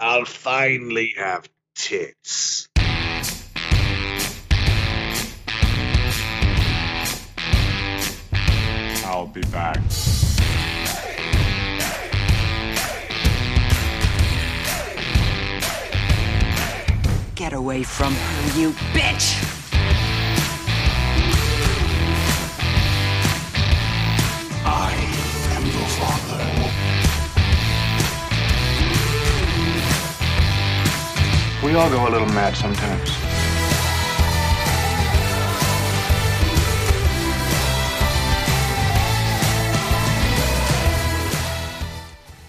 I'll finally have tits. I'll be back. Get away from her, you bitch! I am the father. We all go a little mad sometimes.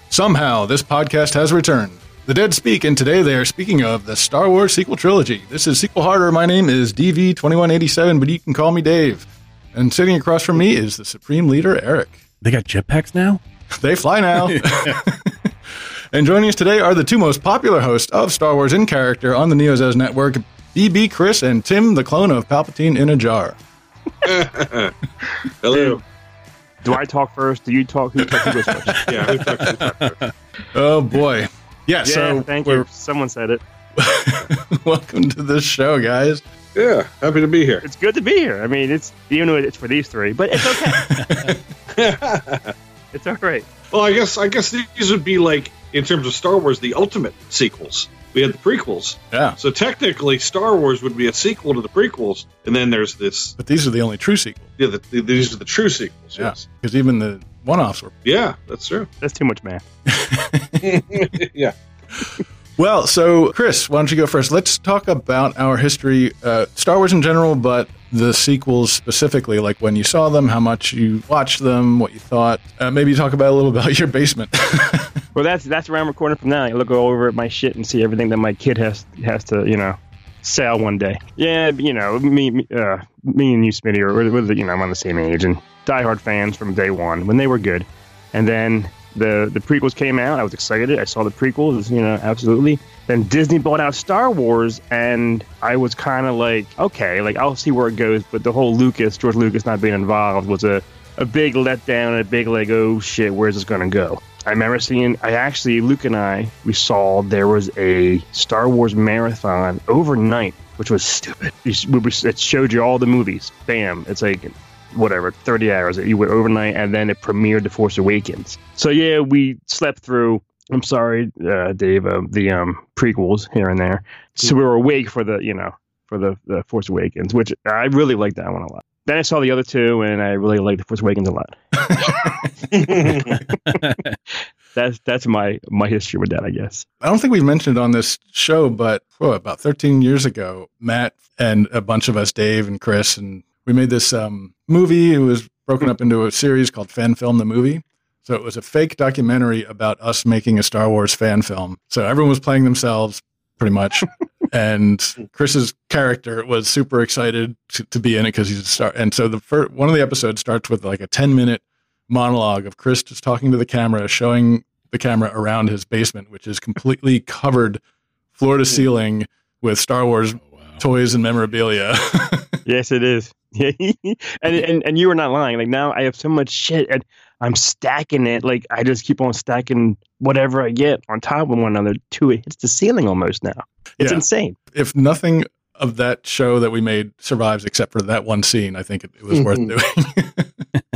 Somehow, this podcast has returned. The Dead Speak, and today they are speaking of the Star Wars sequel trilogy. This is Sequel Harder. My name is DV2187, but you can call me Dave. And sitting across from me is the Supreme Leader, Eric. They got jetpacks now? They fly now. and joining us today are the two most popular hosts of Star Wars in character on the NeoZez Network, BB Chris and Tim, the clone of Palpatine in a jar. Hello. Do I talk first? Do you talk? Who, talk, who goes first? Yeah, Yeah, who talks to the doctor? Oh, boy. Yeah, so thank we're- you. Someone said it. welcome to the show, guys. yeah, happy to be here. It's good to be here. I mean, it's even though it's for these three, but it's okay. it's all right. Well, I guess I guess these would be like in terms of Star Wars, the ultimate sequels. We had the prequels, Yeah. so technically Star Wars would be a sequel to the prequels, and then there's this. But these are the only true sequels. Yeah, the, the, these are the true sequels. Yeah. Yes. Because even the one offs were Yeah, that's true. That's too much, man. yeah. Well, so Chris, why don't you go first? Let's talk about our history, uh, Star Wars in general, but the sequels specifically, like when you saw them, how much you watched them, what you thought. Uh, maybe talk about a little about your basement. Well, that's that's around recording from now. I look over at my shit and see everything that my kid has has to you know sell one day. Yeah, you know me me, uh, me and you, Smitty, are we're, we're the- you know I'm on the same age and diehard fans from day one when they were good, and then the the prequels came out. I was excited. I saw the prequels. You know, absolutely. Then Disney bought out Star Wars, and I was kind of like, okay, like I'll see where it goes. But the whole Lucas, George Lucas, not being involved was a a big letdown, a big like, oh shit, where's this gonna go? I remember seeing. I actually, Luke and I, we saw there was a Star Wars marathon overnight, which was stupid. You s- we- we- It showed you all the movies. Bam! It's like whatever, 30 hours. You went overnight, and then it premiered The Force Awakens. So yeah, we slept through. I'm sorry, uh, Dave. Uh, the um, prequels here and there. So we were awake for the you know for the, the Force Awakens, which I really liked that one a lot. Then I saw the other two, and I really liked The Force Awakens a lot. That's that's my my history with that, I guess. I don't think we've mentioned it on this show, but whoa, about 13 years ago, Matt and a bunch of us, Dave and Chris, and we made this um, movie. It was broken up into a series called Fan Film the Movie. So it was a fake documentary about us making a Star Wars fan film. So everyone was playing themselves pretty much. and Chris's character was super excited to, to be in it because he's a star. And so the first, one of the episodes starts with like a 10 minute monologue of Chris just talking to the camera, showing the camera around his basement, which is completely covered floor to ceiling with Star Wars Oh, toys and memorabilia. Yes, it is. and, and and you were not lying. Like now, I have so much shit, and I'm stacking it. Like I just keep on stacking whatever I get on top of one another. Two, it hits the ceiling almost now. It's Yeah. insane. if nothing of that show that we made survives except for that one scene, I think it, it was worth Mm-hmm. doing.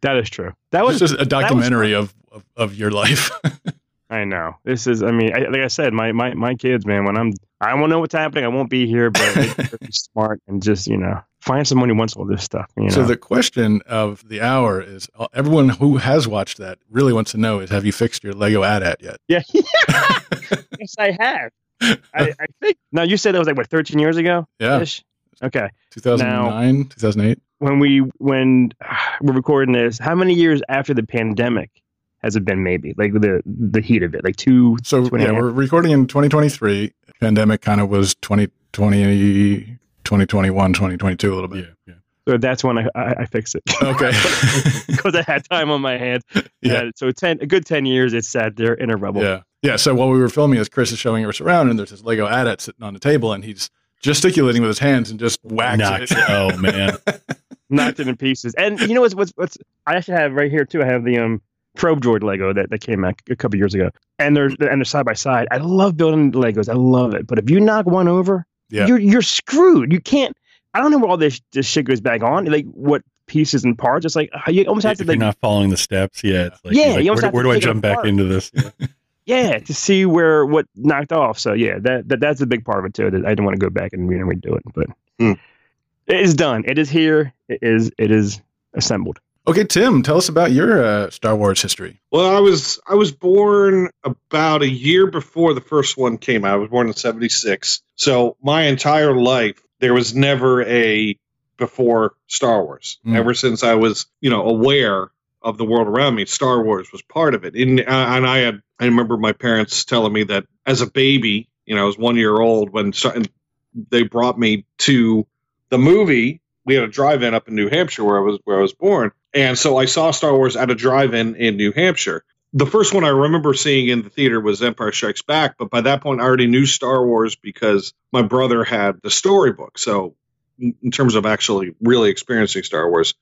That is true. That it's was. just a documentary of, of, of your life. I know. This is. I mean, I, like I said, my, my my kids, man. When I'm, I won't know what's happening. I won't be here, but like, be smart and just you know find someone who wants all this stuff. You know. So the question of the hour is uh, everyone who has watched that really wants to know is have you fixed your Lego AT-AT yet? Yeah. yes, I have. I, I think. Now you said that was like what 13 years ago. Uh. Yeah. Ish? Okay. 2009, 2008. When we when we're recording this, how many years after the pandemic has it been? Maybe like the the heat of it, like two. So two and a yeah, half- we're recording in 2023. Pandemic kind of was 2020, 2021, 2022 a little Yeah, bit. yeah. So that's when I I, I fix it Okay. because I had time on my hands. Yeah. Uh, so ten a good 10 years it sat there in a rubble. yeah. Yeah. So while we were filming this, Chris is showing us around and there's this Lego at sitting on the table and he's gesticulating with his hands and just whacks Knocked. it. Oh man. knocked it in pieces. And you know what's what's what's I actually have right here too. I have the um probe droid Lego that, that came out a couple years ago, and they're and they're side by side. I love building Legos. I love it. But if you knock one over, Yeah. you're you're screwed. You can't. I don't know where all this this shit goes back on. Like what pieces and parts. It's like uh, you almost have If to you're like not following the steps, yeah, it's like, Yeah, you're you like, where, almost have to where do I take it jump back apart. into this? yeah to see where what knocked off. So yeah, that, that that's a big part of it too. That I didn't want to go back and you know redo it, but Hmm. it is done. It is here. It is it is assembled. Okay, Tim, tell us about your uh, Star Wars history. Well, I was I was born about a year before the first one came out. I was born in '76, so my entire life there was never a before Star Wars. Hmm. Ever since I was, you know, aware of the world around me, Star Wars was part of it. And, uh, and I had I remember my parents telling me that as a baby, you know, I was one year old when Star- they brought me to the movie we had a drive-in up in New Hampshire where I was where I was born, and so I saw Star Wars at a drive-in in New Hampshire. The first one I remember seeing in the theater was Empire Strikes Back, but by that point I already knew Star Wars because my brother had the storybook. So in in terms of actually really experiencing Star Wars,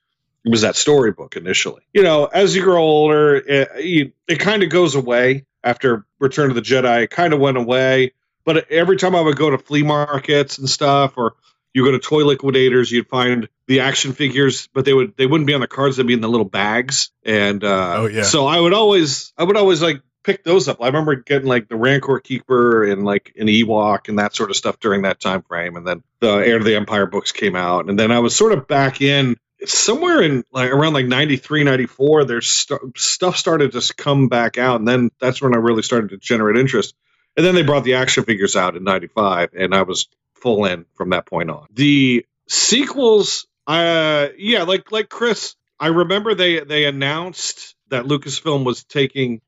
it was that storybook initially. You know, as you grow older, it, you- it kind of goes away after Return of the Jedi. It kind of went away, but every time I would go to flea markets and stuff or you go to toy liquidators you'd find the action figures but they would they wouldn't be on the cards they'd be in the little bags and uh Oh, yeah. so i would always i would always like pick those up i remember getting like the rancor keeper and like an ewok and that sort of stuff during that time frame and then the heir to the empire books came out and then i was sort of back in somewhere in like around like 93 94 there's st- stuff started to s- come back out and then that's when i really started to generate interest and then they brought the action figures out in 95 and i was full in from that point on. The sequels, uh, yeah, like like Chris, I remember they they announced that Lucasfilm was taking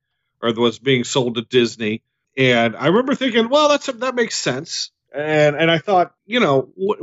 or was being sold to Disney, and I remember thinking, well, that's that makes sense, and and I thought, you know, what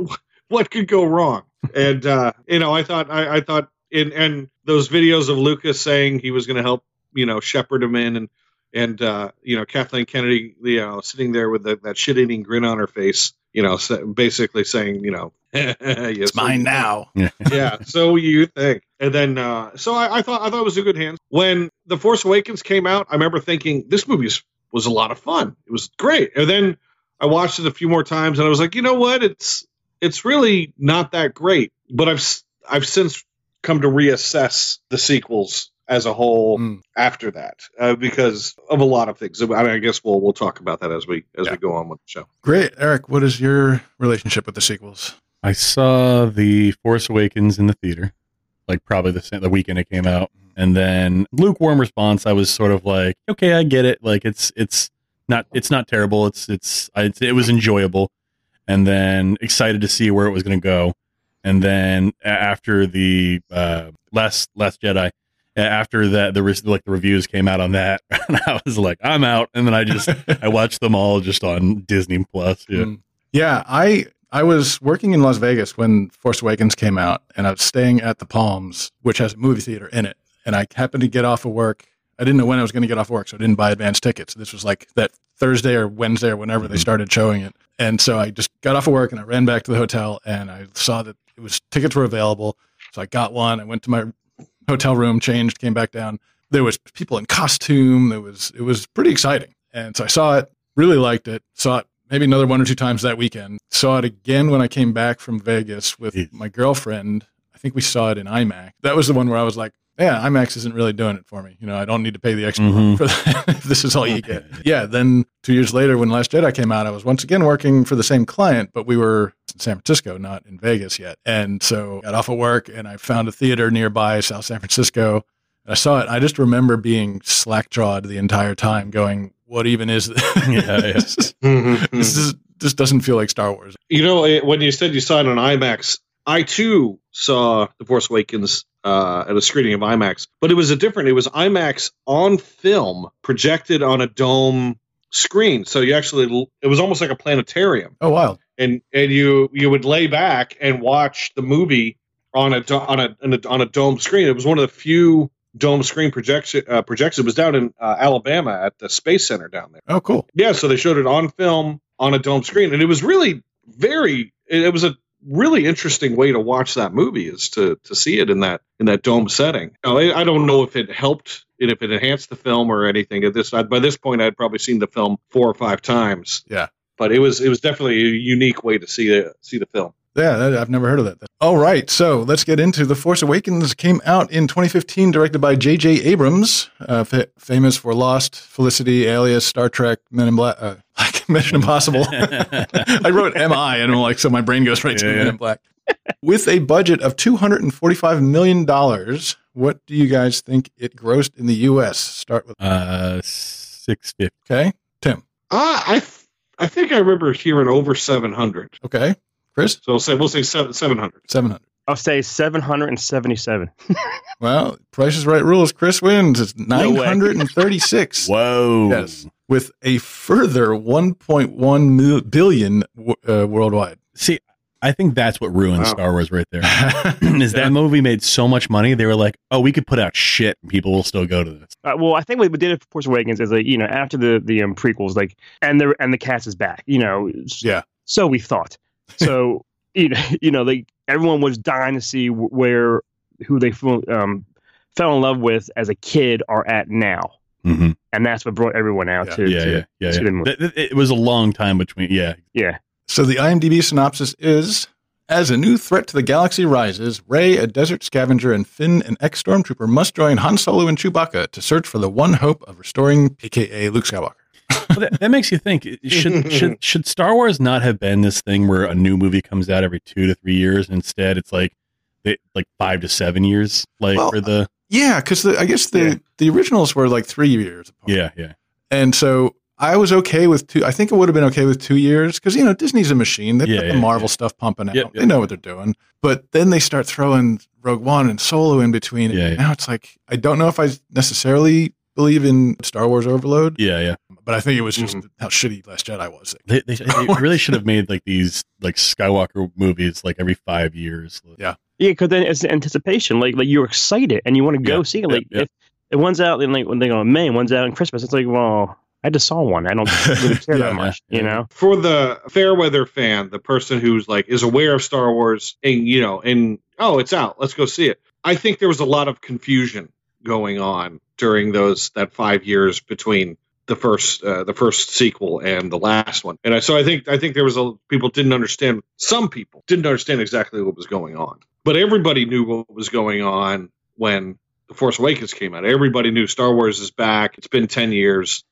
what could go wrong? And uh, you know, I thought I, I thought in and those videos of Lucas saying he was going to help, you know, shepherd him in and. And uh, you know Kathleen Kennedy, you know, sitting there with the, that shit-eating grin on her face, you know, sa- basically saying, you know, it's now. yeah, so you think. And then uh so I, I thought I thought it was a good hand. When The Force Awakens came out, I remember thinking this movie was, was a lot of fun. It was great. And then I watched it a few more times and I was like, you know what? It's it's really not that great. But I've s- I've since come to reassess the sequels as a whole Mm. after that uh, because of a lot of things. And I guess we'll we'll talk about that as we as Yeah. we go on with the show. Great. Eric, what is your relationship with the sequels? I saw the Force Awakens in the theater, like probably the same, the weekend it came out, and then lukewarm response. I was sort of like, okay, I get it. Like it's it's not it's not terrible. It's it's I, it was enjoyable, and then excited to see where it was going to go, and then a- after the uh, last last Jedi. a- After that, the res- like the reviews came out on that, and I was like, "I'm out." And then I just I watched them all just on Disney Plus. Yeah, Mm. Yeah, I I was working in Las Vegas when Force Awakens came out, and I was staying at the Palms, which has a movie theater in it. And I happened to get off of work. I didn't know when I was going to get off work, so I didn't buy advance tickets. This was like that Thursday or Wednesday or whenever they Mhm. started showing it. And so I just got off of work and I ran back to the hotel and I saw that it was tickets were available. So I got one. I went to my hotel room, changed, came back down. There was people in costume. There was it was pretty exciting. And so I saw it, really liked it. Saw it maybe another one or two times that weekend. Saw it again when I came back from Vegas with Jeez. my girlfriend. I think we saw it in IMAX. That was the one where I was like, yeah, IMAX isn't really doing it for me. You know, I don't need to pay the extra Mhm. for that. if this is all you get. Yeah. Then two years later, when Last Jedi came out, I was once again working for the same client, but we were in San Francisco, not in Vegas yet. And so got off of work and I found a theater nearby, South San Francisco. And I saw it. I just remember being slack-jawed the entire time, going, "What even is this? Yeah, yeah. this is this doesn't feel like Star Wars." You know, it, when you said you saw it on IMAX, I too saw The Force Awakens uh, at a screening of IMAX, but it was a different. It was IMAX on film projected on a dome screen, so you actually it was almost like a planetarium, Oh, wild! and and you you would lay back and watch the movie on a do- on a on a, on a dome screen. It was one of the few dome screen projection uh, projections. It was down in uh, Alabama at the Space Center down there. Oh, cool. Yeah, so they showed it on film on a dome screen, and it was really very. It, it was a really interesting way to watch that movie is to to see it in that in that dome setting. Now, I, I don't know if it helped and if it enhanced the film or anything. At this I, by this point, I'd probably seen the film four or five times. Yeah. but it was it was definitely a unique way to see the see the film. Yeah, that, I've never heard of that. All right, so let's get into The Force Awakens. Came out in 2015, directed by J.J. Abrams, uh, fa- famous for Lost, Felicity, Alias, Star Trek, Men in Black, uh, like Mission Impossible. I wrote M.I. and I'm like, so my brain goes right to Yeah. Men in Black. With a budget of 245 million dollars, what do you guys think it grossed in the U.S.? Start with Uh, six fifty. okay, Tim. Uh, I th- I think I remember hearing over seven hundred. Okay, Chris. So say we'll say seven hundred. Seven hundred. I'll say 777. Well, Price is Right rules. Chris wins. It's nine hundred and thirty-six. Whoa. Yes, with a further 1.1 mil- billion w- uh, worldwide. See, I think that's what ruined Wow. Star Wars right there. Is that movie made so much money? They were like, "Oh, we could put out shit, and people will still go to this." Uh, well, I think what we did at Force Awakens is like you know after the the um, prequels, like and the and the cast is back. You know, s- Yeah. So we thought. So you know, you know, like everyone was dying to see wh- where who they fell- um, fell in love with as a kid are at now, Mm-hmm. and that's what brought everyone out Yeah. to. Yeah, to- yeah, yeah. to the yeah. movie. Th- th- It was a long time between. Yeah, yeah. so the IMDb synopsis is As a new threat to the galaxy rises, Rey, a desert scavenger, and Finn, an ex stormtrooper, must join Han Solo and Chewbacca to search for the one hope of restoring PKA Luke Skywalker. Well, that, that makes you think. It- Should should should Star Wars not have been this thing where a new movie comes out every two to three years? Instead, it's like they, like five to seven years. Like Well, for the Yeah, because I guess the, Yeah. the originals were like three years apart. yeah yeah And so I was okay with two. I think it would have been okay with two years because you know Disney's a machine. They've Yeah, got yeah, the Marvel yeah. stuff pumping out. Yep, they yep. know what they're doing. But then they start throwing Rogue One and Solo in between. Yeah, and yeah. Now it's like I don't know if I necessarily believe in Star Wars Overload, yeah yeah. Mm-hmm. but I think it was just how shitty Last Jedi was. They, they, they really should have made like these like Skywalker movies like every five years. Yeah, because then it's anticipation. Like, like you're excited and you want to go Yeah, see. yeah, It. Like, yeah. If, if one's out in like when they go in May, and one's out in Christmas. It's like, well, I just saw one. I don't really care Yeah, that much, yeah. you know. for the fair weather fan, the person who's like is aware of Star Wars and you know, and oh, it's out, let's go see it. I think there was a lot of confusion going on during those that five years between the first uh, the first sequel and the last one, and I, so I think I think there was a people didn't understand some people didn't understand exactly what was going on, but everybody knew what was going on when the Force Awakens came out. Everybody knew Star Wars is back. It's been ten years.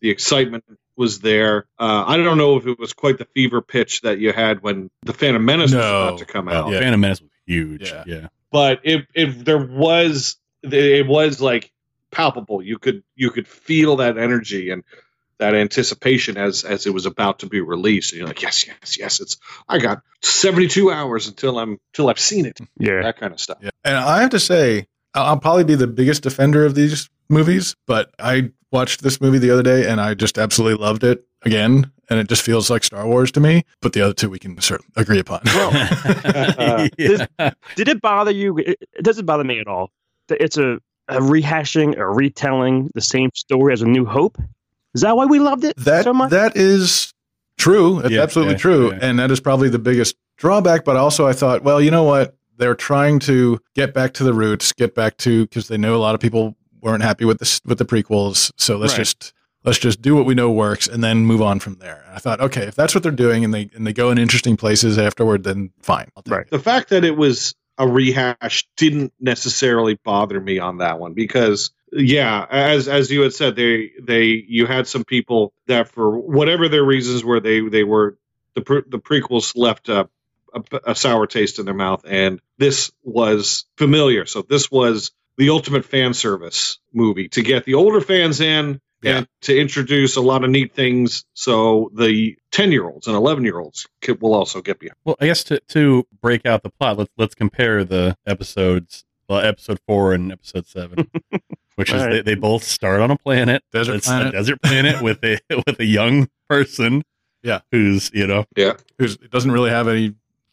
The excitement was there. Uh, I don't know if it was quite the fever pitch that you had when the Phantom Menace was No. about to come out, yeah. Phantom Menace was huge. Yeah. yeah. but if if there was, it was like palpable. You could you could feel that energy and that anticipation as as it was about to be released. And you're like, yes, yes, yes. It's I got 72 hours until I'm till I've seen it. Yeah. That kind of stuff. Yeah. And I have to say, I- I'll probably be the biggest defender of these movies, but I watched this movie the other day and I just absolutely loved it again. And it just feels like Star Wars to me. But the other two we can certainly agree upon. Uh, Yeah. Did it bother you? It, it doesn't bother me at all. Th- It's a, a rehashing, a retelling the same story as A New Hope. Is that why we loved it that so much? that is true. That's Yeah, absolutely yeah, true, yeah. and that is probably the biggest drawback. But also, I thought, well, you know what? They're trying to get back to the roots, get back to because they know a lot of people weren't happy with this with the prequels. So let's Right. just let's just do what we know works and then move on from there. And I thought, okay, if that's what they're doing, and they and they go in interesting places afterward, then fine. I'll take Right. it. the fact that it was a rehash didn't necessarily bother me on that one because yeah as as you had said they they you had some people that for whatever their reasons were they they were the pre- the prequels left a, a a sour taste in their mouth and this was familiar so this was the ultimate fan service movie to get the older fans in Yeah. and to introduce a lot of neat things so the 10 year olds and 11 year olds will also get behind Well, I guess to to break out the plot, let's let's compare the episodes, well, episode four and episode seven, which is All right. they, they both start on a planet, Desert it's planet. a desert planet with a with a young person, Yeah. who's you know Who's- It doesn't really have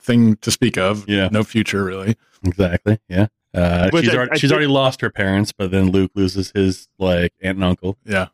anything to speak of. Yeah. no future really. exactly yeah. Uh, Which she's I- already, I she's think- already lost her parents, but then Luke loses his like aunt and uncle. Yeah,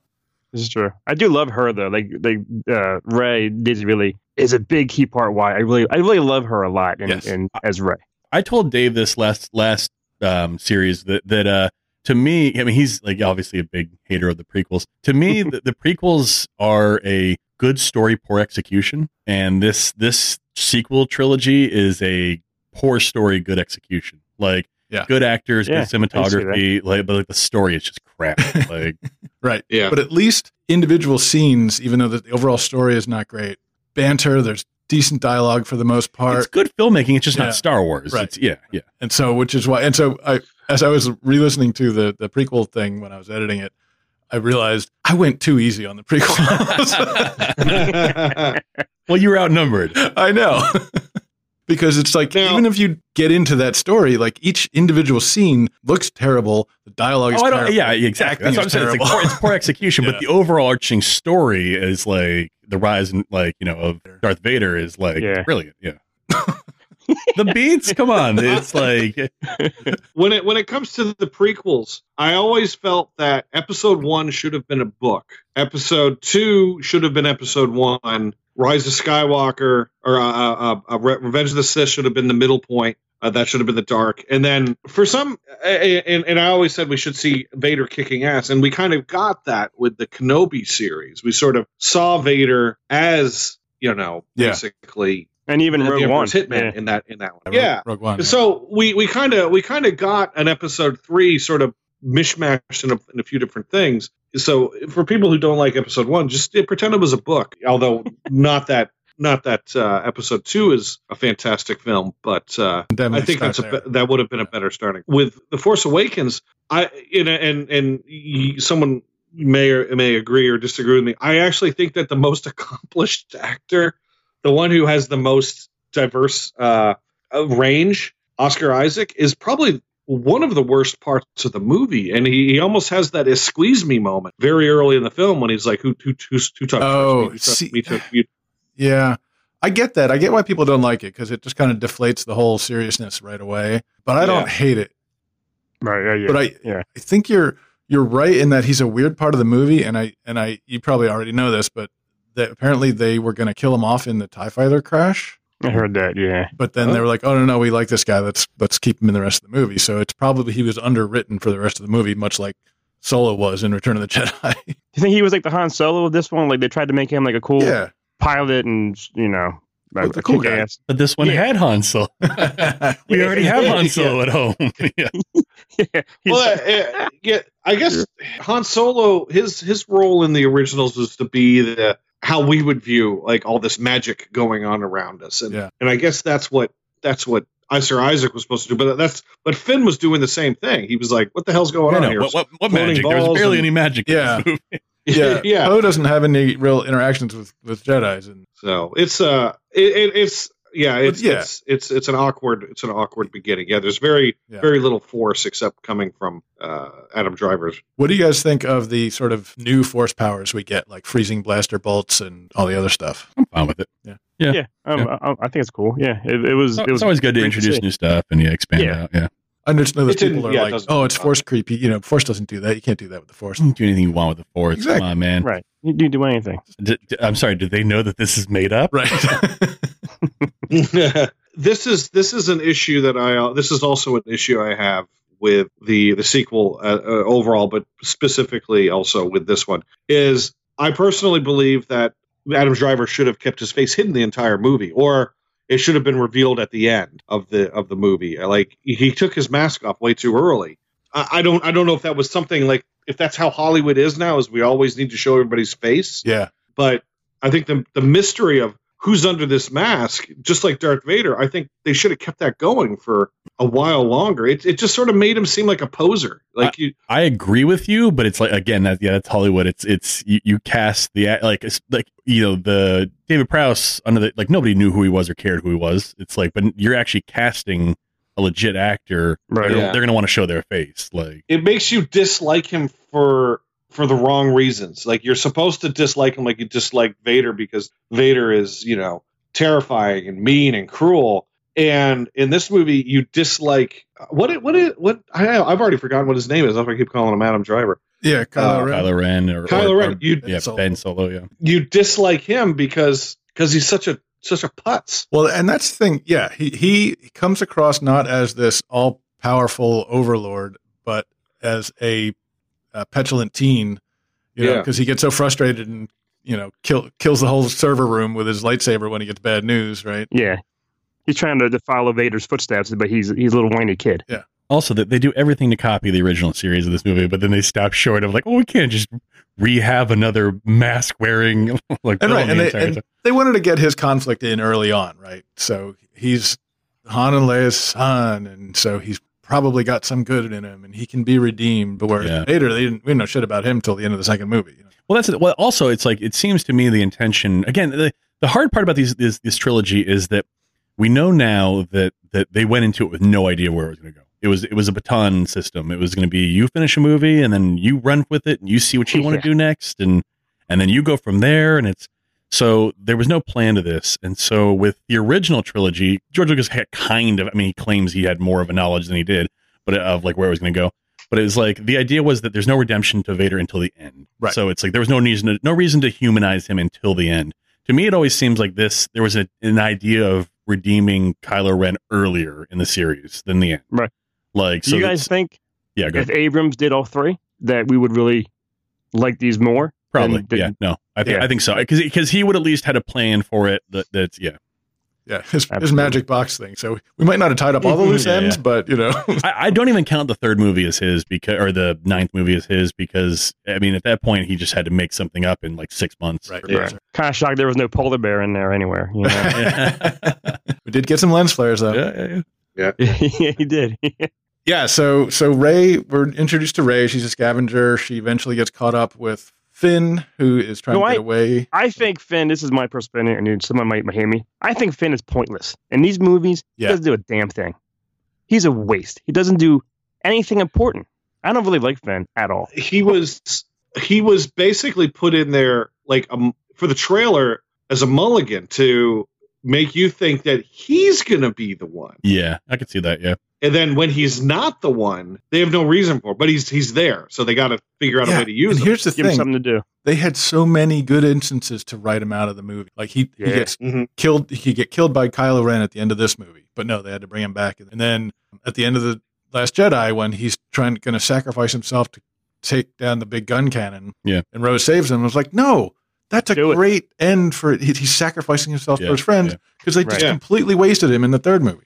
This is true. I do love her though. Like like uh, Ray did really is a big key part why I really I really love her a lot and, Yes. and as Ray. I told Dave this last last um, series that that uh, to me, I mean, he's like obviously a big hater of the prequels. To me, the, the prequels are a good story, poor execution, and this this sequel trilogy is a poor story, good execution. Like Yeah. good actors, Yeah, I good can see that. cinematography, like but like the story is just crap. Like Right. Yeah. But at least individual scenes, even though the the overall story is not great, banter, there's decent dialogue for the most part. it's good filmmaking, it's just Yeah. not Star Wars. Right. It's, yeah, yeah. and so which is why and so i as i was re-listening to the the prequel thing when i was editing it i realized i went too easy on the prequels well, you were outnumbered. i know because it's like Now- even if you get into that story like each individual scene looks terrible the dialogue is Oh, I don't, terrible yeah, exactly. Acting That's what I'm is saying. It's, like poor, terrible. it's poor execution, Yeah. but the overall arching story is like the rise and like you know of Darth Vader is like Yeah. brilliant. Yeah, the beats. Come on, it's like when it when it comes to the prequels, I always felt that episode one should have been a book. Episode two should have been episode one. Rise of Skywalker or uh, uh, uh, Re- Revenge of the Sith should have been the middle point. Uh, that should have been the dark. And then for some, a- a- and, and I always said we should see Vader kicking ass, and we kind of got that with the Kenobi series. We sort of saw Vader as you know Yeah. basically And even the Rogue One. Emperor's hitman Yeah. in that in that one. Rogue- Yeah, Rogue One. so we we kind of we kind of got an episode three sort of mishmashed in a, in a few different things. So for people who don't like episode one, just uh, pretend it was a book. Although not that not that uh, episode two is a fantastic film, but uh, Definitely I think start that's a, there. be- that would have been a better starting with the Force Awakens. I in a, and and y- someone may or may agree or disagree with me. I actually think that the most accomplished actor, the one who has the most diverse uh, uh, range, Oscar Isaac, is probably one of the worst parts of the movie, and he, he almost has that "squeeze me" moment very early in the film when he's like, "Who who who, who touched Oh, me? Who touched see- me? Who touched me?" Yeah. I get that. I get why people don't like it because it just kind of deflates the whole seriousness right away. But I don't hate it. Right, yeah, yeah. but I yeah. I think you're you're right in that he's a weird part of the movie, and I and I you probably already know this, but that apparently they were going to kill him off in the Tie Fighter crash, I heard that, yeah. but then they Oh. were like, oh no no, we like this guy, let's let's keep him in the rest of the movie. So it's probably he was underwritten for the rest of the movie, much like Solo was in Return of the Jedi. Do you think he was like the Han Solo of this one? Like they tried to make him like a cool yeah, pilot and you know Like the cool guy. kick-ass- but this one Yeah. had Han Solo. We already have Han Solo at home. yeah. Yeah, he's well, uh, uh, yeah, I guess Han Solo his his role in the originals was to be the how we would view like all this magic going on around us, and Yeah. and I guess that's what that's what Sir Isaac was supposed to do, but that's but Finn was doing the same thing. He was like, "What the hell's going I on know. here?" What, what, what Floating magic? There balls was barely and- any magic. in Yeah. this movie. yeah, yeah. Poe doesn't have any real interactions with with Jedi's, and So it's uh, it, it, it's yeah, it's, yeah. it's it's it's an awkward it's an awkward beginning. Yeah, there's very Yeah. very little force except coming from uh, Adam Driver's. what do you guys think of the sort of new Force powers we get, like freezing blaster bolts and all the other stuff? I'm fine with it. yeah, um, I, I think it's cool. Yeah, it, it was. It's, It was always good to great to introduce see. new stuff and yeah, expand Yeah. out. Yeah, I understand It those didn't- people are yeah, it like, doesn't- oh, it's force creepy. You know, force doesn't do that. You can't do that with the force. do anything you want with the Force. Exactly. Come on, man. right. You didn't do anything. D- d- I'm sorry. Did they know that this is made up? Right. this is this is an issue that I this is also an issue I have with the the sequel uh, uh, overall, but specifically also with this one is I personally believe that Adam Driver should have kept his face hidden the entire movie, or it should have been revealed at the end of the of the movie. Like he took his mask off way too early. I, I don't I don't know if that was something like if that's how Hollywood is now is we always need to show everybody's face yeah. but I think the the mystery of who's under this mask, just like Darth Vader, I think they should have kept that going for a while longer. It it just sort of made him seem like a poser. Like you, I agree with you, but it's like again that yeah, that's Hollywood. It's it's you, you cast the act- like it's like you know the David Prowse under the like nobody knew who he was or cared who he was. It's like, but you're actually casting a legit actor. Right. They're, Yeah. they're gonna want to show their face. Like it makes you dislike him for for the wrong reasons. Like you're supposed to dislike him like you dislike Vader because Vader is, you know, terrifying and mean and cruel. And in this movie, you dislike what it, what it, what I, I've already forgotten what his name is. I'm gonna keep calling him Adam Driver, Yeah. Kylo Uh, Ren. Kylo Ren or Kylo or- Ren. or- you yeah, Solo. Ben Solo. Yeah, you dislike him because because he's such a such a putz. Well, and that's the thing. Yeah, he he comes across not as this all powerful overlord, but as a, a petulant teen. You know, Yeah. because he gets so frustrated and you know kill, kills the whole server room with his lightsaber when he gets bad news. Right? Yeah. He's trying to, to follow Vader's footsteps, but he's he's a little whiny kid. Also, that they do everything to copy the original series of this movie, but then they stop short of like, oh, we can't just rehab another mask wearing like And right, and villain the they, entire and time. they wanted to get his conflict in early on, right? So he's Han and Leia's son, and so he's probably got some good in him, and he can be redeemed. But where Yeah. later they didn't, we didn't know shit about him till the end of the second movie. you know? Well, that's well. Also, it's like it seems to me the intention again. The, the hard part about these this, this trilogy is that we know now that that they went into it with no idea where it was going to go. It was it was a baton system. It was going to be you finish a movie and then you run with it and you see what you want to Yeah. do next and and then you go from there. And it's so there was no plan to this. And so with the original trilogy, George Lucas had kind of. I mean, he claims he had more of a knowledge than he did, but uh, of like where it was going to go but it was like the idea was that there's no redemption to Vader until the end. Right. So it's like there was no reason to, no reason to humanize him until the end. To me, it always seems like this. There was a, an idea of redeeming Kylo Ren earlier in the series than the end. Right. Like Do so you it's- guys think yeah, go if Abrams did all three, that we would really like these more? probably and did- yeah. No, I think Yeah. I think so because because he would at least had a plan for it. That that's yeah. Yeah, his, his Absolutely. magic box thing. So we might not have tied up all the loose Yeah, ends, Mm-hmm. yeah. but you know, I, I don't even count the third movie as his because or the ninth movie as his because I mean at that point he just had to make something up in like six months. right. Yeah. Kind of shocked there was no polar bear in there anywhere. You know? we did get some lens flares though. Yeah, yeah, yeah. yeah, he did. Yeah, so so Ray, we're introduced to Ray. She's a scavenger. She eventually gets caught up with Finn, who is trying No, to I- get away. I think Finn, this is my personal opinion, and someone might hear me. I think Finn is pointless. In these movies, Yeah. he doesn't do a damn thing. He's a waste. He doesn't do anything important. I don't really like Finn at all. He was he was basically put in there like um, for the trailer as a mulligan to make you think that he's gonna be the one, yeah, I could see that. Yeah. and then when he's not the one, they have no reason for. It, but he's he's there, so they got to figure out a Yeah, way to use and him. here's the Give him thing: something to do. they had so many good instances to write him out of the movie. Like he, he Yeah. gets Mhm. killed. He could get killed by Kylo Ren at the end of this movie, but no, they had to bring him back. And then at the end of the Last Jedi, when he's trying going to sacrifice himself to take down the big gun cannon, Yeah. and Rose saves him. I was like, no, that's a Do it. great end for it. He, he's sacrificing himself Yeah, for his friends yeah. because they just Right. Yeah. completely wasted him in the third movie.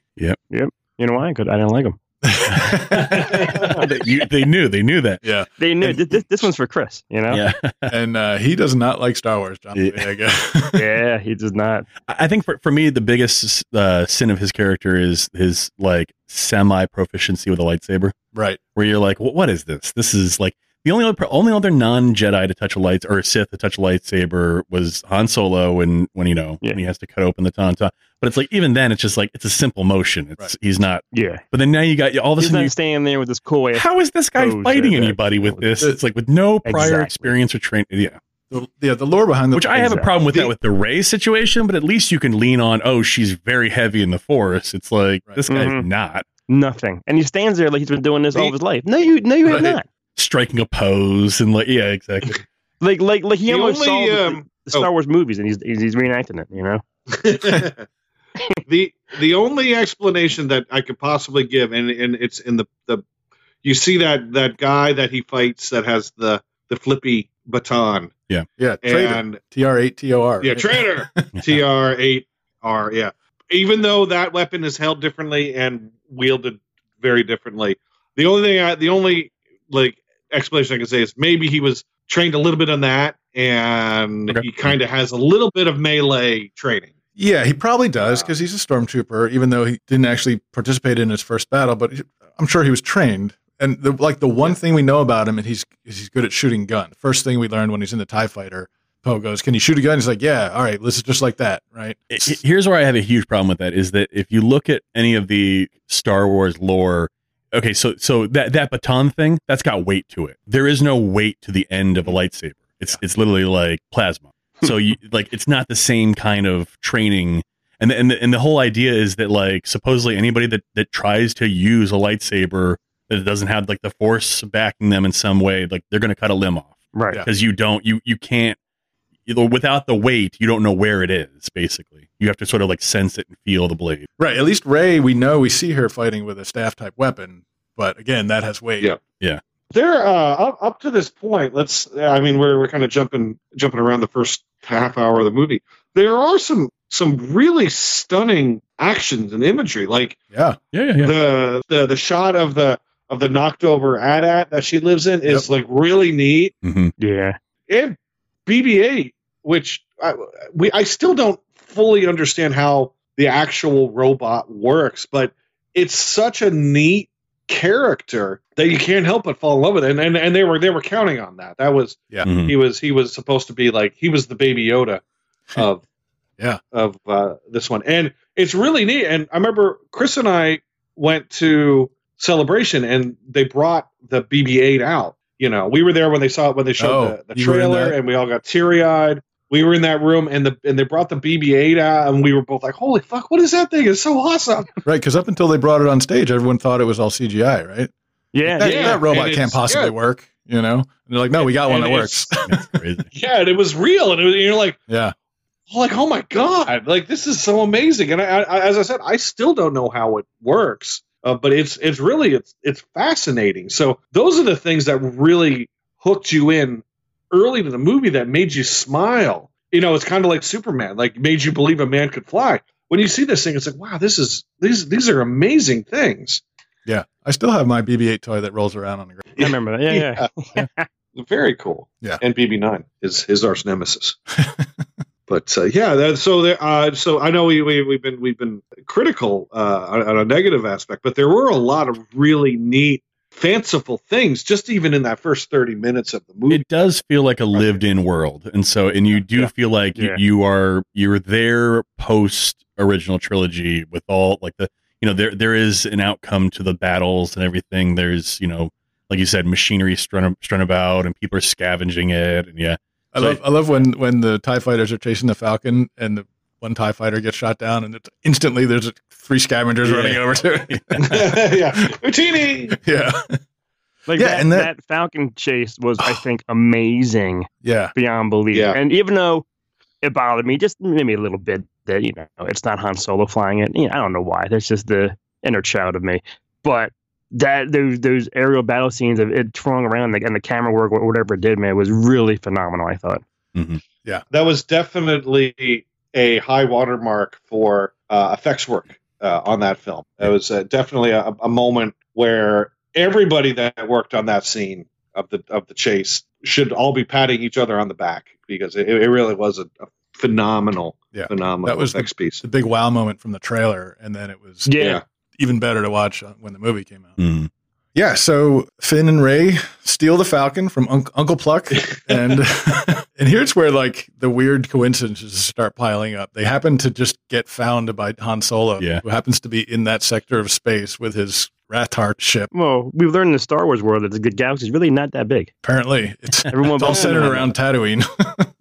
You know why? 'Cause I didn't like him. they, you, they knew. They knew that. yeah, They knew And- th- this, this one's for Chris. You know? Yeah. and uh, he does not like Star Wars, John Yeah. Boyega. Yeah, he does not. I I think for, for me, the biggest uh, sin of his character is his like semi proficiency with a lightsaber, right? where you're like, "Wh- what is this? This is like the only other, only other non Jedi to touch a light or a Sith to touch a lightsaber was Han Solo when, when you know, Yeah. when he has to cut open the Tauntaun. But it's like, even then, it's just like, it's a simple motion. It's, Right. he's not, Yeah. but then now you got all of a He's sudden, not you, staying there with this cool ass. how is this guy Oh, fighting yeah, yeah. anybody with this? It's like with no prior Exactly. experience or training. Yeah. The, yeah, the lore behind the Which I have a Exactly. problem with that The- with the Ray situation, but at least you can lean on, oh, she's very heavy in the forest. It's like Right. this guy's Mhm. not Nothing. And he stands there like he's been doing this all The- of his life. No, you no you have Right. not. striking a pose and like yeah, exactly. Like like like he The almost only, saw the- oh. um, the Star Wars movies and he's he's, he's reenacting it, you know? the the only explanation that I could possibly give, and, and it's in the, the you see that that guy that he fights that has the the flippy baton yeah, traitor, and T R eight T O R. yeah traitor T R eight R yeah. Even though that weapon is held differently and wielded very differently, the only thing I, the only like explanation I can say is maybe he was trained a little bit on that, and Okay. he kind of has a little bit of melee training. Yeah, he probably does because he's a stormtrooper, even though he didn't actually participate in his first battle. But he- I'm sure he was trained. And the, like the one thing we know about him, and he's is he's good at shooting gun. The first thing we learned when he's in the Tie Fighter, Poe goes, "Can you shoot a gun?" He's like, "Yeah, all right, this is just like that, right?" H- h- Here's where I have a huge problem with that is that if you look at any of the Star Wars lore, okay, so so that that baton thing that's got weight to it. There is no weight to the end of a lightsaber. It's it's literally like plasma. So you like it's not the same kind of training. And the, and the, and the whole idea is that like supposedly anybody that that tries to use a lightsaber that doesn't have like the force backing them in some way, like they're going to cut a limb off Right. Yeah. because you don't you you can't you know, without the weight, you don't know where it is. Basically, you have to sort of like sense it and feel the blade. Right. At least Ray, we know we see her fighting with a staff type weapon, but again, that has weight. Yeah. they're uh, up, up to this point let's i mean we're, we're kind of jumping jumping around the first half hour of the movie there are some some really stunning actions and imagery like Yeah. Yeah, yeah, yeah. the, the the shot of the of the knocked over adat that she lives in is like really neat hmm Yeah. and bb8 which I, we i still don't fully understand how the actual robot works but it's such a neat character that you can't help but fall in love with and and, and they were they were counting on that that was Mm-hmm. Mhm. he was he was supposed to be like he was the baby yoda of Yeah. of uh, this one and it's really neat and i remember chris and i went to celebration and they brought the bb8 out you know we were there when they saw it when they showed Oh, the, the you were in trailer that? and we all got teary-eyed we were in that room and the and they brought the bb8 out and we were both like holy fuck what is that thing it's so awesome Right. Because up until they brought it on stage, everyone thought it was all CGI, right? Yeah. That, Yeah, that robot and it's- can't possibly yeah. work, you know? And they're like, no, we got one And that it's- works. That's crazy. yeah and it was real and, it was, and you're like yeah. like oh my god like this is so amazing and I, I, as i said i still don't know how it works uh, but it's it's really it's it's fascinating so those are the things that really hooked you in early to the movie that made you smile you know it's kind of like superman like made you believe a man could fly when you see this thing it's like wow this is these these are amazing things Yeah. I still have my BB 8 toy that rolls around on the ground. I remember that. Yeah, yeah. very cool Yeah. and bb9 is his arch nemesis but uh, yeah, that, so there, uh, so I know we, we we've been we've been critical uh, on, on a negative aspect, but there were a lot of really neat, fanciful things just even in that first thirty minutes of the movie. it does feel like a lived in world and so and you do Yeah. feel like you, Yeah. you are you're there post original trilogy with all like the you know there there is an outcome to the battles and everything there's you know like you said machinery strewn, strewn about and people are scavenging it and yeah I So- love, I love when, when the TIE fighters are chasing the Falcon and the one TIE fighter gets shot down and it's, instantly there's three scavengers Yeah. running over to it. yeah, Utini. yeah. Like Yeah, that, and that- that, Falcon chase was, I think, amazing Yeah. beyond belief. Yeah. And even though it bothered me just maybe a little bit that, you know, it's not Han Solo flying it. You know, I don't know why. That's just the inner child of me. But that those those aerial battle scenes of it throwing around like, and the camera work or whatever it did, man, was really phenomenal, I thought. That was definitely a high watermark for uh, effects work uh, on that film. It was uh, definitely a, a moment where everybody that worked on that scene of the of the chase should all be patting each other on the back because it, it really was a, a phenomenal, Yeah. phenomenal That was the- effects piece. It's a big wow moment from the trailer. And then it was Yeah. even better to watch when the movie came out. Mm. Yeah, so Finn and Ray steal the Falcon from Unc Uncle Pluck, and and here's where like the weird coincidences start piling up. They happen to just get found by Han Solo, Yeah. who happens to be in that sector of space with his Rathart ship. Well, we've learned in the Star Wars world that the galaxy is really not that big. Apparently, it's, Everyone it's all centered around Tatooine.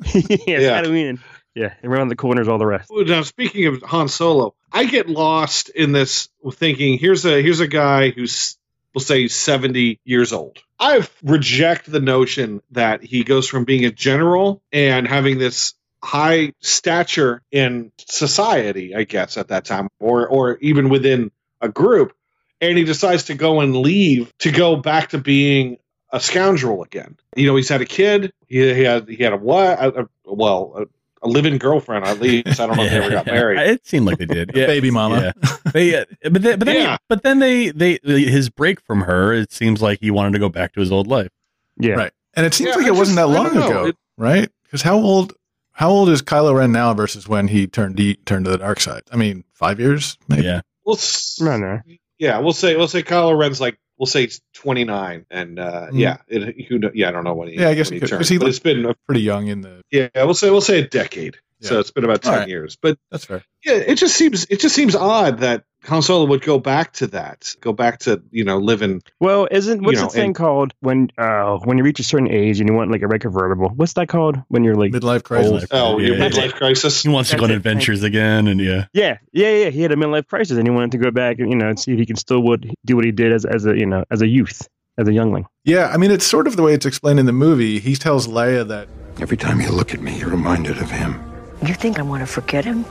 yeah, Yeah. Tatooine. Yeah, around the corners, all the rest. Now speaking of Han Solo, I get lost in this thinking. Here's a here's a guy who's we'll say he's seventy years old. I reject the notion that he goes from being a general and having this high stature in society, I guess at that time, or or even within a group, and he decides to go and leave to go back to being a scoundrel again. You know, he's had a kid. He, he had he had a what? A, a- well, a, a living girlfriend at least. I don't know if they ever got married. it seemed like they did yeah Baby mama. yeah. they uh, but then, but then Yeah. but then they they his break from her it seems like he wanted to go back to his old life Yeah. Right. And it seems Yeah, like I it wasn't just- that I long don't know. ago, It- right? Because how old how old is Kylo Ren now versus when he turned he turned to the dark side? I mean, five years maybe. yeah We'll s- Around there. yeah, we'll say we'll say Kylo Ren's like we'll say he's 29, and uh, Mm. yeah, it, who kno- yeah, I don't know when he Yeah, I guess when it he could- turned, 'cause he but looked- it's been a, Pretty young in the. yeah, we'll say we'll say a decade. So Yeah. it's been about All 10 right. years, but That's fair. yeah, it just seems it just seems odd that Han Solo would go back to that, go back to you know living. Well, isn't what's You know, the thing and- called when uh when you reach a certain age and you want like a red convertible? What's that called when you're like? Midlife crisis. Old. Oh, Yeah, your yeah, midlife crisis. he wants to go on That's it. adventures again and yeah Yeah, yeah, yeah. He had a midlife crisis and he wanted to go back and you know and see if he can still what do what he did as as a you know as a youth as a youngling. Yeah, I mean, it's sort of the way it's explained in the movie. He tells Leia that Every time you look at me, you're reminded of him. You think I want to forget him?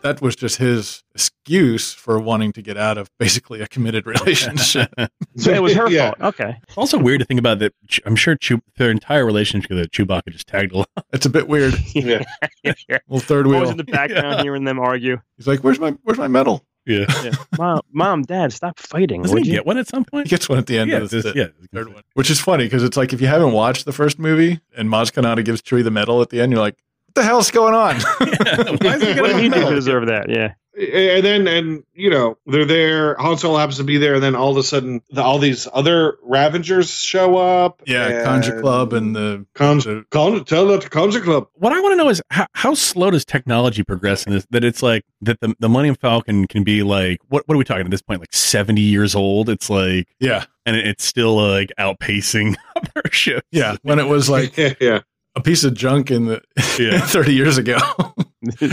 That was just his excuse for wanting to get out of basically a committed relationship. So it was her Yeah. fault. Okay. It's also weird to think about that. Ch- I'm sure Chew- their entire relationship with Chewbacca just tagged along. it's a bit weird. Yeah. Well, third Always wheel. in the background hearing them argue. He's like, "Where's my Where's my medal?" Yeah, Mom, mom, dad, stop fighting. doesn't would he you? get one at some He point? gets one at the end yeah, of the this- yeah. third one, which is funny because it's like if you haven't watched the first movie and Maz Kanata gives Chewie the medal at the end, you're like, "What the hell's going on?" Why is he what gonna- did you do to deserve that? Yeah. and then and you know they're there han solo happens to be there and then all of a sudden the, all these other ravengers show up yeah, and Conjure Club and the comes con, tell that to conjure club what I want to know is how, how slow does technology progress in this? That it's like that the the Millennium Falcon can be like what what are we talking at this point? Like seventy years old. It's like yeah, and it, it's still uh, like outpacing other ships. yeah. When it was like yeah, yeah a piece of junk in the Yeah. thirty years ago,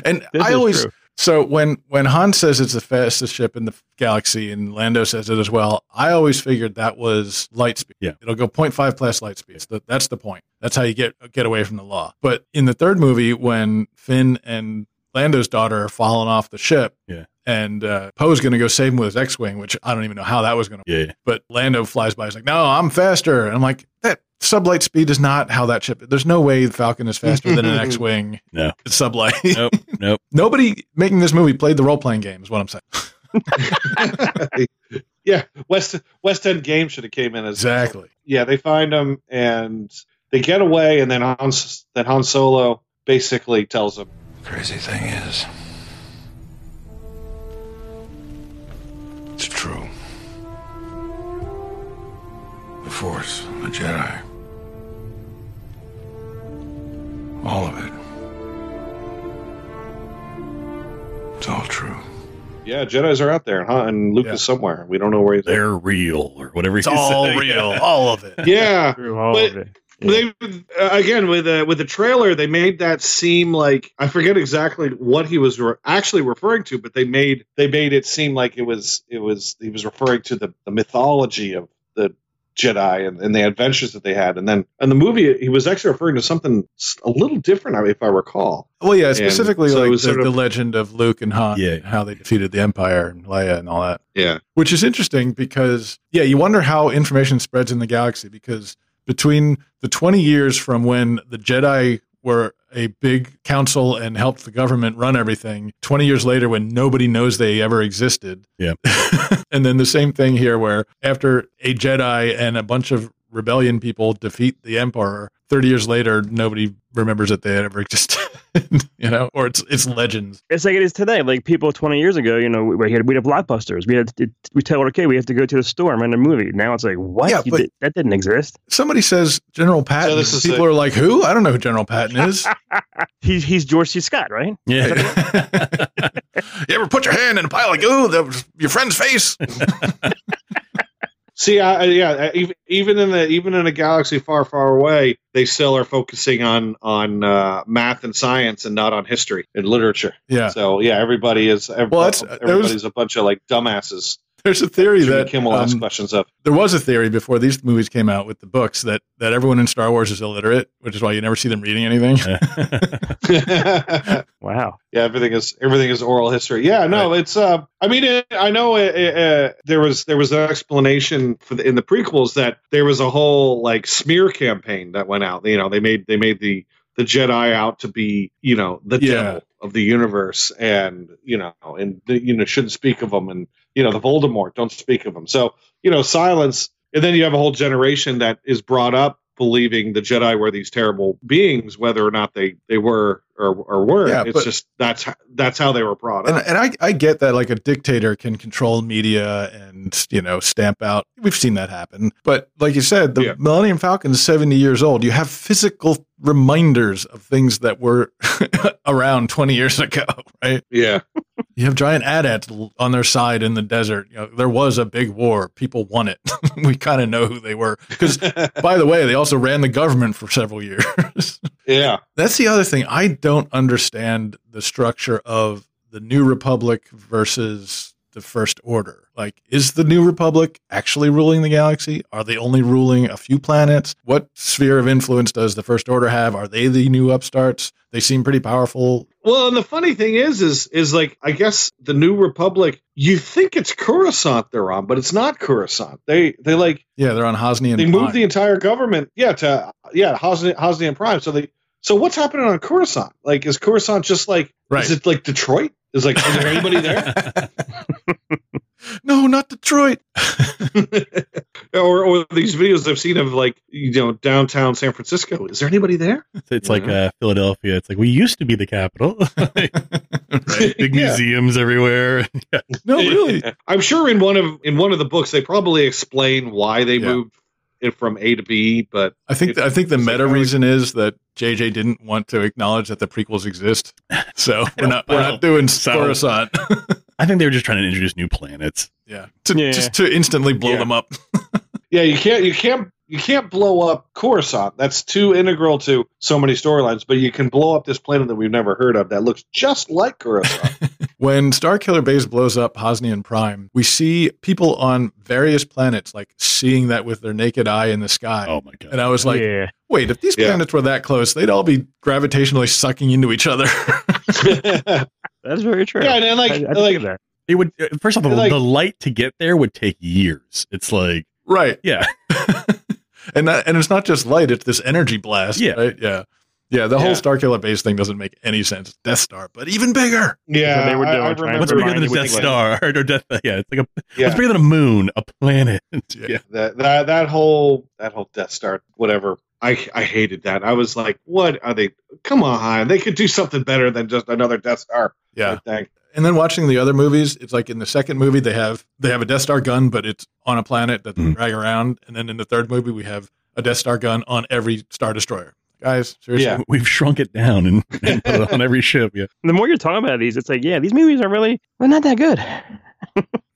and This I is always true. so when when Han says it's the fastest ship in the galaxy and Lando says it as well, I always figured that was light speed. Yeah. It'll go 0.5 plus light speed. That- That's the point. That's how you get get away from the law. But in the third movie, when Finn and Lando's daughter are falling off the ship, Yeah. and uh, Poe's going to go save him with his X-wing, which I don't even know how that was going to. Yeah, But Lando flies by. He's like, "No, I'm faster." And I'm like, "That sublight speed is not how that ship. There's no way the Falcon is faster than an X-wing. No. it's sublight. nope, nope. Nobody making this movie played the role playing game, is what I'm saying. yeah west west end game should have came in as Exactly. yeah they find him and they get away and then han, then han solo basically tells him Crazy thing is, it's true. The Force, the Jedi, all of it. It's all true. yeah jedis are out there and, Han, and luke Yeah. is somewhere we don't know where he's at. They're real or whatever. It's all real, all of it. yeah Through all But- of it. they uh, again with the with the trailer they made that seem like i forget exactly what he was re- actually referring to but they made they made it seem like it was it was he was referring to the, the mythology of the jedi and, and the adventures that they had and then in the movie he was actually referring to something s- a little different if i recall Well, yeah, And specifically so it like was the, sort of- the legend of Luke and Han, Yeah. and how they defeated the Empire and Leia and all that. yeah Which is interesting because, yeah, you wonder how information spreads in the galaxy because between the 20 years from when the Jedi were a big council and helped the government run everything, 20 years later when nobody knows they ever existed. Yeah. and then the same thing here where after a Jedi and a bunch of rebellion people defeat the emperor 30 years later nobody remembers that they had ever existed you know or it's it's legends It's like it is today. Like people 20 years ago, you know, we we had we had blockbusters. We had we tell our kid we have to go to the store and rent a movie. Now it's like what? Yeah, You but- did- that didn't exist. somebody says general patton this is people a- are like who i don't know who general patton is He's he's George C. Scott, right? Yeah, you ever put your hand in a pile of goo that was your friend's face See, I, I- yeah, I- ev- even in the even in a galaxy far, far away, they still are focusing on on uh, math and science and not on history and literature. Yeah. So yeah, everybody is. Everybody, Well, that's- uh, that was- everybody's a bunch of like dumbasses. there's a theory Jimmy that Kimmel asks um, questions of. there was a theory before these movies came out with the books that that everyone in star wars is illiterate which is why you never see them reading anything yeah, Wow. everything is everything is oral history. Yeah, no, it's. Uh, I mean, it, I know it, it, uh, there was there was an explanation for the, in the prequels that there was a whole like smear campaign that went out. You know, they made they made the the Jedi out to be, you know, the Yeah. devil of the universe, and you know, and the, you know, shouldn't speak of them, and you know, the Voldemort, don't speak of them. So you know, silence, and then you have a whole generation that is brought up believing the Jedi were these terrible beings, whether or not they they were or or were. Yeah, it's but- just that's how, that's how they were brought and, up. and I, I get that like a dictator can control media and you know stamp out we've seen that happen but like you said the Yeah. millennium falcon is 70 years old you have physical reminders of things that were around 20 years ago right yeah, you have giant adats l- on their side in the desert you know, there was a big war people won it we kind of know who they were because by the way they also ran the government for several years yeah, that's the other thing. I don't understand the structure of the New Republic versus the First Order. Like, is the New Republic actually ruling the galaxy? Are they only ruling a few planets? What sphere of influence does the First Order have? Are they the new upstarts? They seem pretty powerful. Well, and the funny thing is, is is like I guess the New Republic. You think it's Coruscant they're on, but it's not Coruscant. They they like Yeah, they're on Hosnian. they Prime. moved the entire government. Yeah, to yeah Hosni Hosnian Prime. So they so what's happening on Coruscant? Like is Coruscant just like Right. is it like Detroit? Is like is there anybody there? no, not Detroit. or or these videos I've seen of like you know downtown San Francisco. Is there anybody there? It's like uh, Philadelphia. It's like we used to be the capital. Right? Big Yeah. museums everywhere. No, really. I'm sure in one of in one of the books they probably explain why they Yeah. moved it from A to B, but I think I think the It's like, meta I would- reason is that JJ didn't want to acknowledge that the prequels exist. So we're not we're well, not doing so- Coruscant. I think they were just trying to introduce new planets. yeah. To, Yeah. Just to instantly blow Yeah. them up. yeah, you can't you can't you can't blow up Coruscant. That's too integral to so many storylines. But you can blow up this planet that we've never heard of that looks just like Coruscant. When Starkiller Base blows up Hosnian Prime, we see people on various planets like seeing that with their naked eye in the sky. Oh my god! And I was like, yeah. wait, if these Yeah. planets were that close, they'd all be gravitationally sucking into each other. yeah, That's very true. and, and like I, I like like that. It would uh, first off the, Like- the light to get there would take years. It's like right. yeah, and that, and it's not just light; it's this energy blast. Yeah. right? yeah, yeah. The whole Yeah. Starkiller base thing doesn't make any sense. Death Star, but even bigger. yeah, So they were I- doing, I trying to remember what's Never bigger than a mind, it Death would- Star or Death? Yeah, it's like a Yeah. what's bigger than a moon, a planet. Yeah, that that that whole that whole Death Star whatever. I I hated that. I was like, what are they? Come on, they could do something better than just another Death Star. Yeah, thing. and then watching the other movies, it's like in the second movie they have they have a Death Star gun, but it's on a planet that they Mm. drag around, and then in the third movie we have a Death Star gun on every Star Destroyer. Guys, seriously, Yeah. we've shrunk it down and, and put it on every ship. Yeah, The more you're talking about these, it's like, yeah, these movies are really they're not that good.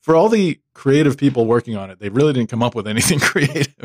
for all the creative people working on it, they really didn't come up with anything creative.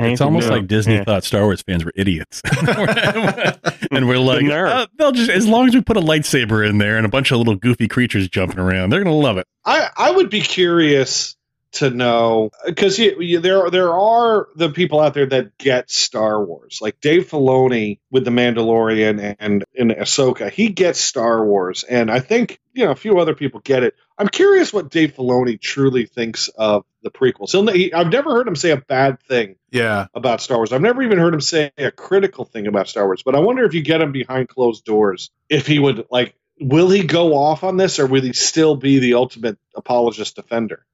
it's almost like Disney Yeah. thought Star Wars fans were idiots, and we're like, nerve. uh, they'll just as long as we put a lightsaber in there and a bunch of little goofy creatures jumping around, they're gonna love it. I I would be curious to know because you, you, there there are the people out there that get Star Wars, like Dave Filoni with the Mandalorian and and Ahsoka. He gets Star Wars, and I think you know a few other people get it. I'm curious what Dave Filoni truly thinks of the prequels. He'll, he, I've never heard him say a bad thing Yeah, about Star Wars. I've never even heard him say a critical thing about Star Wars, but I wonder if you get him behind closed doors, if he would like, will he go off on this or will he still be the ultimate apologist defender?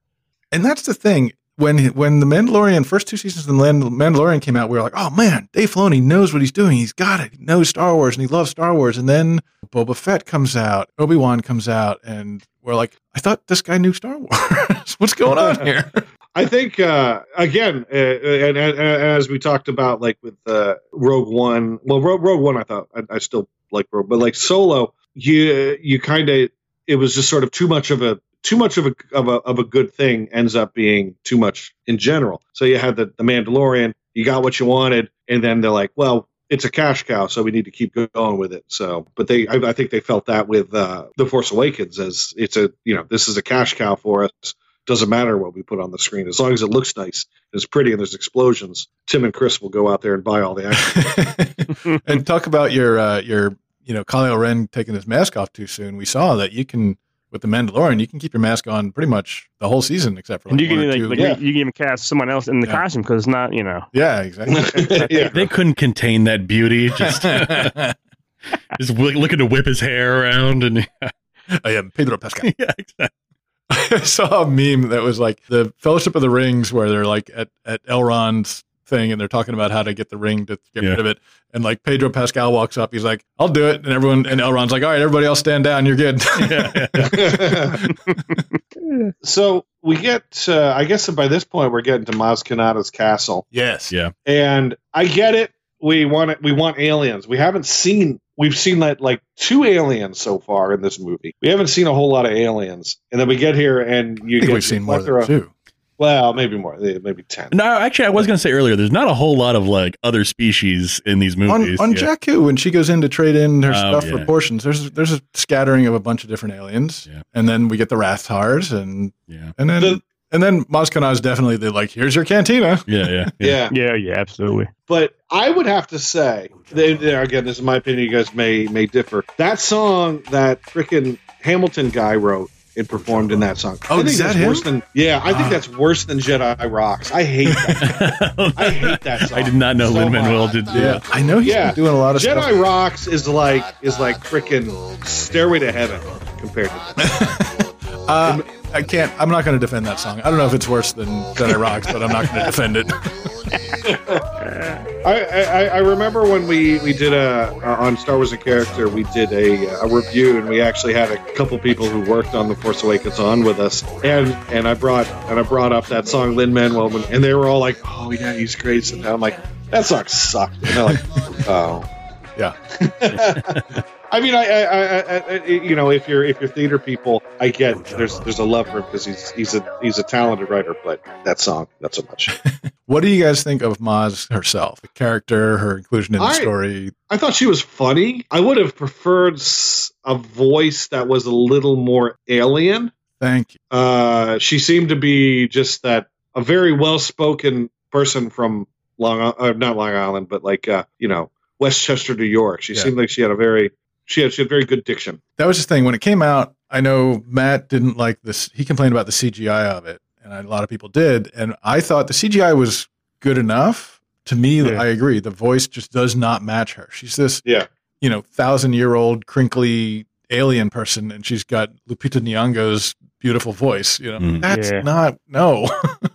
And that's the thing. When when the Mandalorian first two seasons of the Land- Mandalorian came out, we were like, "Oh man, Dave Filoni knows what he's doing. He's got it. He knows Star Wars and he loves Star Wars." And then Boba Fett comes out, Obi Wan comes out, and we're like, "I thought this guy knew Star Wars. What's going on here?" I think, uh, again, uh, and, and, and as we talked about, like with uh, Rogue One, well, Rogue, Rogue One, I thought I, I still like Rogue, but like Solo, you you kind of it was just sort of too much of a too much of a of a of a good thing ends up being too much in general. So you had the the Mandalorian, you got what you wanted, and then they're like, well, it's a cash cow, so we need to keep going with it. So, but they, I, I think they felt that with uh, the Force Awakens as it's a you know this is a cash cow for us. Doesn't matter what we put on the screen as long as it looks nice, it's pretty, and there's explosions. Tim and Chris will go out there and buy all the action. and talk about your uh, your you know Kyle Ren taking his mask off too soon. We saw that you can with the Mandalorian, you can keep your mask on pretty much the whole season except for like and you can one or like, two- like, Yeah. you can even cast someone else in the Yeah. costume because it's not you know yeah, exactly. yeah. They couldn't contain that beauty. Just just wi- looking to whip his hair around and I am Pedro Pascal. yeah, exactly. I saw a meme that was like the Fellowship of the Rings, where they're like at, at Elrond's thing and they're talking about how to get the ring to get Yeah. rid of it. And like Pedro Pascal walks up, he's like, I'll do it. And everyone, and Elrond's like, all right, everybody else stand down. You're good. Yeah, yeah. so we get, uh, I guess by this point we're getting to Maz Kanata's castle, yes. Yeah. and I get it. We want it. We want aliens. We haven't seen. We've seen like like two aliens so far in this movie. We haven't seen a whole lot of aliens, and then we get here and you I think get we've the seen more than plethora- two. Well, maybe more. eh, Maybe ten. No, actually, I was going to say earlier. There's not a whole lot of like other species in these On, movies. on Yeah. Jakku, when she goes in to trade in her Oh, stuff yeah. for portions, there's there's a scattering of a bunch of different aliens, Yeah. and then we get the Rathars, and yeah. and then The- And then Moscona is definitely the like, here's your cantina. Yeah, yeah, yeah. Yeah, yeah, absolutely. But I would have to say, Oh, they, they- again, this is my opinion. You guys may may differ. That song that frickin' Hamilton guy wrote and performed in that song. I Oh, think is that that's him? Ah. Worse than, yeah, I think that's worse than Jedi Rocks. I hate that. I hate that song I did not know so Lin Manuel much. did Yeah. that. I know he's Yeah. been doing a lot of Jedi stuff. Rocks is like is like frickin' Stairway to Heaven compared to that. Uh, I can't. I'm not going to defend that song. I don't know if it's worse than Jedi Rocks, but I'm not going to defend it. I, I, I remember when we, we did a uh, on Star Wars and character we did a, uh, a review and we actually had a couple people who worked on the Force Awakens on with us and and I brought and I brought up that song Lin Manuel and they were all like oh yeah he's great and I'm like that song sucked and they're like oh Yeah. I mean I, I, I, I, I you know if you're if you're theater people I get there's there's a love for him because he's he's a he's a talented writer but that song not so much What do you guys think of Maz herself, the character, her inclusion in the I- story? I thought she was funny. I would have preferred s- a voice that was a little more alien. Thank you. Uh, she seemed to be just that a very well-spoken person from Long, I- uh, not Long Island, but like uh, you know Westchester, New York. She Yeah. seemed like she had a very she had she had very good diction. That was the thing when it came out. I know Matt didn't like this. He complained about the CGI of it, and a lot of people did. And I thought the CGI was good enough. To me, Yeah. I agree. The voice just does not match her. She's this Yeah, you know, thousand year old crinkly alien person, and she's got Lupita Nyong'o's beautiful voice. You know, Mm. that's Yeah. not no.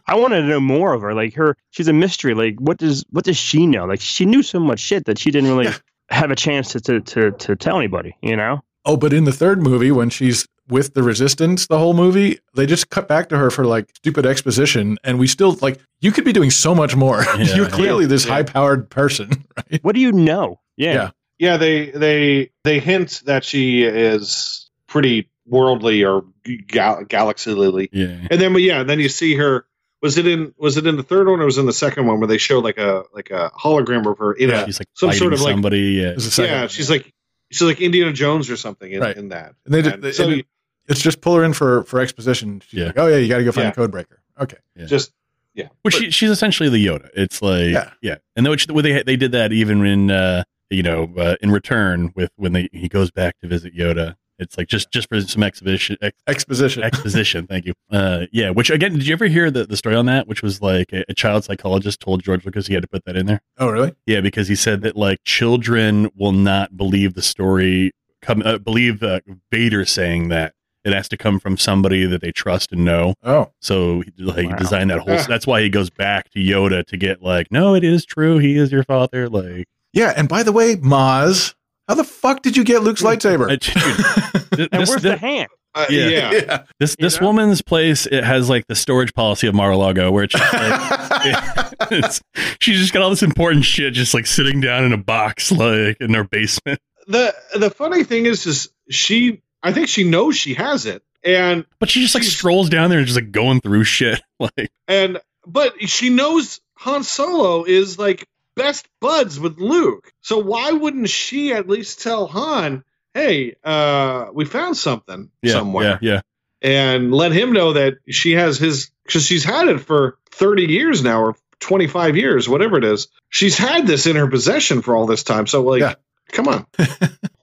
I wanted to know more of her. Like her, she's a mystery. Like what does what does she know? Like she knew so much shit that she didn't really have a chance to, to to to tell anybody. You know? oh, but in the third movie, when she's with the resistance, the whole movie, they just cut back to her for like stupid exposition, and we still like you could be doing so much more. Yeah. You're clearly this Yeah. high powered person. What do you know? Yeah, Yeah. yeah. They they they hint that she is pretty worldly or gal- galaxy lily. Yeah, And then, but yeah, then you see her. Was it in? Was it in the third one or was it in the second one where they show like a like a hologram of her in Yeah. a? she's like Some fighting sort of, like- somebody. yeah. There's a second Yeah, one, she's like she's like Indiana Jones or something in, Right. in that. And they, did, And so you it's just pull her in for for exposition. She's Yeah. like, oh yeah, you got to go find Yeah. a code breaker. Okay. Yeah. just Well, she, she's essentially the Yoda. It's like yeah, Yeah. and which they they did that even in uh, you know uh, in return with when they, he goes back to visit Yoda. It's like just just for some exhibition ex- Exposition. exposition. Thank you. Uh, yeah. Which again, did you ever hear the the story on that? Which was like a, a child psychologist told George Lucas he had to put that in there. oh really? Yeah, because he said that like children will not believe the story. Come uh, believe uh, Vader saying that it has to come from somebody that they trust and know. Oh. So he, like he Wow. designed that whole. Yeah. That's why he goes back to Yoda to get like, no, it is true. He is your father. Like, Yeah, and by the way, Maz, how the fuck did you get Luke's I- lightsaber? dude, th- And this, where's the this, hand? uh, Yeah. yeah. yeah. this, you this know? woman's place it has like the storage policy of Mar-a-Lago, where it's just, like, it's, she's just got all this important shit just like sitting down in a box like in her basement. The the funny thing is, is she? I think she knows she has it, and But she just like She's- strolls down there and just like going through shit. Like, and but she knows Han Solo is like best buds with Luke. So why wouldn't she at least tell Han, "Hey, uh, we found something yeah, somewhere." yeah, yeah. and let him know that she has his because she's had it for 30 years now or 25 years whatever it is she's had this in her possession for all this time so like Yeah. come on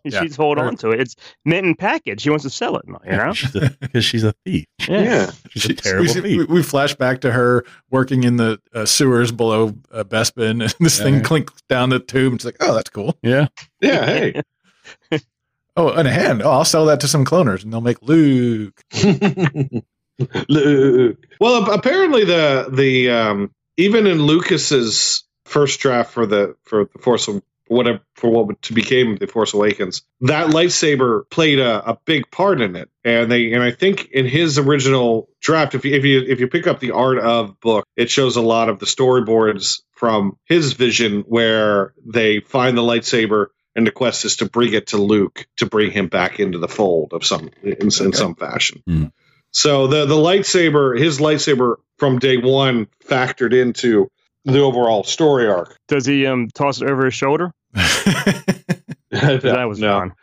Yeah. She's hold Her- on to it. It's mint and package. She wants to sell it. You know? she's because she's a thief. Yeah. She's She- a terrible we, thief. we, we flash back to her working in the uh, sewers below uh, Bespin, and this Yeah. thing clinks down the tube. And she's like, "Oh, that's cool. yeah, yeah hey Oh, and a hand. Oh, I'll sell that to some cloners, and they'll make Luke." Luke. well ap- apparently the the um even in lucas's first draft for the for the force of whatever for what to became the force awakens that lightsaber played a, a big part in it and they and i think in his original draft if you if you if you pick up the art of book it shows a lot of the storyboards from his vision where they find the lightsaber and the quest is to bring it to luke to bring him back into the fold of some in, in some fashion so the the lightsaber, his lightsaber from day one, factored into the overall story arc. Does he um toss it over his shoulder? that was no. fun.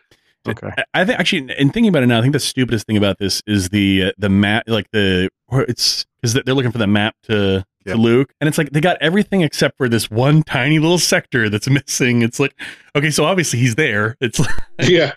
Okay. I- I think actually, in thinking about it now, I think the stupidest thing about this is the uh, the mat, like the or it's because they're looking for the map to, Yeah. to Luke, and it's like they got everything except for this one tiny little sector that's missing. It's like, okay, so obviously he's there. It's like, Yeah.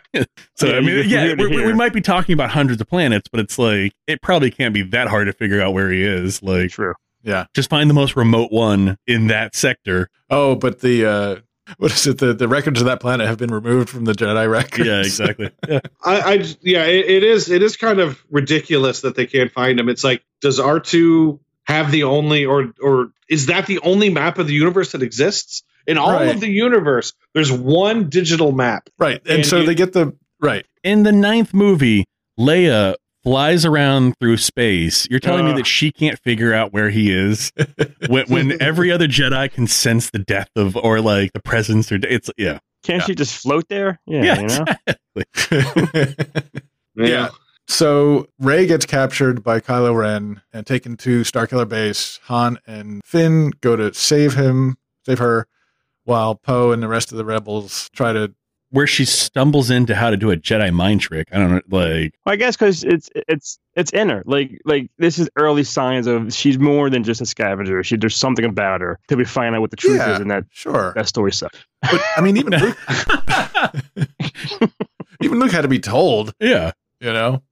so Yeah, I you mean, just yeah, hear to we- we, we hear. might be talking about hundreds of planets, but it's like it probably can't be that hard to figure out where he is. Like, True. Yeah. just find the most remote one in that sector. Oh, but the uh, what is it? The the records of that planet have been removed from the Jedi records. Yeah, exactly. Yeah. I, I just- yeah, it, it is it is kind of ridiculous that they can't find him. It's like, does R two have the only or or is that the only map of the universe that exists? In all Right. of the universe, there's one digital map. right, and, And so you- they get the right. In the ninth movie, Leia flies around through space. You're telling me Uh. that she can't figure out where he is when, when every other Jedi can sense the death of or like the presence or it's yeah. Can't she just float there? Yeah, Yeah. you know. Yeah. so Ray gets captured by Kylo Ren and taken to Starkiller Base. Han and Finn go to save him, save her, while Poe and the rest of the rebels try to. Where she stumbles into how to do a Jedi mind trick. I don't know like Well, I guess because it's it's it's in her. Like like this is early signs of she's more than just a scavenger. She there's something about her till we find out what the truth Yeah. is, and that Sure, that story sucks. but I mean, even Luke, even Luke had to be told, Yeah. you know.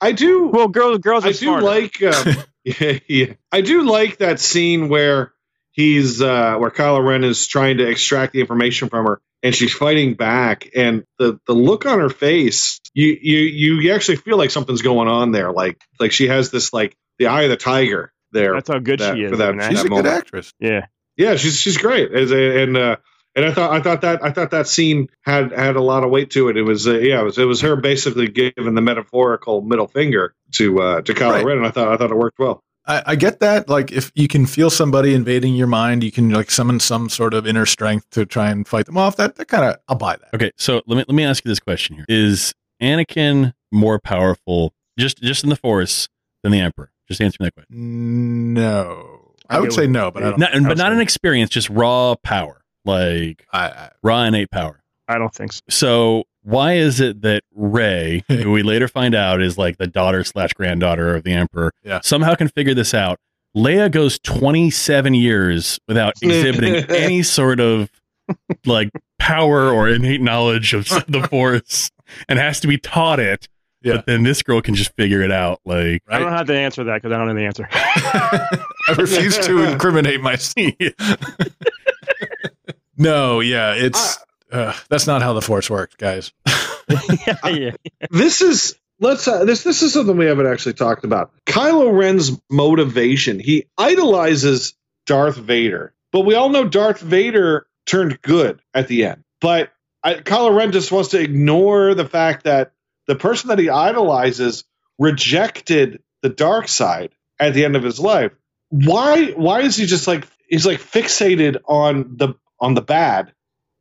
I do Well, girls girls are I do smarter. like um, yeah, yeah. I do like that scene where he's uh, where Kylo Ren is trying to extract the information from her and she's fighting back and the, the look on her face you, you you actually feel like something's going on there like like she has this like the eye of the tiger there That's how good that- she is. for that- I mean, I- At She's a moment. good actress. yeah. yeah she's she's great As a, and uh, and I thought I thought that I thought that scene had had a lot of weight to it it was uh, yeah it was, it was her basically giving the metaphorical middle finger to uh, to Kylo Right. Ren and I thought I thought it worked well I, I get that. Like, if you can feel somebody invading your mind, you can like summon some sort of inner strength to try and fight them off. That, that kind of, I'll buy that. Okay, so let me let me ask you this question here. Is Anakin more powerful just just in the force than the Emperor? Just answer me that question. No, I, I would get say what- no, but I don't. Not, I but would not say- an experience, just raw power. Like I, I, raw innate power. I don't think so. So why is it that Ray, who we later find out is like the daughter slash granddaughter of the Emperor, Yeah. somehow can figure this out? Leia goes 27 years without exhibiting any sort of like power or innate knowledge of the Force and has to be taught it. Yeah. But then this girl can just figure it out. Like, I don't right? have to answer that because I don't know the answer. I refuse to incriminate myself. no, yeah, it's uh, that's not how the force works, guys. yeah. this is let's uh, this this is something we haven't actually talked about. Kylo Ren's motivation. He idolizes Darth Vader, but we all know Darth Vader turned good at the end. But I, Kylo Ren just wants to ignore the fact that the person that he idolizes rejected the dark side at the end of his life. Why? Why is he just like he's like fixated on the on the bad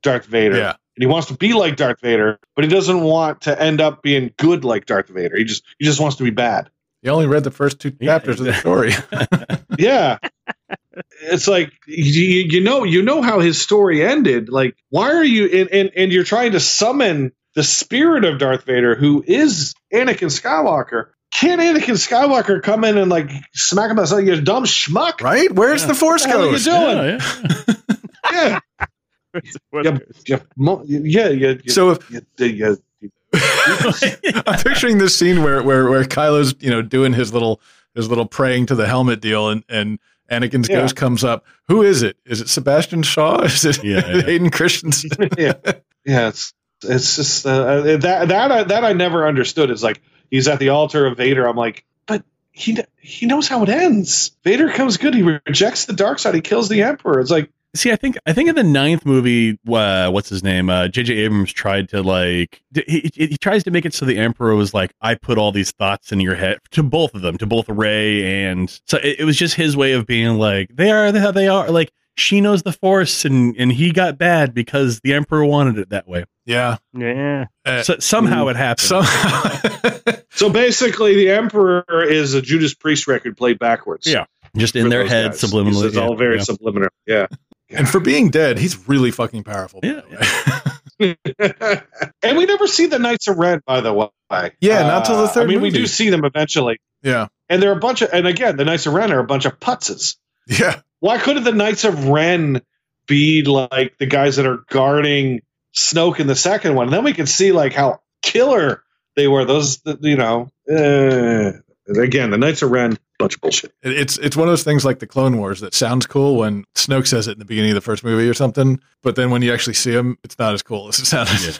Darth Vader? Yeah, and he wants to be like Darth Vader, but he doesn't want to end up being good like Darth Vader. He just he just wants to be bad. you only read the first two Yeah, chapters of the story. Yeah. it's like you, you know you know how his story ended. Like why are you and, and and you're trying to summon the spirit of Darth Vader who is Anakin Skywalker. Can Anakin Skywalker come in and like smack him on the side? You dumb schmuck. right? Where's Yeah. the force What the hell are you goes? doing? yeah, yeah. Yeah. What- You mo- yeah. Yeah. you- So if you- you- you- I'm picturing this scene where where where Kylo's you know doing his little his little praying to the helmet deal, and and Anakin's Yeah. ghost comes up. Who is it? Is it Sebastian Shaw? Is it Yeah, yeah. Hayden Christensen? yeah, yeah. It's it's just uh, that that I, that I never understood. It's like he's at the altar of Vader. I'm like, but he kn- he knows how it ends. Vader comes good. He rejects the dark side. He kills the Emperor. It's like See, I think I think in the ninth movie, uh, what's his name? Uh, J.J. Abrams tried to like d- he, he he tries to make it so the Emperor was like, "I put all these thoughts in your head to both of them, to both Ray and so it, it was just his way of being like, they are how they are. Like she knows the Force, and and he got bad because the Emperor wanted it that way. Yeah. yeah. Uh, So, somehow mm, it happened. So so. Basically, the Emperor is a Judas Priest record played backwards. Yeah. just in for their those head, guys. subliminally. It's all very yeah. subliminal. Yeah. and for being dead, he's really fucking powerful. by Yeah. the way. and we never see the Knights of Red, by the way. Yeah, not till the I third mean, we movie. do see them eventually. yeah. And there are a bunch of, and again, the Knights of Ren are a bunch of putzes. Yeah. Why couldn't the Knights of Ren be like the guys that are guarding Snoke in the second one? Then we could see like how killer they were. Those, you know, uh, again, the Knights of Ren, bunch of bullshit. It- It's it's one of those things like the Clone Wars that sounds cool when Snoke says it in the beginning of the first movie or something, but then when you actually see him, it's not as cool as it sounds.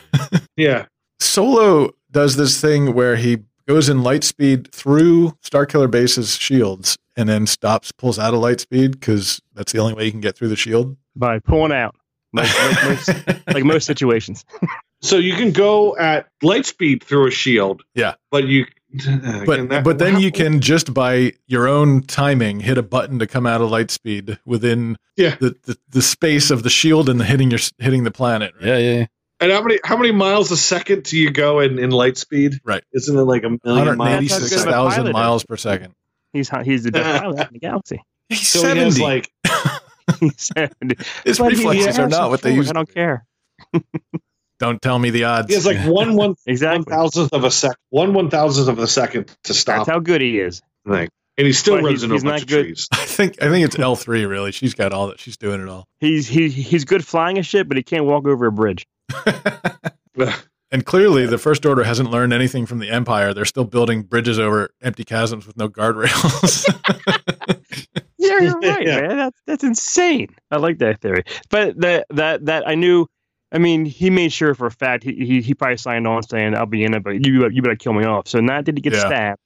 Yeah, Solo does this thing where he goes in light speed through Starkiller Base's shields and then stops, pulls out of light speed because that's the only way you can get through the shield. by pulling out, like, like, most, like most situations. So you can go at light speed through a shield. Yeah. But you but but then you can just by your own timing hit a button to come out of light speed within Yeah. the, the, the space of the shield and the hitting your hitting the planet. right? Yeah, yeah, yeah. And how many how many miles a second do you go in, in light speed? Right. Isn't it like a million miles? That's how good 186,000 of a pilot miles per second. He's hot- he's the best pilot in the galaxy. He's So he has like He's 70. His But he- reflexes yeah, are not what they forward. used. I don't care. Don't tell me the odds. he has like one one one Exactly. thousandth of a sec one one thousandth of a second to stop. That's how good he is. like, and he still But runs he's- into he's a not bunch of good. trees. I think I think it's L three. Really, she's got all that. She's doing it all. He's he he's good flying a ship, but he can't walk over a bridge. And clearly, the First Order hasn't learned anything from the Empire. They're still building bridges over empty chasms with no guardrails. Yeah, you're right, Yeah. man. That's that's insane. I like that theory. But that that that I knew. I mean, he made sure for a fact he he, he probably signed on saying I'll be in it, but you you better kill me off. So not did he get Yeah. stabbed,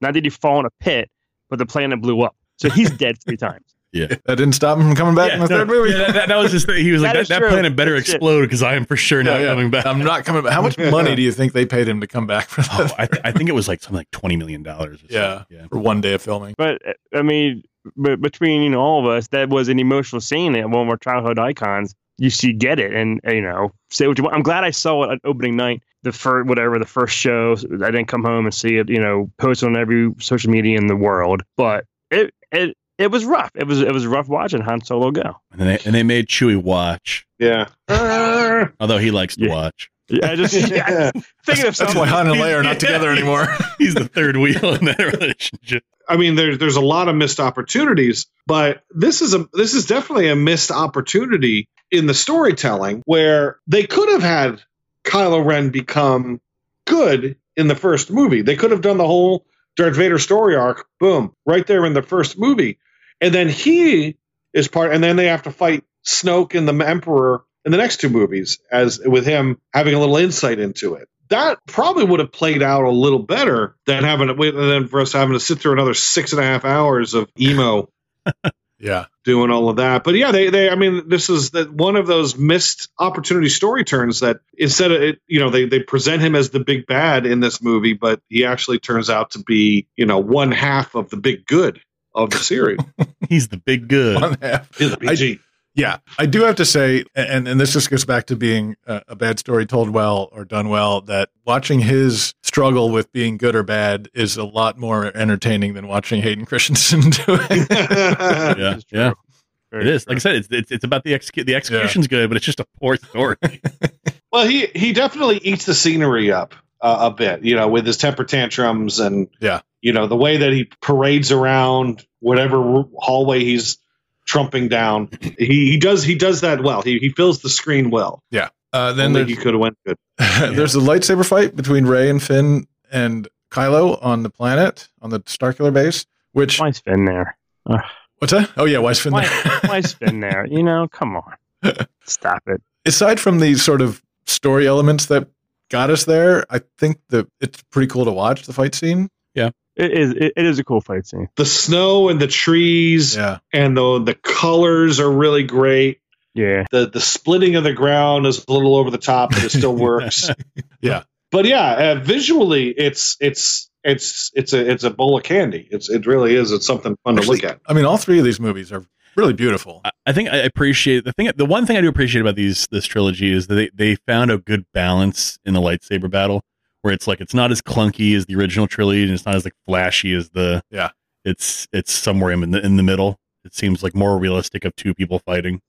not did he fall in a pit, but the planet blew up. So he's dead three times. that didn't stop him from coming back Yeah, in the no, third movie. yeah, that, that- that was just he was That like is that, that true. planet better That's it. explode because I am for sure not Yeah, yeah. coming back. I'm not coming back. How much money do you think they paid him to come back for Oh, that? I, I think it was like something like twenty million dollars. Yeah. yeah, for one day of filming. But uh, I mean, but between you know all of us, that was an emotional scene. And one of our childhood icons. You see, get it, and uh, you know, say what you want. I'm glad I saw it on opening night, the first whatever the first show. I didn't come home and see it, you know, posted on every social media in the world. But it it it was rough. It was it was rough watching Han Solo go. and then they, and they made Chewie watch, Yeah. Arr! although he likes to Yeah. watch. Yeah, I just yeah, thinking of That's something. why Han and Leia are not together anymore. He's the third wheel in that relationship. I mean, there's there's a lot of missed opportunities, but this is a this is definitely a missed opportunity in the storytelling where they could have had Kylo Ren become good in the first movie. They could have done the whole Darth Vader story arc, boom, right there in the first movie, and then he is part, and then they have to fight Snoke and the Emperor in the next two movies, as with him having a little insight into it that probably would have played out a little better than having than for us having to sit through another six and a half hours of emo Yeah. doing all of that. But yeah, they they I mean this is that one of those missed opportunity story turns that instead of it you know they they present him as the big bad in this movie, but he actually turns out to be you know one half of the big good of the series. He's the big good. One half. PG. Yeah, I do have to say, and and this just goes back to being a, a bad story told well or done well. That watching his struggle with being good or bad is a lot more entertaining than watching Hayden Christensen do it. Yeah, It's true. yeah, Very it is. true. Like I said, it's it's, it's about the execute. The execution's good, but it's just a poor story. well, he he definitely eats the scenery up uh, a bit, you know, with his temper tantrums and Yeah. you know, the way that he parades around whatever ro- hallway he's trumping down. He he does he does that well. He he fills the screen well. uh, then Only there's, he could have went good. there's a lightsaber fight between Ray and Finn and Kylo on the planet on the Starkiller base. Which Why's Finn there? what's that? Oh yeah, why is Finn Why, there? why's Finn there? You know, come on, stop it. aside from these sort of story elements that got us there, I think that it's pretty cool to watch the fight scene. It is it, it is a cool fight scene. The snow and the trees Yeah. and the the colors are really great. Yeah. The the splitting of the ground is a little over the top, but it still works. Yeah. But yeah, uh, visually it's it's it's it's a it's a bowl of candy. It's it really is. It's something fun to Actually, look at. I mean, all three of these movies are really beautiful. I- I think I appreciate the thing. The one thing I do appreciate about these this trilogy is that they, they found a good balance in the lightsaber battle, where it's like it's not as clunky as the original trilogy, and it's not as like flashy as the Yeah. It's it's somewhere in the in the middle. It seems like more realistic of two people fighting.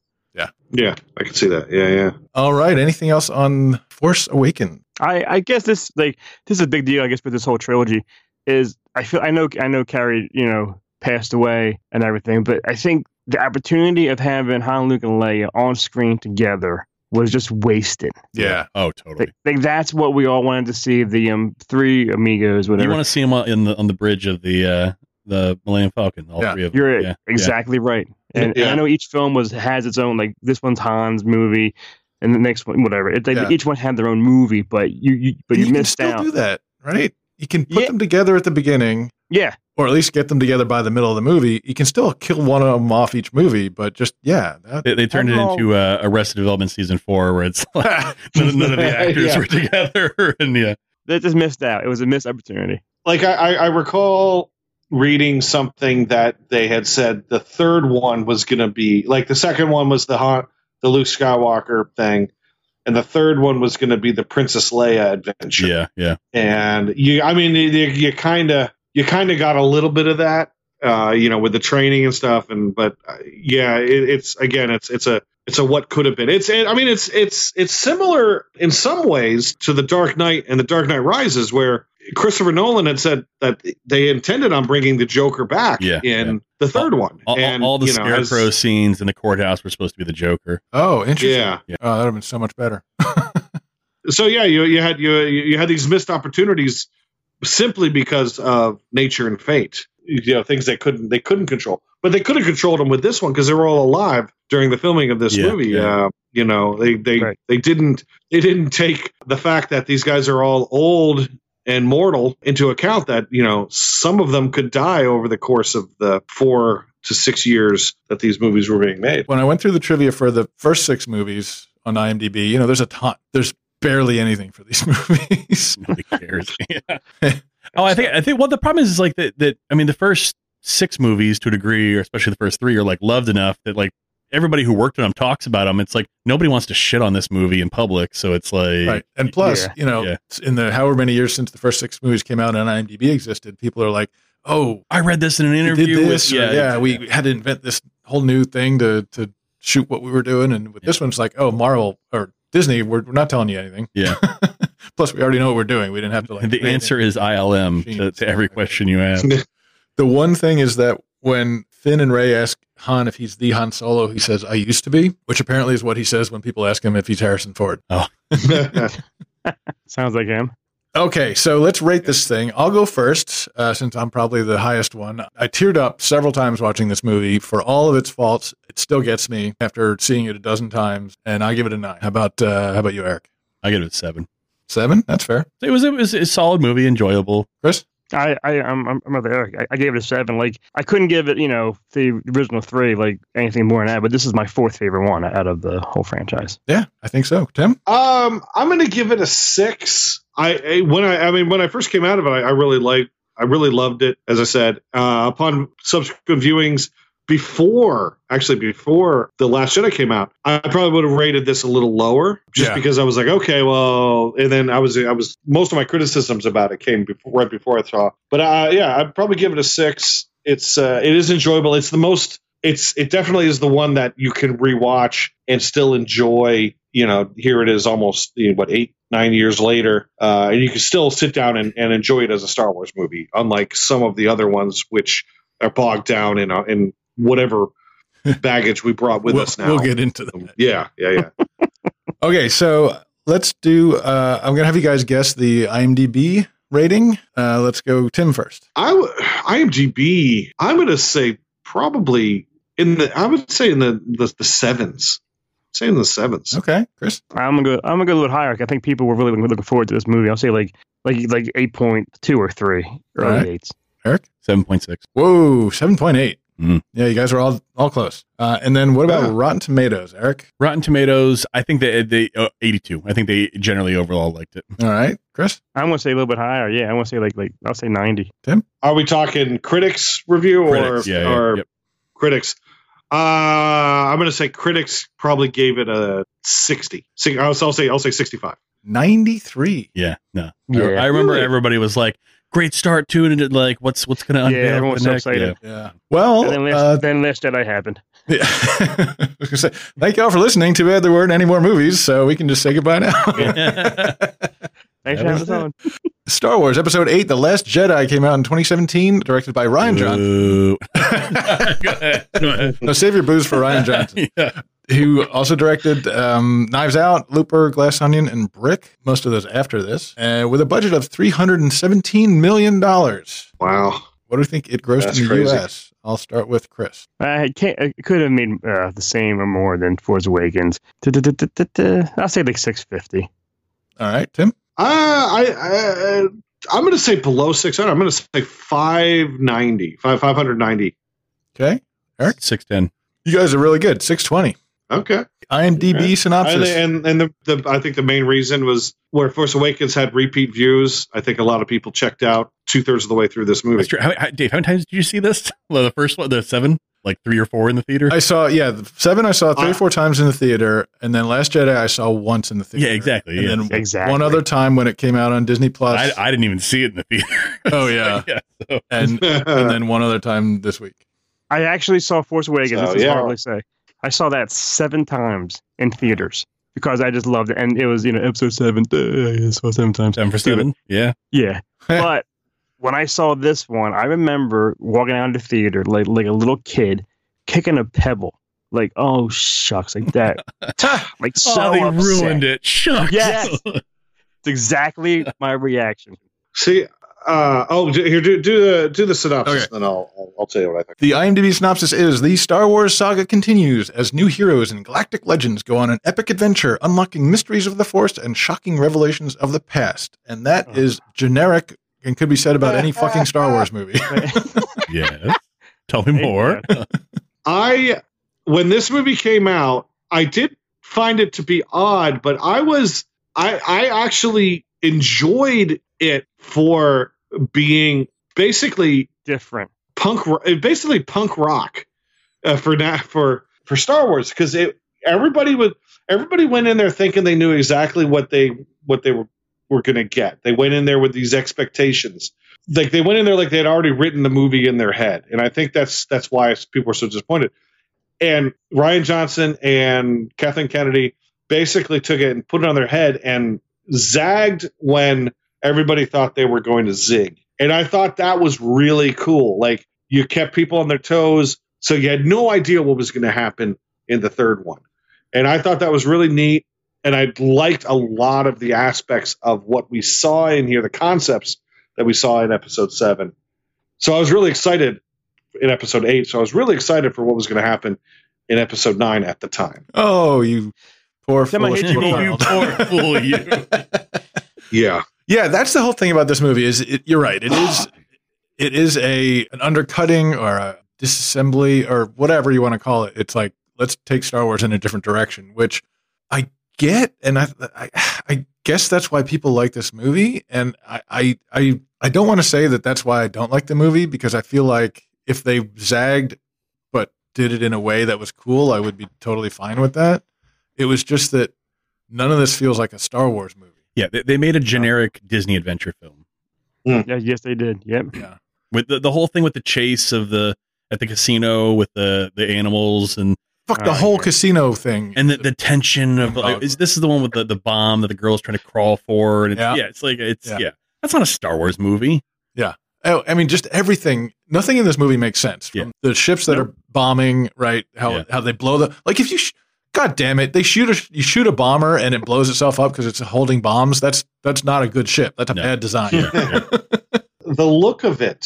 Yeah, I can see that. Yeah, yeah. All right. Anything else on Force Awaken? I, I guess this like this is a big deal. I guess with this whole trilogy is I feel I know I know Carrie you know passed away and everything, but I think the opportunity of having Han, Luke, and Leia on screen together was just wasted. Yeah. Oh, totally. Like, like that's what we all wanted to see the um three amigos you whatever. want to see him on- in the on the bridge of the uh, the Millennium Falcon? All Yeah. three of them. You're Yeah. exactly right. And, and Yeah. I know each film was has its own like this one's Han's movie, and the next one whatever. It, they, Yeah. Each one had their own movie, but you, you but And you, you can missed still out. do that, right? You can put Yeah. them together at the beginning, Yeah, or at least get them together by the middle of the movie. You can still kill one of them off each movie, but just yeah, that, They, they turned it Overall- into uh, Arrested Development season four, where it's like none, none of the actors Yeah. were together, and yeah, that just missed out. It was a missed opportunity. like I, I, I recall reading something that they had said the third one was going to be like the second one was the haunt the Luke Skywalker thing, and the third one was going to be the Princess Leia adventure. yeah, yeah. And you, I mean, you, you kind of you kind of got a little bit of that, uh, you know, with the training and stuff. And but uh, yeah, it, it's again, it's it's a it's a what could have been. It's it, I mean, it's it's it's similar in some ways to the Dark Knight and the Dark Knight Rises, where Christopher Nolan had said that they intended on bringing the Joker back Yeah, in the third one, All, all- and all the you know, as- scarecrow scenes in the courthouse were supposed to be the Joker. oh, interesting. yeah. Oh, that would have been so much better. so yeah, you you had you you had these missed opportunities simply because of nature and fate. You know things they couldn't they couldn't control, but they could have controlled them with this one because they were all alive during the filming of this Yeah, movie. yeah. Uh, you know they they Right. they didn't they didn't take the fact that these guys are all old and mortal into account that you know some of them could die over the course of the four to six years that these movies were being made. when I went through the trivia for the first six movies on IMDb, you know, there's a ton. There's barely anything for these movies. Nobody cares. Yeah. Oh, I think I think well the problem is, is like that that I mean the first six movies to a degree, or especially the first three, are like loved enough that like everybody who worked on them talks about them. It's like nobody wants to shit on this movie in public, so it's like Right. And plus, Yeah. you know, Yeah. in the however many years since the first six movies came out and IMDb existed, people are like, oh, I read this in an we did interview this. with or, yeah, we had to invent this whole new thing to, to shoot what we were doing. And with this one, it's like, oh, Marvel or Disney, we're, we're not telling you anything. Yeah. plus, we already know what we're doing. We didn't have to like. the invent answer is ILM to, to every question you ask. The one thing is that when Finn and Ray ask Han if he's the Han Solo, he says, I used to be, which apparently is what he says when people ask him if he's Harrison Ford. Sounds like him. Okay, so let's rate this thing. I'll go first, uh, since I'm probably the highest one. I teared up several times watching this movie for all of its faults. It still gets me after seeing it a dozen times, and I give it a nine. How about uh, how about you, Eric? I give it a seven. Seven? That's fair. It was it was a solid movie, enjoyable. Chris? I, I I'm I'm with Eric. I, I gave it a seven. Like I couldn't give it, you know, the original three, like anything more than that. But this is my fourth favorite one out of the whole franchise. Yeah, I think so. Tim? Um, I'm gonna give it a six. I, I when I I mean when I first came out of it, I, I really liked, I really loved it. As I said, uh, upon subsequent viewings, before actually before the Last Jedi came out, I probably would have rated this a little lower, just Yeah. because I was like, okay, well, and then I was I was most of my criticisms about it came before, right before I saw, but uh, yeah, I'd probably give it a six. It's uh, it is enjoyable. It's the most it's it definitely is the one that you can rewatch and still enjoy. You know, here it is almost you know, what eight nine years later, uh, and you can still sit down and, and enjoy it as a Star Wars movie. Unlike some of the other ones, which are bogged down in uh, in whatever baggage we brought with we'll, us now. we'll get into that. yeah, yeah, yeah. Okay, so let's do. Uh, I'm gonna have you guys guess the IMDb rating. Uh, let's go, Tim first. I w- IMDb. I'm going to say probably in the. I would say in the the, the sevens. Say in the sevens. Okay, Chris. I'm gonna go. I'm gonna go a little higher. I think people were really looking forward to this movie. I'll say like like like eight point two or three early Alright. eights. Seven point six. Whoa, seven point eight. Mm. Yeah, you guys are all all close. Uh, and then what about Yeah. Rotten Tomatoes, Eric? Rotten Tomatoes. I think they they uh, eighty two. I think they generally overall liked it. All right, Chris. I'm gonna say a little bit higher. Yeah, I want to say like like I'll say ninety. Are we talking critics review Critics, or yeah, yeah, or yep. critics? Uh, I'm going to say critics probably gave it a 60. Si- I'll, I'll say I'll say 65. Ninety three. Yeah, no. Yeah. I, I remember Really? everybody was like, "Great start too," and it, like, "What's what's gonna Yeah, unveil?" everyone was the so next- excited. Yeah. Well, and then last, uh, then last Jedi happened. yeah. I was gonna say, thank y'all for listening. Too bad there weren't any more movies, so we can just say goodbye now. Yeah. Thanks That for was having us on. Star Wars Episode 8 The Last Jedi came out in 2017, directed by Ryan Johnson. Ooh. Go ahead. Go ahead. No, save your booze for Ryan Johnson, Yeah. who also directed um, Knives Out, Looper, Glass Onion, and Brick, most of those after this, uh, with a budget of $317 million. What Wow. do you think it grossed That's in the crazy. U.S.? I'll start with Chris. I can't. I could have made uh, the same or more than Force Awakens. Du-du-du-du-du-du. I'll say like six fifty. All right, Tim? Uh, I, I I'm going to say below 600. I'm going to say 590, five 590. Okay. Eric? 610. You guys are really good. 620. Okay. IMDb And, synopsis. and and the, the I think the main reason was where Force Awakens had repeat views. I think a lot of people checked out two thirds of the way through this movie. That's true. How, how, Dave, how many times did you see this? Well, the first one, the seven, like three or four in the theater? I saw, yeah, the seven I saw three or Uh, four times in the theater, and then Last Jedi I saw once in the theater. Yeah, exactly, And yeah. then Exactly. one other time when it came out on Disney Plus. I, I didn't even see it in the theater. oh, yeah. yeah. So, and, and then one other time this week. I actually saw Force Awakens. So, this is yeah. horrible to say. I saw that seven times in theaters because I just loved it, and it was you know episode seven. Uh, I saw it seven times. seven for Stupid. seven. Yeah. Yeah. but when I saw this one, I remember walking out of the theater like like a little kid kicking a pebble. Like, oh shucks, like that. like so oh, they upset. ruined it. Shucks. Yes. It's exactly my reaction. See, uh, oh, do, here do do the do the synopsis, Okay. then I'll, I'll I'll tell you what I think. The IMDb synopsis is The Star Wars saga continues as new heroes and galactic legends go on an epic adventure, unlocking mysteries of the Force and shocking revelations of the past. And that Uh-huh. is generic and could be said about any fucking Star Wars movie. yes. Tell me more. I when this movie came out, I did find it to be odd, but I was I I actually enjoyed it for being basically Different. punk ro- it basically punk rock uh, for na- for for Star Wars because it everybody would everybody went in there thinking they knew exactly what they what they were were going to get. They went in there with these expectations. Like they went in there like they had already written the movie in their head. And I think that's that's why people are so disappointed. And Ryan Johnson and Kathleen Kennedy basically took it and put it on their head and zagged when everybody thought they were going to zig. And I thought that was really cool. Like you kept people on their toes, so you had no idea what was going to happen in the third one. And I thought that was really neat. And I liked a lot of the aspects of what we saw in here, the concepts that we saw in episode seven. So I was really excited in episode eight. So I was really excited for what was going to happen in episode nine at the time. oh, you poor Tim, I foolish hate you, little you child. poor fool, you. Yeah. Yeah, that's the whole thing about this movie. Is it, you're right. It is it is a an undercutting or a disassembly or whatever you want to call it. It's like let's take Star Wars in a different direction, which I get, and I I, I guess that's why people like this movie. And I I I, I don't want to say that that's why I don't like the movie because I feel like if they zagged but did it in a way that was cool, I would be totally fine with that. It was just that none of this feels like a Star Wars movie. Yeah, they, they made a generic Disney adventure film Yeah, yes they did. Yep. with the, the whole thing with the chase of the at the casino with the the animals and Fuck the Oh, whole yeah. casino thing. and the, the tension of like, is this is the one with the, the bomb that the girl's trying to crawl for and it's, Yeah. yeah. it's like it's Yeah. yeah. that's not a Star Wars movie oh, I mean, just everything. Nothing in this movie makes sense. From Yeah. The ships that are bombing, right? How Yeah. how they blow the like if you. Sh- God damn it! They shoot a you shoot a bomber and it blows itself up because it's holding bombs. That's that's not a good ship. That's a No. bad design. the look of it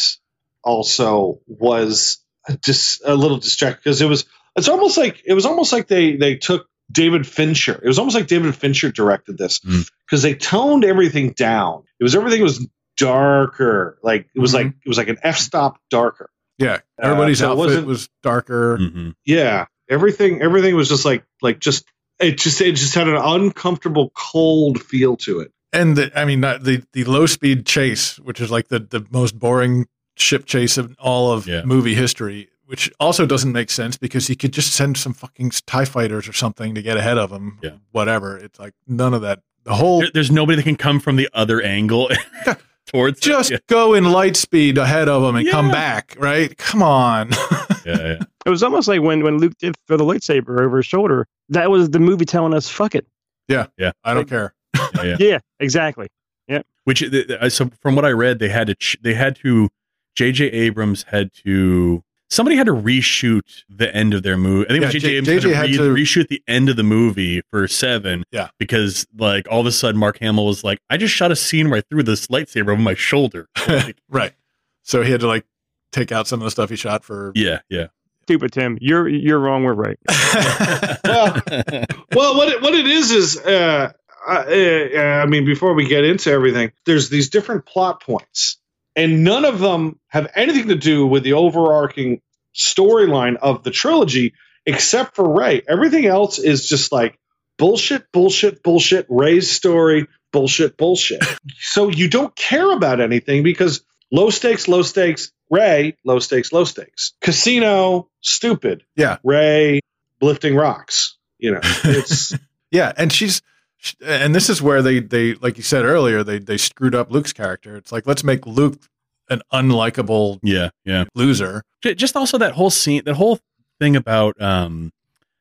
also was just a little distracting because it was it's almost like it was almost like they they took David Fincher. It was almost like David Fincher directed this Hmm. Mm. because they toned everything down. It was everything was darker. Like it was Mhm. like it was like an f stop darker. Yeah, Uh, everybody's so it outfit wasn't- was darker. Mhm. Yeah, everything everything was just like like just it just it just had an uncomfortable cold feel to it. and the, I mean not the the low speed chase, which is like the the most boring ship chase of all of Yeah. movie history, which also doesn't make sense because he could just send some fucking Tie fighters or something to get ahead of him. Yeah. Whatever. It's like none of that. The whole There- there's nobody that can come from the other angle towards it. just yeah. go in light speed ahead of him and come Yeah. back. Right? Come on. Yeah, yeah. It was almost like when, when Luke did throw the lightsaber over his shoulder, that was the movie telling us fuck it. I don't Like- care. Yeah. Yeah, exactly. Which th- th- I- so from what I read, they had to ch- they had to J.J. Abrams had to somebody had to reshoot the end of their movie. I think it was Yeah, J.J. J- Abrams had, J.J. to, had to- re- reshoot the end of the movie for Seven. Yeah. because like all of a sudden Mark Hamill was like, I just shot a scene where I threw this lightsaber over my shoulder. Like, right. So he had to like take out some of the stuff he shot for. yeah, yeah. Stupid Tim, you're you're wrong. We're right. Well, well, what it, what it is is, uh, I, uh, I mean, before we get into everything, there's these different plot points, and none of them have anything to do with the overarching storyline of the trilogy, except for Ray. Everything else is just like bullshit, bullshit, bullshit. Ray's story, bullshit, bullshit. so you don't care about anything because low stakes, low stakes. Ray, low stakes, low stakes. Casino, stupid. Yeah. Ray, lifting rocks. You know, it's Yeah, and she's sh- and this is where they they like you said earlier they they screwed up Luke's character. It's like let's make Luke an unlikable Yeah, yeah. loser. J- Just also that whole scene, that whole thing about um,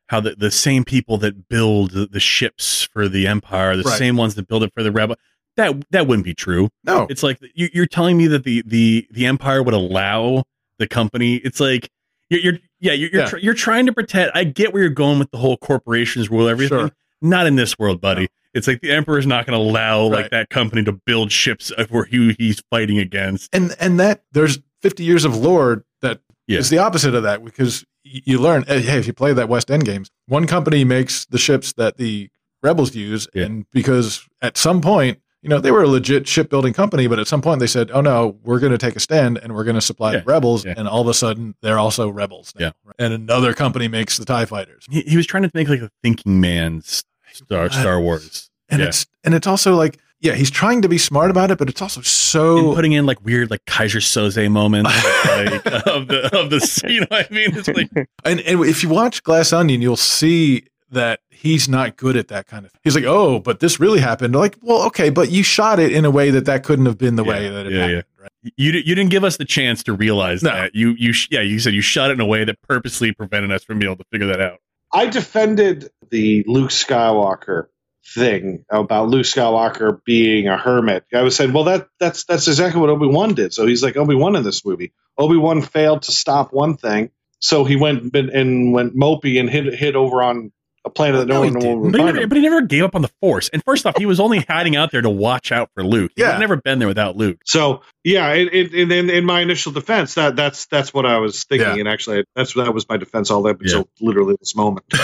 how the, the same people that build the, the ships for the Empire, the Right. same ones that build it for the Rebel, that that wouldn't be true. No. It's like you, you're telling me that the, the the Empire would allow the company. It's like you're, you're yeah you're you're, Yeah. Tr- you're trying to pretend. I get where you're going with the whole corporations rule everything. Sure. Not in this world, buddy. It's like the Emperor's not going to allow like Right. that company to build ships for who he's fighting against. and and that there's 50 years of lore that is Yeah. the opposite of that because y- you learn eh, hey if you play that west end games one company makes the ships that the rebels use Yeah. and because at some point you know they were a legit shipbuilding company but at some point they said oh no we're going to take a stand and we're going to supply Yeah, the rebels yeah. and all of a sudden they're also rebels now. and another company makes the tie fighters he, he was trying to make like a thinking man's Star What? Star Wars. and Yeah. it's and it's also like yeah he's trying to be smart about it but it's also and so putting in like weird like Kaiser Soze moments like, of the of the you know what I mean it's like And, and if you watch Glass Onion, you'll see that he's not good at that kind of thing. He's like, oh, but this really happened. Like, well, okay, but you shot it in a way that that couldn't have been the way Yeah, that it yeah, happened. Right? you di- you didn't give us the chance to realize No. that you you sh- yeah you said you shot it in a way that purposely prevented us from being able to figure that out I defended the Luke Skywalker thing about Luke Skywalker being a hermit. I was saying, well, that that's that's exactly what Obi Wan did. So he's like Obi Wan in this movie. Obi Wan failed to stop one thing, so he went and- and went mopey and hit hit over on a planet that no, No, he one will didn't. but he, find never, him. but he never gave up on the Force and first off he was only hiding out there to watch out for Luke he Yeah. would never been there without Luke So yeah, in in, in, in my initial defense, that that's that's what I was thinking, Yeah. and actually that's that was my defense all up until literally this moment.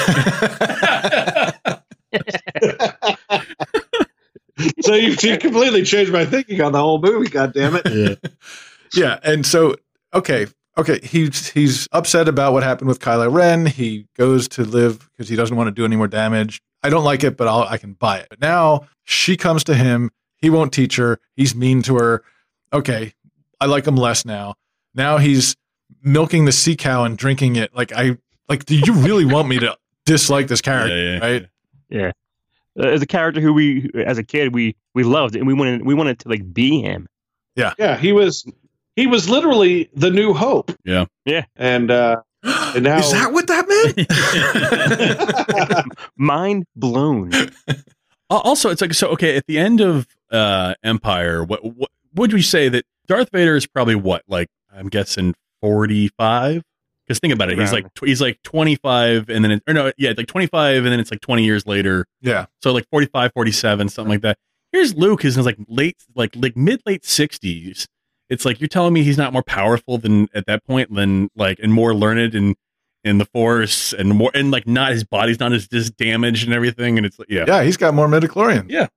so you, you completely changed my thinking on the whole movie. God damn it! Yeah. And so, okay, okay, he's he's upset about what happened with Kylo Ren. He goes to live because he doesn't want to do any more damage. I don't like it, but I'll, I can buy it. But now she comes to him. He won't teach her. He's mean to her. Okay, I like him less now. Now he's milking the sea cow and drinking it. Like I like. Do you really want me to dislike this character? Yeah, yeah, right? Uh, as a character who we, as a kid, we we loved and we wanted we wanted to like be him. Yeah, he was he was literally the new hope. Yeah. Yeah. And uh and now Is that what that meant? Mind blown. Al- Uh, Also, it's like so. Okay, at the end of uh, Empire, what what would you say that Darth Vader is probably what? Like, I'm guessing forty five. Because think about it, he's Around. like tw- he's like twenty five, and then it, or no, yeah, like twenty five, and then it's like twenty years later. yeah, So like 45, 47, something like that. Here's Luke, who's in his like late, like like mid late sixties. It's like you're telling me he's not more powerful than at that point than like and more learned and in the force and more and like not his body's not as just damaged and everything. And it's like yeah, yeah. He's got more midichlorian. Yeah.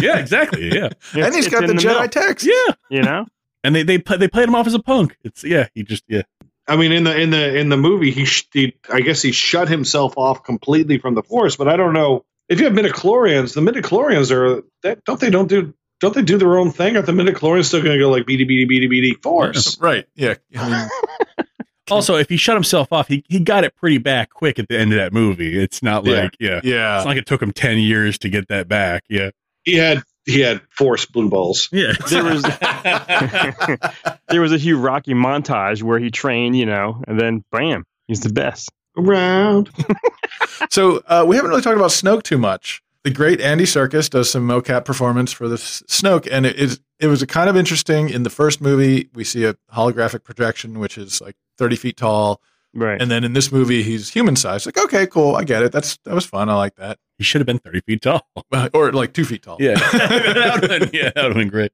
yeah, exactly. Yeah, It's- and he's it's got in the, middle, Jedi text. yeah. you know. And they they play, they played him off as a punk. It's yeah. He just yeah. I mean in the in the in the movie he, sh- he I guess he shut himself off completely from the force, but I don't know if you have midichlorians, the midichlorians are that don't they don't do don't they do their own thing? Are the midichlorians still going to go like beady beady beady beady force? Right. Yeah. I mean, Also, if he shut himself off, he he got it pretty back quick at the end of that movie. It's not Yeah. like yeah. yeah. It's not like it took him ten years to get that back. Yeah. He had he had force blue balls. Yeah. There was there was a Hugh Rocky montage where he trained, you know, and then bam, he's the best. Around. So uh, we haven't really talked about Snoke too much. the great Andy Circus does some mocap performance for this Snoke, and it is it was a kind of interesting. In the first movie, we see a holographic projection, which is like thirty feet tall, Right. and then in this movie, he's human sized. Like, okay, cool, I get it. That's that was fun. I like that, He should have been thirty feet tall. Well, or like two feet tall. Yeah, that would have been, yeah, that would have been great.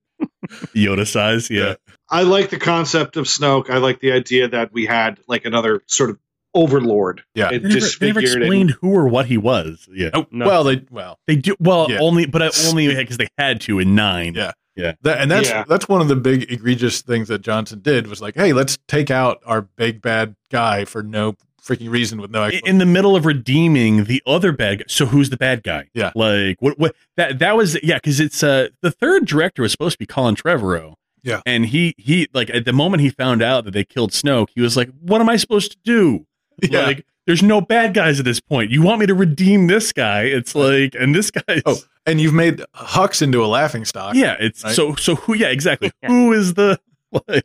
Yoda size. Yeah. I like the concept of Snoke. I like the idea that we had like another sort of overlord. Yeah. It They never, they never disfigured and- explained who or what he was. Yeah. Oh, no. Well, they well, They do well Yeah. only, but I only because they had to in nine. Yeah. that, and that's Yeah. that's one of the big egregious things that Johnson did was like, hey, let's take out our big bad guy for no freaking reason with no I- explanation. in the middle of redeeming the other bad guy. So who's the bad guy? Yeah. Like what what that that was yeah, because it's uh the third director was supposed to be Colin Trevorrow. Yeah. And he he like at the moment he found out that they killed Snoke, he was like, What am I supposed to do? Yeah. Like there's no bad guys at this point. You want me to redeem this guy? It's like and this guy Oh, and you've made Hux into a laughing stock. Yeah, it's Right. so so who yeah, exactly. Yeah. Who is the like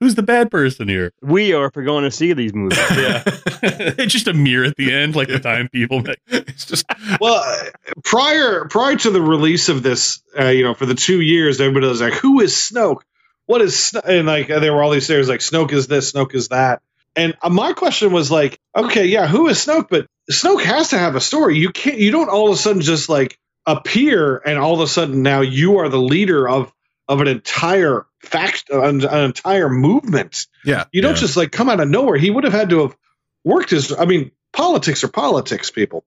who's the bad person here? we are if we're going to see these movies. Yeah. it's just a mirror at the end, like the time people make it's just well, uh, prior prior to the release of this, uh, you know, for the two years, everybody was like, "Who is Snoke? What is?" Sno-" And like, there were all these theories, like Snoke is this, Snoke is that. And uh, my question was like, okay, yeah, who is Snoke? But Snoke has to have a story. You can't. You don't all of a sudden just like appear, and all of a sudden now you are the leader of of an entire fact, uh, an, an entire movement. Yeah. You don't Yeah. just like come out of nowhere. He would have had to have worked his. I mean, politics are politics, people.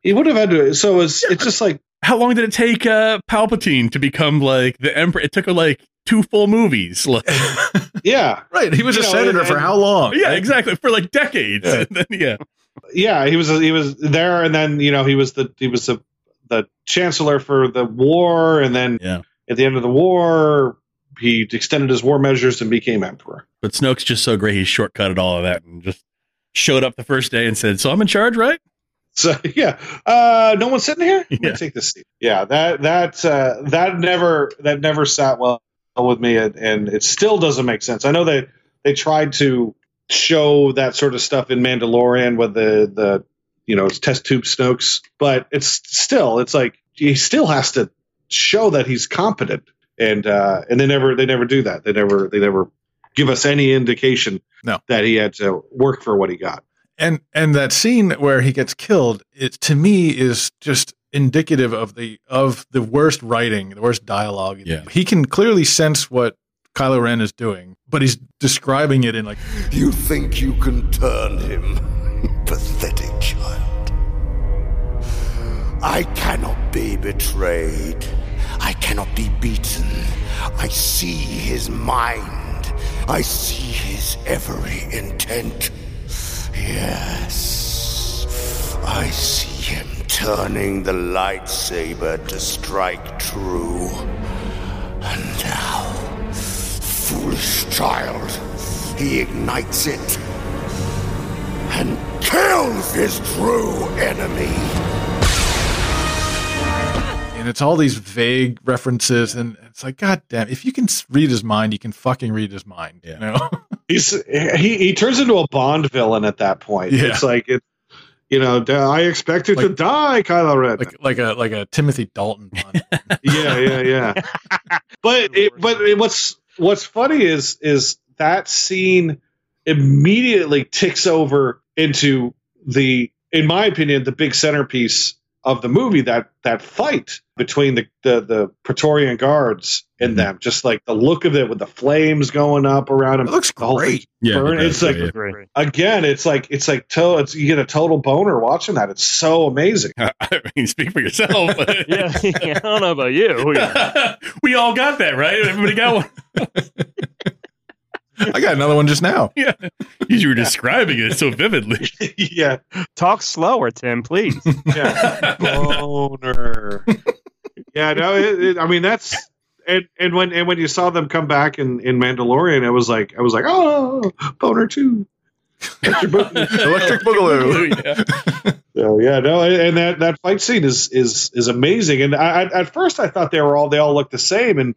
He would have had to. So it's it's just like how long did it take uh, Palpatine to become like the emperor? It took her like two full movies. Like, yeah, right. He was You a know, senator and- for how long? yeah, exactly for like decades. Yeah. And then, yeah. yeah. He was he was there, and then you know he was the he was the the chancellor for the war, and then Yeah. at the end of the war, he extended his war measures and became emperor. But Snoke's just so great. He shortcutted all of that and just showed up the first day and said, "So I'm in charge, right?" So yeah, uh, no one's sitting here. Yeah. Yeah. Take this seat. Yeah, that that uh, that never that never sat well with me, and, and it still doesn't make sense. I know they they tried to show that sort of stuff in Mandalorian with the the you know test tube Snoke's, but it's still it's like he still has to show that he's competent, and uh, and they never they never do that. They never they never give us any indication No. that he had to work for what he got. And and that scene where he gets killed, it to me is just indicative of the of the worst writing, the worst dialogue. Yeah. He can clearly sense what Kylo Ren is doing, but he's describing it in like You think you can turn him? Pathetic child. I cannot be betrayed. I cannot be beaten. I see his mind. I see his every intent. Yes. I see him turning the lightsaber to strike true. And now, foolish child, he ignites it and kills his true enemy. and it's all these vague references and it's like god damn if you can s- read his mind you can fucking read his mind Yeah. you know he's he, he turns into a Bond villain at that point. Yeah. It's like it, you know. "D- I expect you to Like- die, Kylo Ren. like like a like a Timothy Dalton Bond. yeah, yeah, yeah. but it, but it, what's what's funny is is that scene immediately ticks over into the, in my opinion, the big centerpiece of the movie that that fight between the the, the Praetorian guards and Mm-hmm. them. Just like the look of it with the flames going up around him. It looks the whole thing. great. Yeah, Burn- it's like- Great. again, it's like it's like to, it's you get a total boner watching that. It's so amazing. I mean, speak for yourself. Yeah, I don't know about you. we all got that, right? Everybody got one. I got another one just now. Yeah, you were describing it so vividly. yeah, Talk slower, Tim, please. yeah, boner. yeah, no, it, it, I mean that's and and when and when you saw them come back in in Mandalorian, it was like I was like, oh, boner too. Electric Boogaloo. So yeah, no, and- and that that fight scene is is is amazing. And I, I at first I thought they were all they all looked the same, and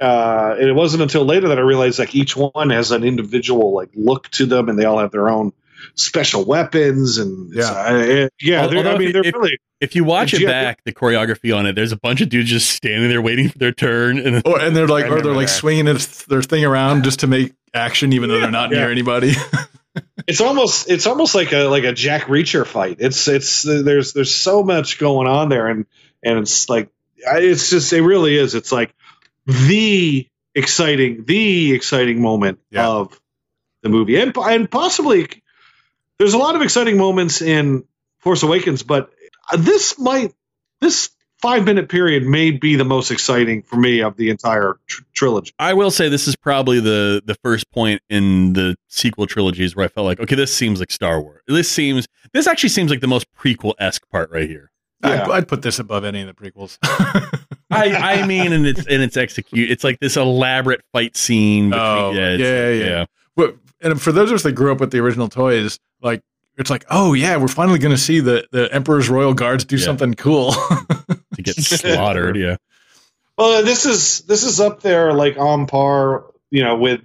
uh, and it wasn't until later that I realized like each one has an individual like look to them, and they all have their own special weapons and Yeah. yeah, yeah. they're- Although I if mean, you- they're if- really If you watch Did it you- back, the choreography on it, there's a bunch of dudes just standing there waiting for their turn, and then Or and they're like, I or they're remember like that. swinging it, their thing around just to make action, even though they're not near Yeah. anybody. it's almost it's almost like a like a Jack Reacher fight. It's it's there's there's so much going on there, and and it's like I- it's just it really is. It's like the exciting the exciting moment Yeah. of the movie, and and possibly there's a lot of exciting moments in Force Awakens, but this might this five minute period may be the most exciting for me of the entire tr- trilogy. I will say this is probably the the first point in the sequel trilogies where I felt like, okay, this seems like Star Wars. This seems this actually seems like the most prequel esque part right here. Yeah. I'd, I'd put this above any of the prequels. I, I mean, and it's and it's execute. It's like this elaborate fight scene. Between, Oh, it's- yeah, yeah. but and for those of us that grew up with the original toys, like it's like, oh yeah, we're finally going to see the the Emperor's Royal Guards do Yeah. something cool. to get slaughtered. Yeah, Well, this is this is up there like on par, you know, with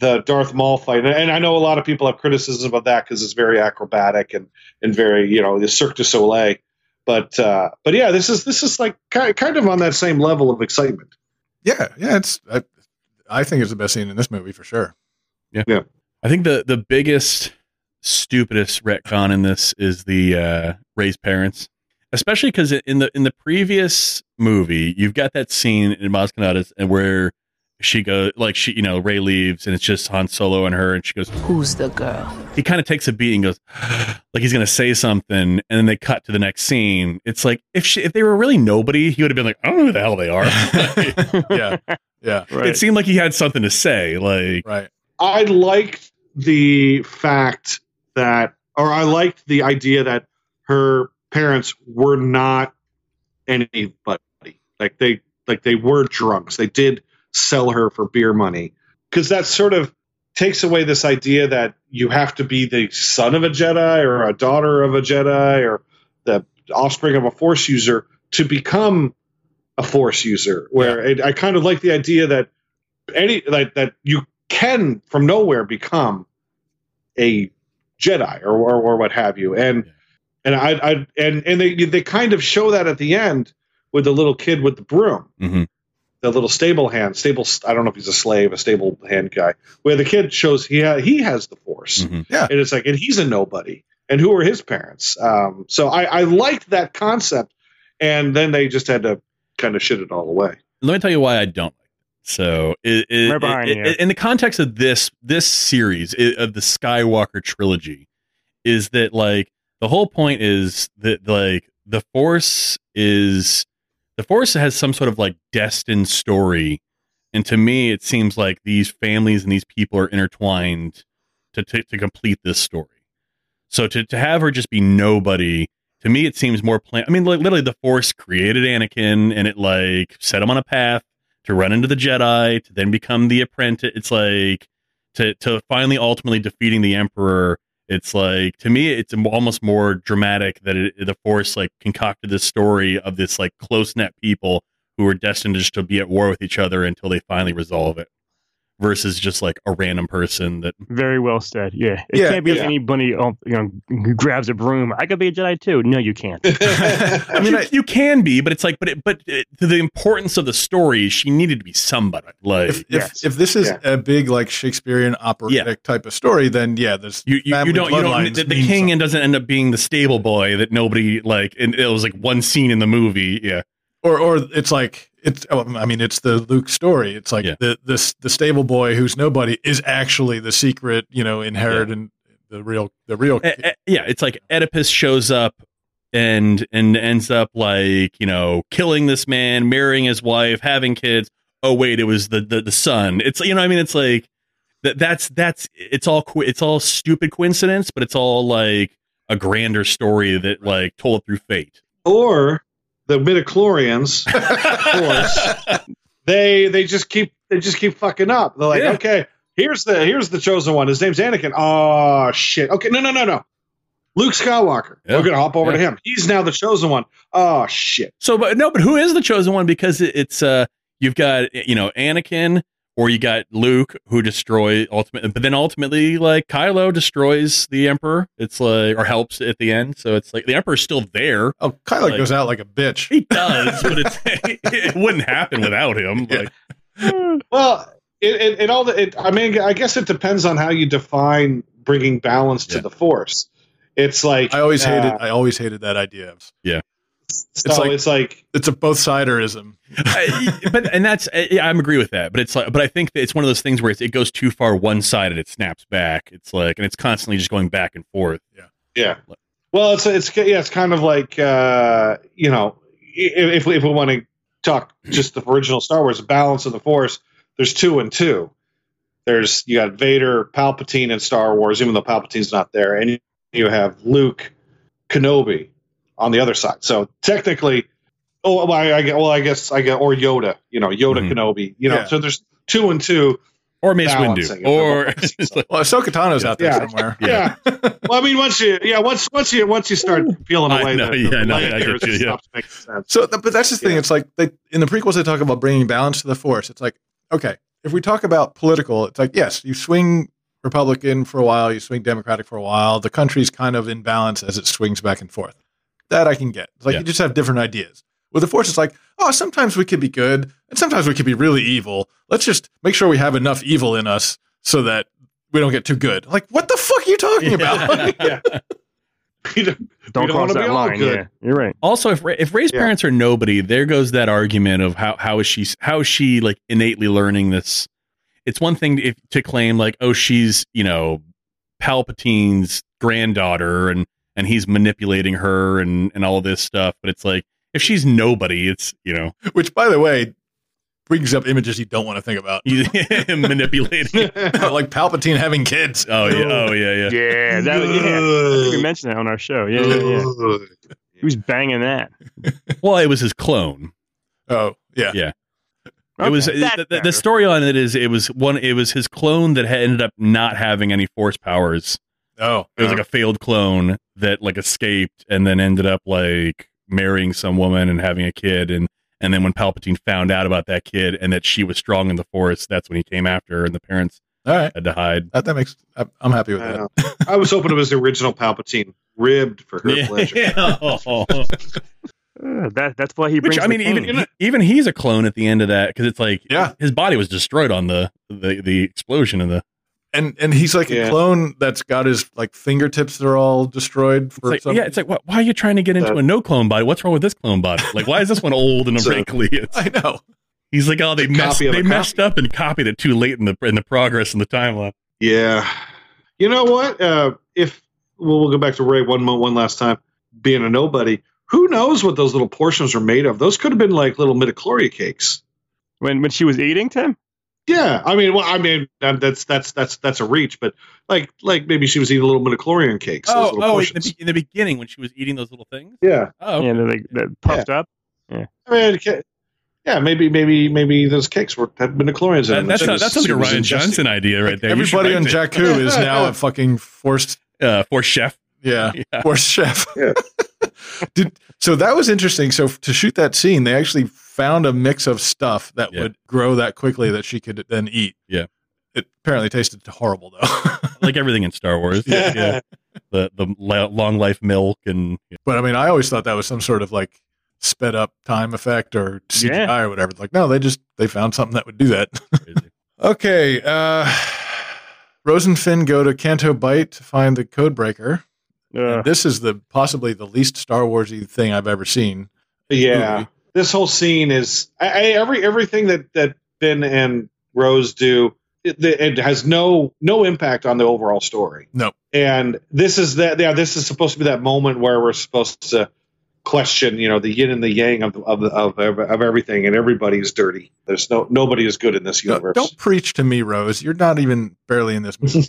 the Darth Maul fight, and I know a lot of people have criticism of that because it's very acrobatic and and very you know the Cirque du Soleil. But uh, but yeah, this is this is like ki- kind of on that same level of excitement. yeah, yeah, it's I, I think it's the best scene in this movie for sure. I think the the biggest stupidest retcon in this is the uh, Ray's parents, especially because in the in the previous movie, you've got that scene in Maz Kanata's and where she goes like she you know Ray leaves and it's just Han Solo and her and she goes Who's the girl? he kind of takes a beat and goes like he's gonna say something and then they cut to the next scene. It's like if she, if they were really nobody, he would have been like I don't know who the hell they are. yeah, yeah, Right. It seemed like he had something to say. Like right. I liked the fact that, or I liked the idea that her parents were not anybody. Like they, like they were drunks. They did sell her for beer money because that sort of takes away this idea that you have to be the son of a Jedi or a daughter of a Jedi or the offspring of a Force user to become a Force user. Where it, I kind of like the idea that any like that you can from nowhere become a Jedi or or, or what have you. And Yeah. and I, I and and they they kind of show that at the end with the little kid with the broom, Mhm. the little stable hand, stable. I don't know if he's a slave, a stable hand guy, where the kid shows he ha- he has the Force, Mhm. Yeah. and it's like and he's a nobody. And who are his parents? Um, so I, I liked that concept, and then they just had to kind of shit it all away. let me tell you why I don't. So, it, it, Right behind it- you. it- in the context of this this series i of the Skywalker trilogy, is that like the whole point is that like the Force is the Force has some sort of like destined story, and to me, it seems like these families and these people are intertwined to to, to complete this story. So to to have her just be nobody to me it seems more plan i mean like literally the force created anakin and it like set him on a path to run into the jedi to then become the apprentice it's like to to finally ultimately defeating the emperor it's like to me it's almost more dramatic that it, the force like concocted this story of this like close-knit people who are destined just to be at war with each other until they finally resolve it versus just like a random person that Very well said. Yeah, it Yeah, can't be yeah. anybody um, you know who grabs a broom. I could be a Jedi too. No, you can't. I mean, you, I, you can be, but it's like, but it, but it, to the importance of the story, she needed to be somebody. Like if, Yes. if if this is Yeah. a big like Shakespearean operatic type of story, then yeah, there's you, you, you family don't, you don't. bloodlines The, the mean king something. and doesn't end up being the stable boy that nobody like. And it was like one scene in the movie. Yeah, or or it's like it's oh, I mean it's the Luke story. It's like Yeah. the this the stable boy who's nobody is actually the secret, you know, inherit and the real the real E- e- yeah. It's like Oedipus shows up and and ends up like you know killing this man, marrying his wife, having kids. Oh wait, it was the the, the son. It's you know what I mean it's like that that's that's it's all co- it's all stupid coincidence, but it's all like a grander story that like told through fate. Or the midichlorians course. they they just keep they just keep fucking up. They're like, Yeah. okay, here's the here's the chosen one. His name's Anakin. Oh shit. Okay, no no no no. Luke Skywalker. Yeah. We're gonna hop over to him. He's now the chosen one. Oh shit. So, but no, but who is the chosen one? Because it, it's uh, you've got you know Anakin, or you got Luke who destroy ultimately, but then ultimately like Kylo destroys the Emperor. It's like or helps at the end, so it's like the Emperor's still there. Oh, Kylo Like- goes out like a bitch. He does, but it's, it wouldn't happen without him. Like, Well, it, it, it all. It, I mean, I guess it depends on how you define bringing balance to Yeah. the force. It's like I always hated. uh, I always hated that idea. So like- it's like It's a both siderism. I, but and that's I, yeah, I'm agree with that. But it's like, but I think that it's one of those things where it's, it goes too far one sided, it snaps back. It's like, and it's constantly just going back and forth. Yeah. Well, it's it's yeah, it's kind of like uh, you know, if if we, if we want to talk just the original Star Wars balance of the Force, there's two and two. There's you got Vader, Palpatine in Star Wars, even though Palpatine's not there, and you have Luke, Kenobi on the other side. So technically, oh, well, I, I gue- well, I guess I get or Yoda, you know, Yoda, Mhm. Kenobi, you know. Yeah. So there's two and two. Or Mace Balancing Windu, it. or it's like, Well, Ahsoka Tano's out there Yeah. somewhere. Yeah. well, I mean, once you, yeah, once once you once you start peeling I away, know, the, yeah, the I know, layers, I get you, it yeah. stops making sense. So, th- but that's the thing. Yeah. It's like they, in the prequels, they talk about bringing balance to the force. It's like, okay, if we talk about political, it's like, yes, you swing Republican for a while, you swing Democratic for a while. The country's kind of in balance as it swings back and forth. That I can get. It's like Yeah. you just have different ideas. With the force, it's like, oh, sometimes we could be good and sometimes we could be really evil. Let's just make sure we have enough evil in us so that we don't get too good. Like, what the fuck are you talking about? yeah. We don't, Don't want cross to be that all line. good. Yeah, you're right. Also, if Ray, if Ray's Yeah. parents are nobody, there goes that argument of how how is she how is she like innately learning this? It's one thing if to claim like oh she's you know Palpatine's granddaughter and and he's manipulating her and and all this stuff, but it's like if she's nobody, it's you know Which, by the way, brings up images you don't want to think about. you- manipulating. like Palpatine having kids. Oh yeah, oh yeah, yeah. Yeah, that was, yeah. I think We mentioned that on our show. Yeah, yeah, yeah. He was banging that. Well, it was his clone. Oh yeah. Yeah. It was uh, Okay, it- that's the, the, the better. story on it is it was one it was his clone that had ended up not having any force powers Oh, It was like a failed clone that like escaped and then ended up like marrying some woman and having a kid and and then when Palpatine found out about that kid and that she was strong in the Force, that's when he came after her and the parents all right. had to hide. That, that makes. I, I'm happy with I, that. know. I was hoping it was the original Palpatine ribbed for her pleasure. Yeah. Uh, that that's why he brings. Which I the mean, even pain. even he's a clone at the end of that because it's like Yeah. his body was destroyed on the the, the explosion of the And and he's like Yeah. a clone that's got his like fingertips are all destroyed It's for like, some. yeah, it's like why, why are you trying to get into Uh, a no clone body? What's wrong with this clone body? Like why is this one old and So- wrinkly? It's- I know. He's like, oh, they It's a messed copy of they a messed up and copied it too late in the in the progress in the timeline. Yeah. You know what? Uh, if well, we'll go back to Ray one mo- one last time, being a nobody. Who knows what those little portions are made of? Those could have been like little midichlorian cakes. when when she was eating Tim. Yeah, I mean, well, I mean, um, that's that's that's that's a reach, but like like maybe she was eating little midichlorian cakes. those Oh, little portions. in the beginning when she was eating those little things. yeah. Oh, Yeah, they're like that puffed up. I mean, ca- yeah, maybe maybe maybe those cakes were had midichlorians in them. that, She was- sounds, that sounds like she a was Ryan ingesting- Johnson idea right there. You should Everybody write on that, Jakku is now a fucking forced. uh, for chef. Yeah. Yeah. Forced chef. Yeah. Did, so that was interesting. So to shoot that scene, they actually found a mix of stuff that Yeah. would grow that quickly that she could then eat. Yeah. It apparently tasted horrible though. like everything in Star Wars. Yeah. the the lo- long life milk and But I mean, I always thought that was some sort of like sped up time effect or CGI Yeah. or whatever. Like, no, they just they found something that would do that. Crazy. okay, uh, Rose and Finn go to Canto Bight to find the Codebreaker. Uh, This is the possibly the least Star Warsy thing I've ever seen. Yeah, movie. this whole scene is I, I, every everything that that Ben and Rose do. It, it has no no impact on the overall story. No. and this is that. Yeah, this is supposed to be that moment where we're supposed to question, you know, the yin and the yang of of of, of everything, and everybody's dirty. There's no nobody is good in this No, universe. don't preach to me, Rose. You're not even barely in this movie.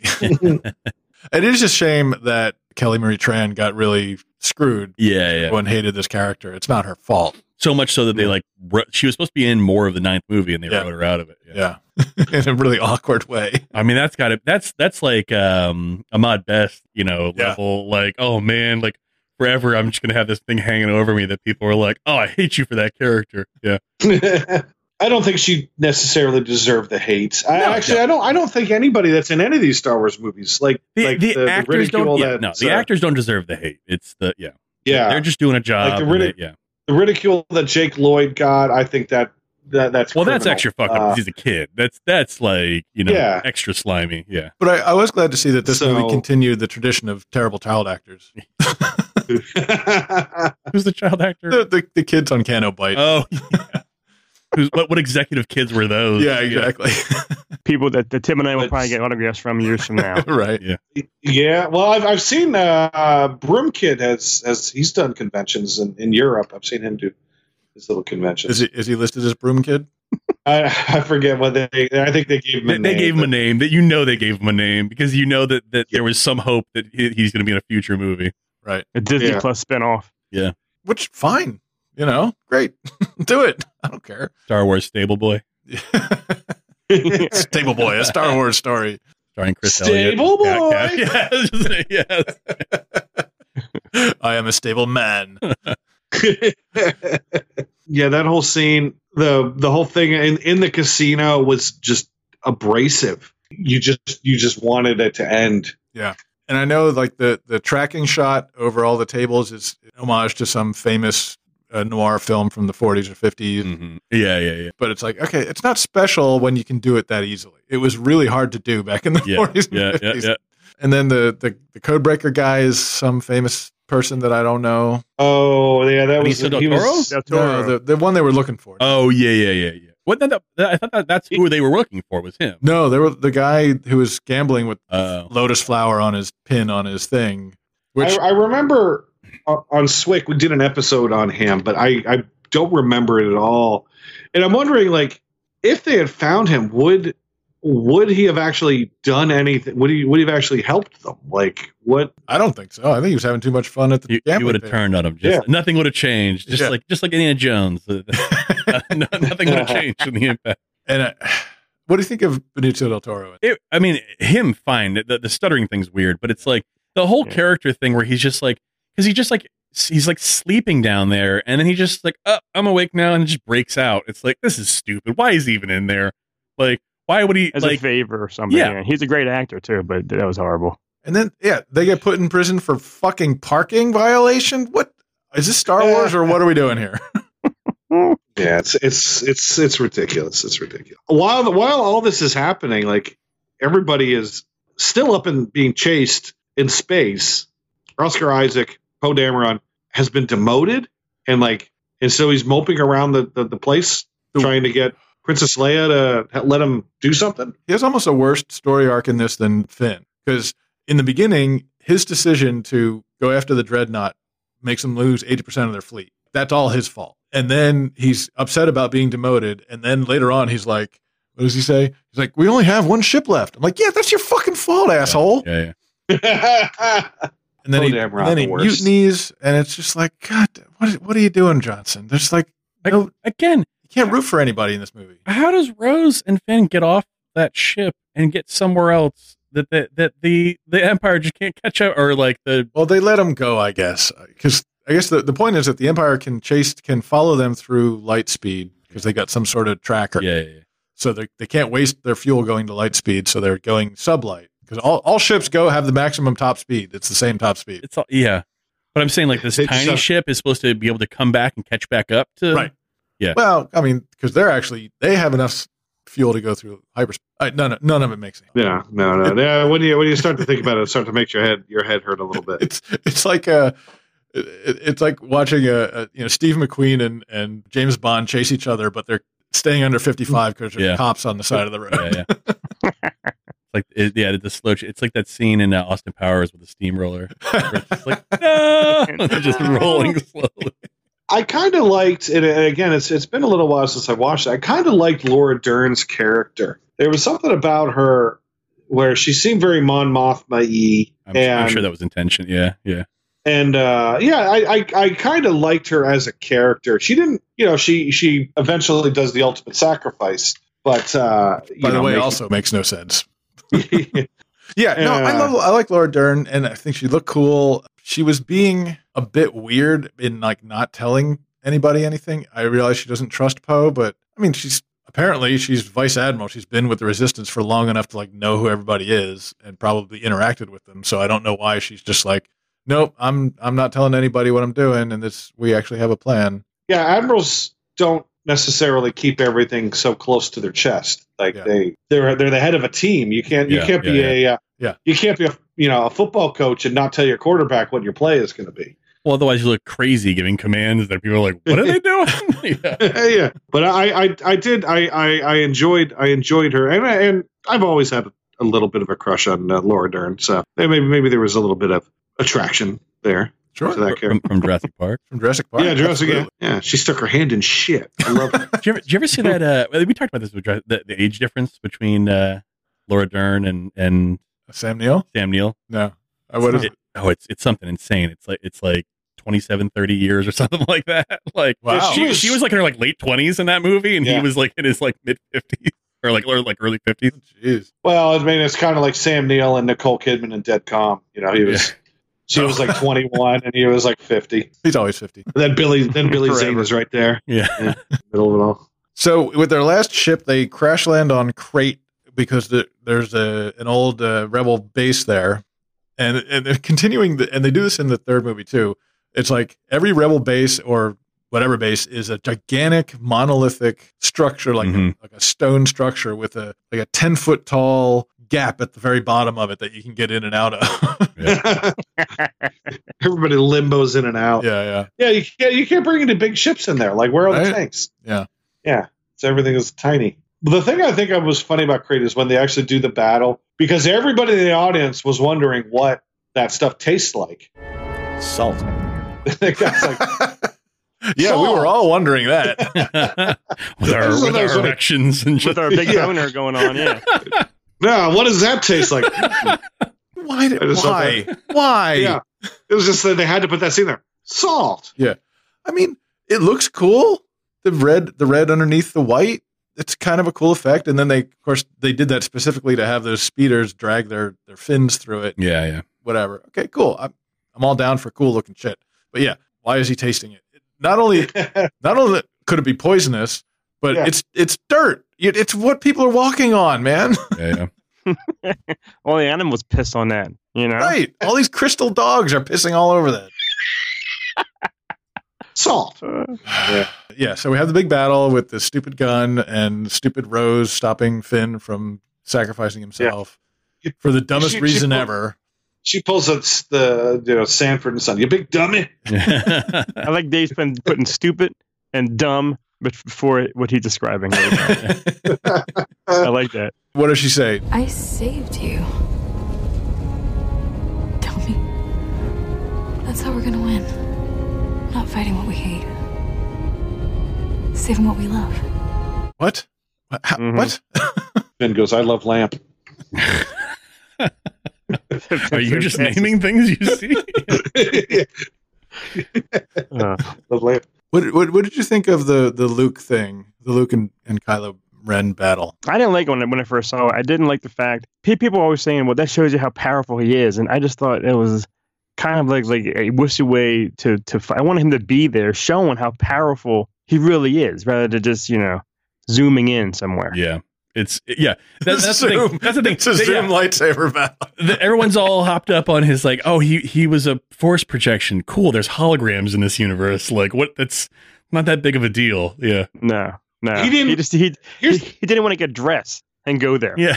it is a shame that Kelly Marie Tran got really screwed. yeah, yeah. Everyone hated this character. It's not her fault. So much so that they like wrote, she was supposed to be in more of the ninth movie and they Yeah. wrote her out of it. Yeah. in a really awkward way. I mean, that's got it. That's that's like um Ahmad Best, you know, Yeah. level. Like, oh man, like forever, I'm just gonna have this thing hanging over me that people are like, oh, I hate you for that character. Yeah, I don't think she necessarily deserved the hate. I actually, I don't. I don't think anybody that's in any of these Star Wars movies, like The, like the, actors don't. Yeah, no, that's, the uh, actors don't deserve the hate. It's the yeah. yeah, they're just doing a job. the and riddic- they- yeah. the ridicule that Jake Lloyd got. I think that, that that's Well, that's criminal. extra fucked up. 'cause Uh, he's a kid. That's that's like you know Yeah. extra slimy. Yeah. But I, I was glad to see that this So- movie continued the tradition of terrible child actors. Uh, Who's the child actor? The, the, the kids on Cano Bite. oh. yeah. Who's, what what executive kids were those? yeah, exactly. People that, that Tim and I will That's- probably get autographs from years from now. right. yeah, well, I've I've seen uh, uh, Broom Kid has has he's done conventions in, in Europe. I've seen him do his little conventions. Is he is he listed as Broom Kid? I, I forget what they. I think they gave him. A They, they name, gave him but- a name that you know they gave him a name because you know that, that there was some hope that he, he's going to be in a future movie. Right. A Disney Yeah. Plus spinoff. Which fine, you know, great, do it. I don't care. Star Wars Stable Boy Stable Boy, eh? a Star Wars story. starring Chris Stable Elliott. Boy! Yeah, yeah, yes. I am a stable man. yeah, that whole scene, the the whole thing in in the casino was just abrasive. You just you just wanted it to end. And I know like the the tracking shot over all the tables is an homage to some famous uh, noir film from the 40s or 50s, Mhm. yeah, yeah, yeah. but it's like okay, it's not special when you can do it that easily. It was really hard to do back in the Yeah, 40s and yeah, yeah, 50s. yeah. And then the the the codebreaker guy is some famous person that I don't know. Oh yeah, that was Benicio del he was Toro? Del No, Toro. the the one they were looking for. Oh yeah, yeah, yeah, yeah. What? No, no, I thought that, that's who they were working for was him. No, there were the guy who was gambling with Oh, lotus flower on his pin on his thing. Which I, I remember on on Swick we did an episode on him, but I I don't remember it at all. And I'm wondering like if they had found him, would would he have actually done anything? Would he would he have actually helped them? Like what? I don't think so. I think he was having too much fun at the you, you gambling. would have thing. turned on him. Just nothing would have changed. Just Yeah. like just like Indiana Jones, Uh, no- nothing would have changed in the impact. And uh, what do you think of Benicio del Toro? It, I mean, him fine. The, the stuttering thing's weird, but it's like the whole Yeah. character thing where he's just like because he just like s- he's like sleeping down there, and then he just like, oh, I'm awake now, and just breaks out. It's like this is stupid. Why is he even in there? Like, why would he? as like, a favor or something. Yeah. Yeah. He's a great actor too, but that was horrible. And then yeah, they get put in prison for fucking parking violation. What is this Star Wars or what are we doing here? Yeah, it's it's it's it's ridiculous. It's ridiculous. While while all this is happening, like everybody is still up and being chased in space. Oscar Isaac, Poe Dameron, has been demoted, and like and so he's moping around the the, the place trying to get Princess Leia to let him do something. He has almost a worse story arc in this than Finn because in the beginning, his decision to go after the dreadnought makes them lose eighty percent of their fleet. That's all his fault. And then he's upset about being demoted. And then later on, he's like, "What does he say?" He's like, "We only have one ship left." I'm like, "Yeah, that's your fucking fault, asshole." yeah, yeah. And then Oh, he, damn, we're not and then the he worst. mutinies, and it's just like, God, what, what are you doing, Johnson? There's like, Like, no, again, you can't root for anybody in this movie. how does Rose and Finn get off that ship and get somewhere else that that, that the the Empire just can't catch up or like the Well, they let him go, I guess, because I guess the, the point is that the Empire can chase, can follow them through light speed because they got some sort of tracker. yeah, yeah, So they, they can't waste their fuel going to light speed, so they're going sublight because all, all ships go have the maximum top speed. It's the same top speed. it's all yeah. But I'm saying like this They just tiny have- ship is supposed to be able to come back and catch back up to Right. Yeah. Well, I mean, because they're actually they have enough s- fuel to go through hyperspace. Uh, none, of- none of it makes sense. yeah, no, no, yeah. When you when you start to think about it, it start to make your head your head hurt a little bit. it's it's like uh it, it's like watching a, a you know Steve McQueen and and James Bond chase each other, but they're staying under fifty five Mm. because there's Yeah. cops on the side of the road. yeah, yeah. It's like it, yeah, the slow. ch- It's like that scene in uh, Austin Powers with the steamroller, where it's just like no, just rolling slowly. I kind of liked, and again, it's it's been a little while since I watched it. I kind of liked Laura Dern's character. There was something about her where she seemed very Mon Mothma y, I'm, and I'm sure that was intention. Yeah, yeah. and uh, yeah, I I, I kind of liked her as a character. She didn't, you know, she she eventually does the ultimate sacrifice, but uh, you By the know, way, make- also makes no sense. Yeah, no, I Yeah. love I like Laura Dern, and I think she looked cool. She was being a bit weird in like not telling anybody anything. I realize she doesn't trust Poe, but I mean, she's apparently she's vice admiral. She's been with the resistance for long enough to like know who everybody is and probably interacted with them. So I don't know why she's just like, nope, I'm I'm not telling anybody what I'm doing, and this we actually have a plan. Yeah, admirals don't necessarily keep everything so close to their chest. Like Yeah. they they're they're the head of a team. You can't you Yeah, can't be yeah, a uh, Yeah. you can't be a you know a football coach and not tell your quarterback what your play is going to be. Well, otherwise you look crazy giving commands that people are like, "What are they doing?" yeah. yeah, but I I, I did I, I I enjoyed I enjoyed her and and I've always had a little bit of a crush on uh, Laura Dern. So maybe maybe there was a little bit of attraction there Sure, to that From, character. from Jurassic Park. from Jurassic Park. yeah, Jurassic. absolutely. Yeah. yeah, she stuck her hand in shit. I love it. Did you ever, did you ever see that? Uh, we talked about this with Jura- the, the age difference between uh, Laura Dern and and Sam Neill. Sam Neill. No, I would have. It- oh, it's it's something insane. It's like it's like 27, 30 years or something like that. Like Wow. Yeah, she, she was like in her like late twenties in that movie, and Yeah. he was like in his like mid fifties or like or like early fifties. Oh, Jeez. Well, I mean, it's kind of like Sam Neill and Nicole Kidman in Dead Calm. You know, he was she was like 21 and he was like 50. He's always fifty. And then Billy, then Billy Forever. Zane is right there, Yeah. middle of it all. So with their last ship, they crash land on Crate because the, there's a an old uh, rebel base there, and and they're continuing. The, and they do this in the third movie too. It's like every rebel base or whatever base is a gigantic monolithic structure, like Mhm. a, like a stone structure with a like a ten foot tall gap at the very bottom of it that you can get in and out of. Everybody limbos in and out. Yeah, yeah, yeah. you can't you can't bring any big ships in there. Like where are the Right. tanks? Yeah. yeah. So everything is tiny. But the thing I think of was funny about Crete is when they actually do the battle because everybody in the audience was wondering what that stuff tastes like. Salt. The guy's like, Yeah, we were all wondering that. with our with our Those are- erections and shit. with our big Yeah. boner going on. Yeah, no, what does that taste like? why? Did, I just thought why? Why? Yeah. It was just that they had to put that scene there. Salt. I mean, it looks cool. The red, the red underneath the white. It's kind of a cool effect. And then they, of course, they did that specifically to have those speeders drag their their fins through it. yeah, yeah. Whatever. Okay, cool. I'm I'm all down for cool looking shit. But yeah, why is he tasting it? Not only not only could it be poisonous, but Yeah. it's it's dirt. It- It's what people are walking on, man. yeah, yeah. all the animals piss on that. You know, right. All these crystal dogs are pissing all over that. Salt. yeah. so we have the big battle with the stupid gun and stupid Rose stopping Finn from sacrificing himself Yeah. for the dumbest She- she reason pulled- ever. She pulls up s- the you know, Sanford and Son. You big dummy. I like Dave's been putting stupid and dumb, but before what he's describing, I like that. What does she say? I saved you. Tell me. That's how we're gonna win. Not fighting what we hate, saving what we love. What? What? How- Mhm. what? Finn goes, I love lamp. Are you just naming things you see? Uh, Love lamp. What, what? What did you think of the the Luke thing? The Luke and, and Kylo Ren battle. I didn't like it when I, when I first saw it. I didn't like the fact pe- people were always saying, "Well, that shows you how powerful he is," and I just thought it was kind of like like a wishy way to to. Fight. I wanted him to be there, showing how powerful he really is, rather than just you know zooming in somewhere. yeah. It's yeah. That, that's the thing. Zoom. That's the thing. It's a Yeah. Zoom lightsaber battle. the, everyone's all hopped up on his like, oh, he he was a force projection. Cool. There's holograms in this universe. Like, what? That's not that big of a deal. Yeah, No, no, He didn't- He just he he, Here's he didn't want to get dressed and go there. yeah,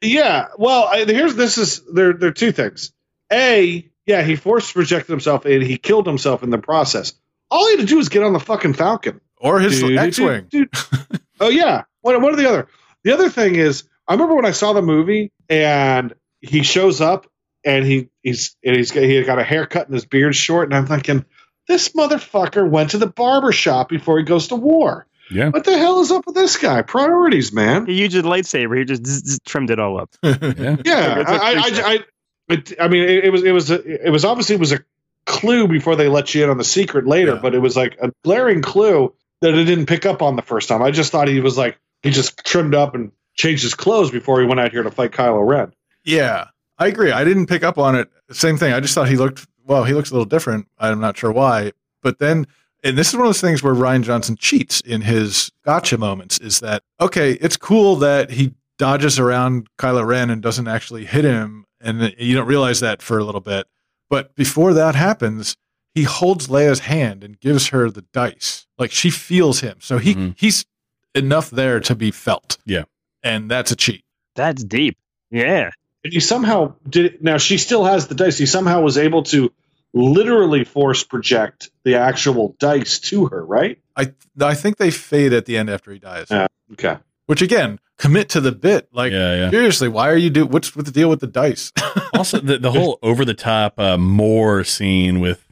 yeah. Well, I, here's this is there. There are two things. A, yeah, he forced projected himself and he killed himself in the process. All he had to do was get on the fucking Falcon. Or his Dude, X wing. dude, dude. oh yeah. One one or the other. The other thing is, I remember when I saw the movie and he shows up and he he's and he's got- he had got a haircut and his beard short, and I'm thinking, this motherfucker went to the barber shop before he goes to war. Yeah. What the hell is up with this guy? Priorities, man. He used his lightsaber. He just zzz, zzz, trimmed it all up. yeah. Yeah. It's a I, I, preset. I, I, it, I mean, it, it was it was a, it was obviously it was a clue before they let you in on the secret later, Yeah. but it was like a glaring clue that I didn't pick up on the first time. I just thought he was like he just trimmed up and changed his clothes before he went out here to fight Kylo Ren. Yeah, I agree. I didn't pick up on it. Same thing. I just thought he looked well. He looks a little different. I'm not sure why. But then And this is one of those things where Ryan Johnson cheats in his gotcha moments is that, okay, it's cool that he dodges around Kylo Ren and doesn't actually hit him. And you don't realize that for a little bit. But before that happens, he holds Leia's hand and gives her the dice. Like she feels him. So he Mhm. he's enough there to be felt. Yeah. And that's a cheat. That's deep. Yeah. And he somehow did. Now she still has the dice. He somehow was able to literally force project the actual dice to her. Right? I I think they fade at the end after he dies. Yeah. Okay. Which again, commit to the bit. Like yeah, yeah. seriously, why are you do what's with the deal with the dice? Also, the, the whole over the top uh, Moore scene with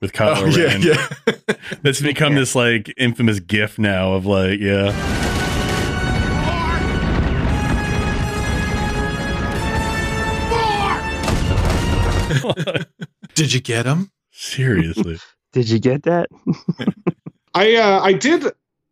with Kylo Oh, yeah, Ren yeah. that's become this like infamous gif now of like, yeah, Did you get him? seriously. Did you get that? I uh, I did.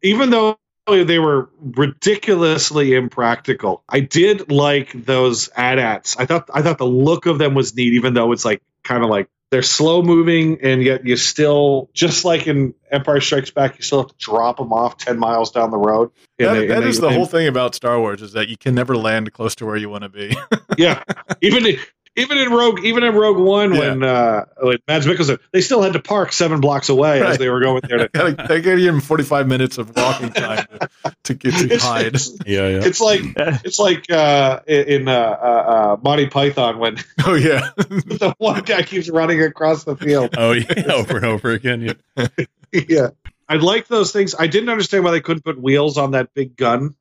Even though they were ridiculously impractical, I did like those AT-ATs. I thought I thought the look of them was neat, even though it's like kind of like they're slow moving, and yet you still just like in Empire Strikes Back, you still have to drop them off ten miles down the road. And That, they- that and is they- the and- whole thing about Star Wars is that you can never land close to where you want to be. yeah. Even even in Rogue, even in Rogue One, when uh, when Mads Mikkelsen, they still had to park seven blocks away as Right. they were going there. To, Gotta- they give him 45 minutes of walking time to, to get to It's- hide. It's, Yeah, yeah. it's like it's like uh, in uh, uh, uh, Monty Python when Oh yeah, the one guy keeps running across the field. Oh, yeah, over and over again. Yeah. yeah. I like those things. I didn't understand why they couldn't put wheels on that big gun.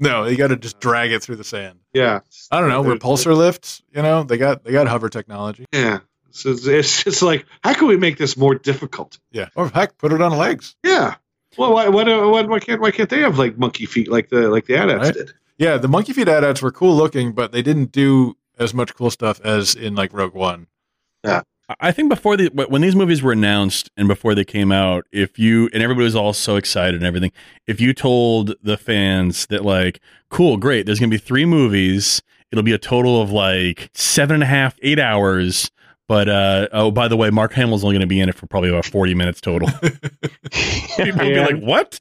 no, you got to just drag it through the sand. Yeah. I don't know There's- repulsor lifts. You know they got they got hover technology. Yeah. So it's, it's just like, how can we make this more difficult? Yeah, or heck, put it on legs. Yeah. Well, why, why, do- why, why can't why can't they have like monkey feet like the like the AT-ATs Right. did? Yeah, the monkey feet ads were cool looking, but they didn't do as much cool stuff as in like Rogue One. I think before the when these movies were announced and before they came out, if you and everybody was all so excited and everything, if you told the fans that like, cool, great, there's gonna be three movies, it'll be a total of like seven and a half, eight hours. But uh, oh, by the way, Mark Hamill's only gonna be in it for probably about forty minutes total. People would be Yeah. like, what?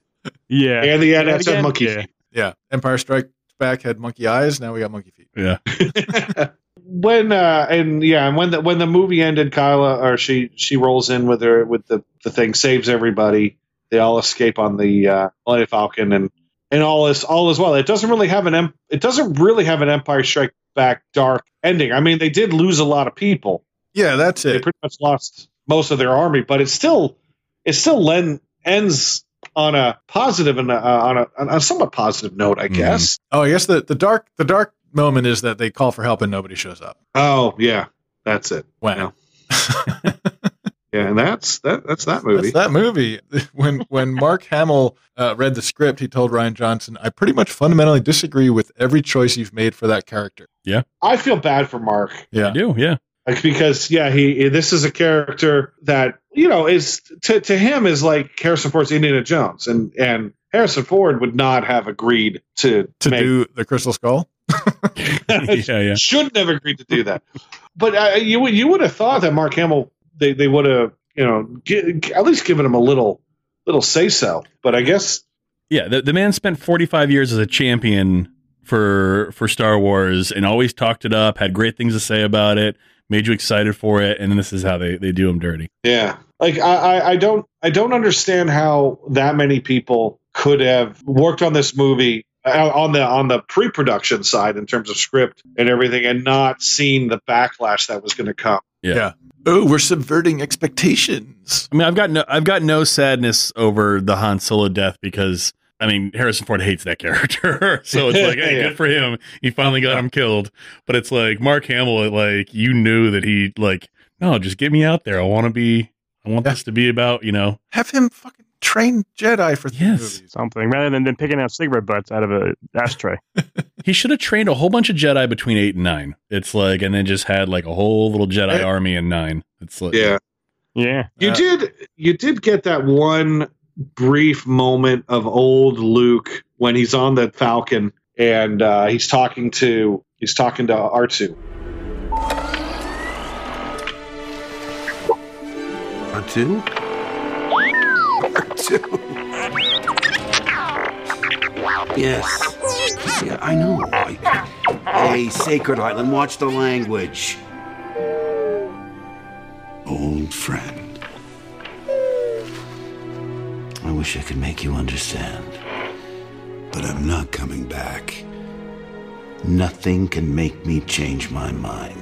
yeah. And the AT-ATs Again? had monkey Yeah. feet. Yeah, Empire Strike Back had monkey eyes. Now we got monkey feet. Yeah, When uh and yeah, and when the when the movie ended, Kyla or she she rolls in with her with the the thing saves everybody. They all escape on the uh, Millennium Falcon and and all is all is well. It doesn't really have an em- it doesn't really have an Empire Strike Back dark ending. I mean, they did lose a lot of people. Yeah, that's they it. pretty much lost most of their army, but it still it still len- ends on a positive and uh, on a on a somewhat positive note, I Mhm. guess. Oh, I guess the, the dark the dark moment is that they call for help and nobody shows up. Oh yeah, that's it. Wow. Yeah, and that's that that's that movie. That's that movie. When when Mark Hamill uh, read the script, he told Ryan Johnson, "I pretty much fundamentally disagree with every choice you've made for that character." I feel bad for Mark I do. Yeah, like because yeah, he this is a character that you know is to to him is like Harrison Ford's Indiana Jones, and and Harrison Ford would not have agreed to To make do the Crystal Skull, yeah, yeah. should never agree to do that. but uh, you would- you would have thought that Mark Hamill they, they would have you know gi- at least given him a little little say so. But I guess Yeah, the, the man spent 45 years as a champion for for Star Wars and always talked it up, had great things to say about it, made you excited for it, and this is how they, they do him dirty. yeah, like I, I I don't I don't understand how that many people could have worked on this movie uh, on the on the pre production side in terms of script and everything and not seen the backlash that was going to come. oh, we're subverting expectations. I mean, I've got no I've got no sadness over the Han Solo death because I mean Harrison Ford hates that character, so it's like, hey, Yeah. good for him. He finally got him killed, but it's like Mark Hamill, like you knew that he like no, just get me out there. I want to be. I want Yeah. this to be about you know. Have him fucking train Jedi for three Yes. movies. Something rather than, than picking out cigarette butts out of a ashtray. He should have trained a whole bunch of Jedi between eight and nine. It's like, and then just had like a whole little Jedi Right. army in nine. It's like, Yeah. You Uh, did you did get that one brief moment of old Luke when he's on the Falcon and uh, he's talking to he's talking to R2. Or two? Part two. Yes. Yeah, I know. I- hey, Sacred Island, watch the language. Old friend. I wish I could make you understand. But I'm not coming back. Nothing can make me change my mind.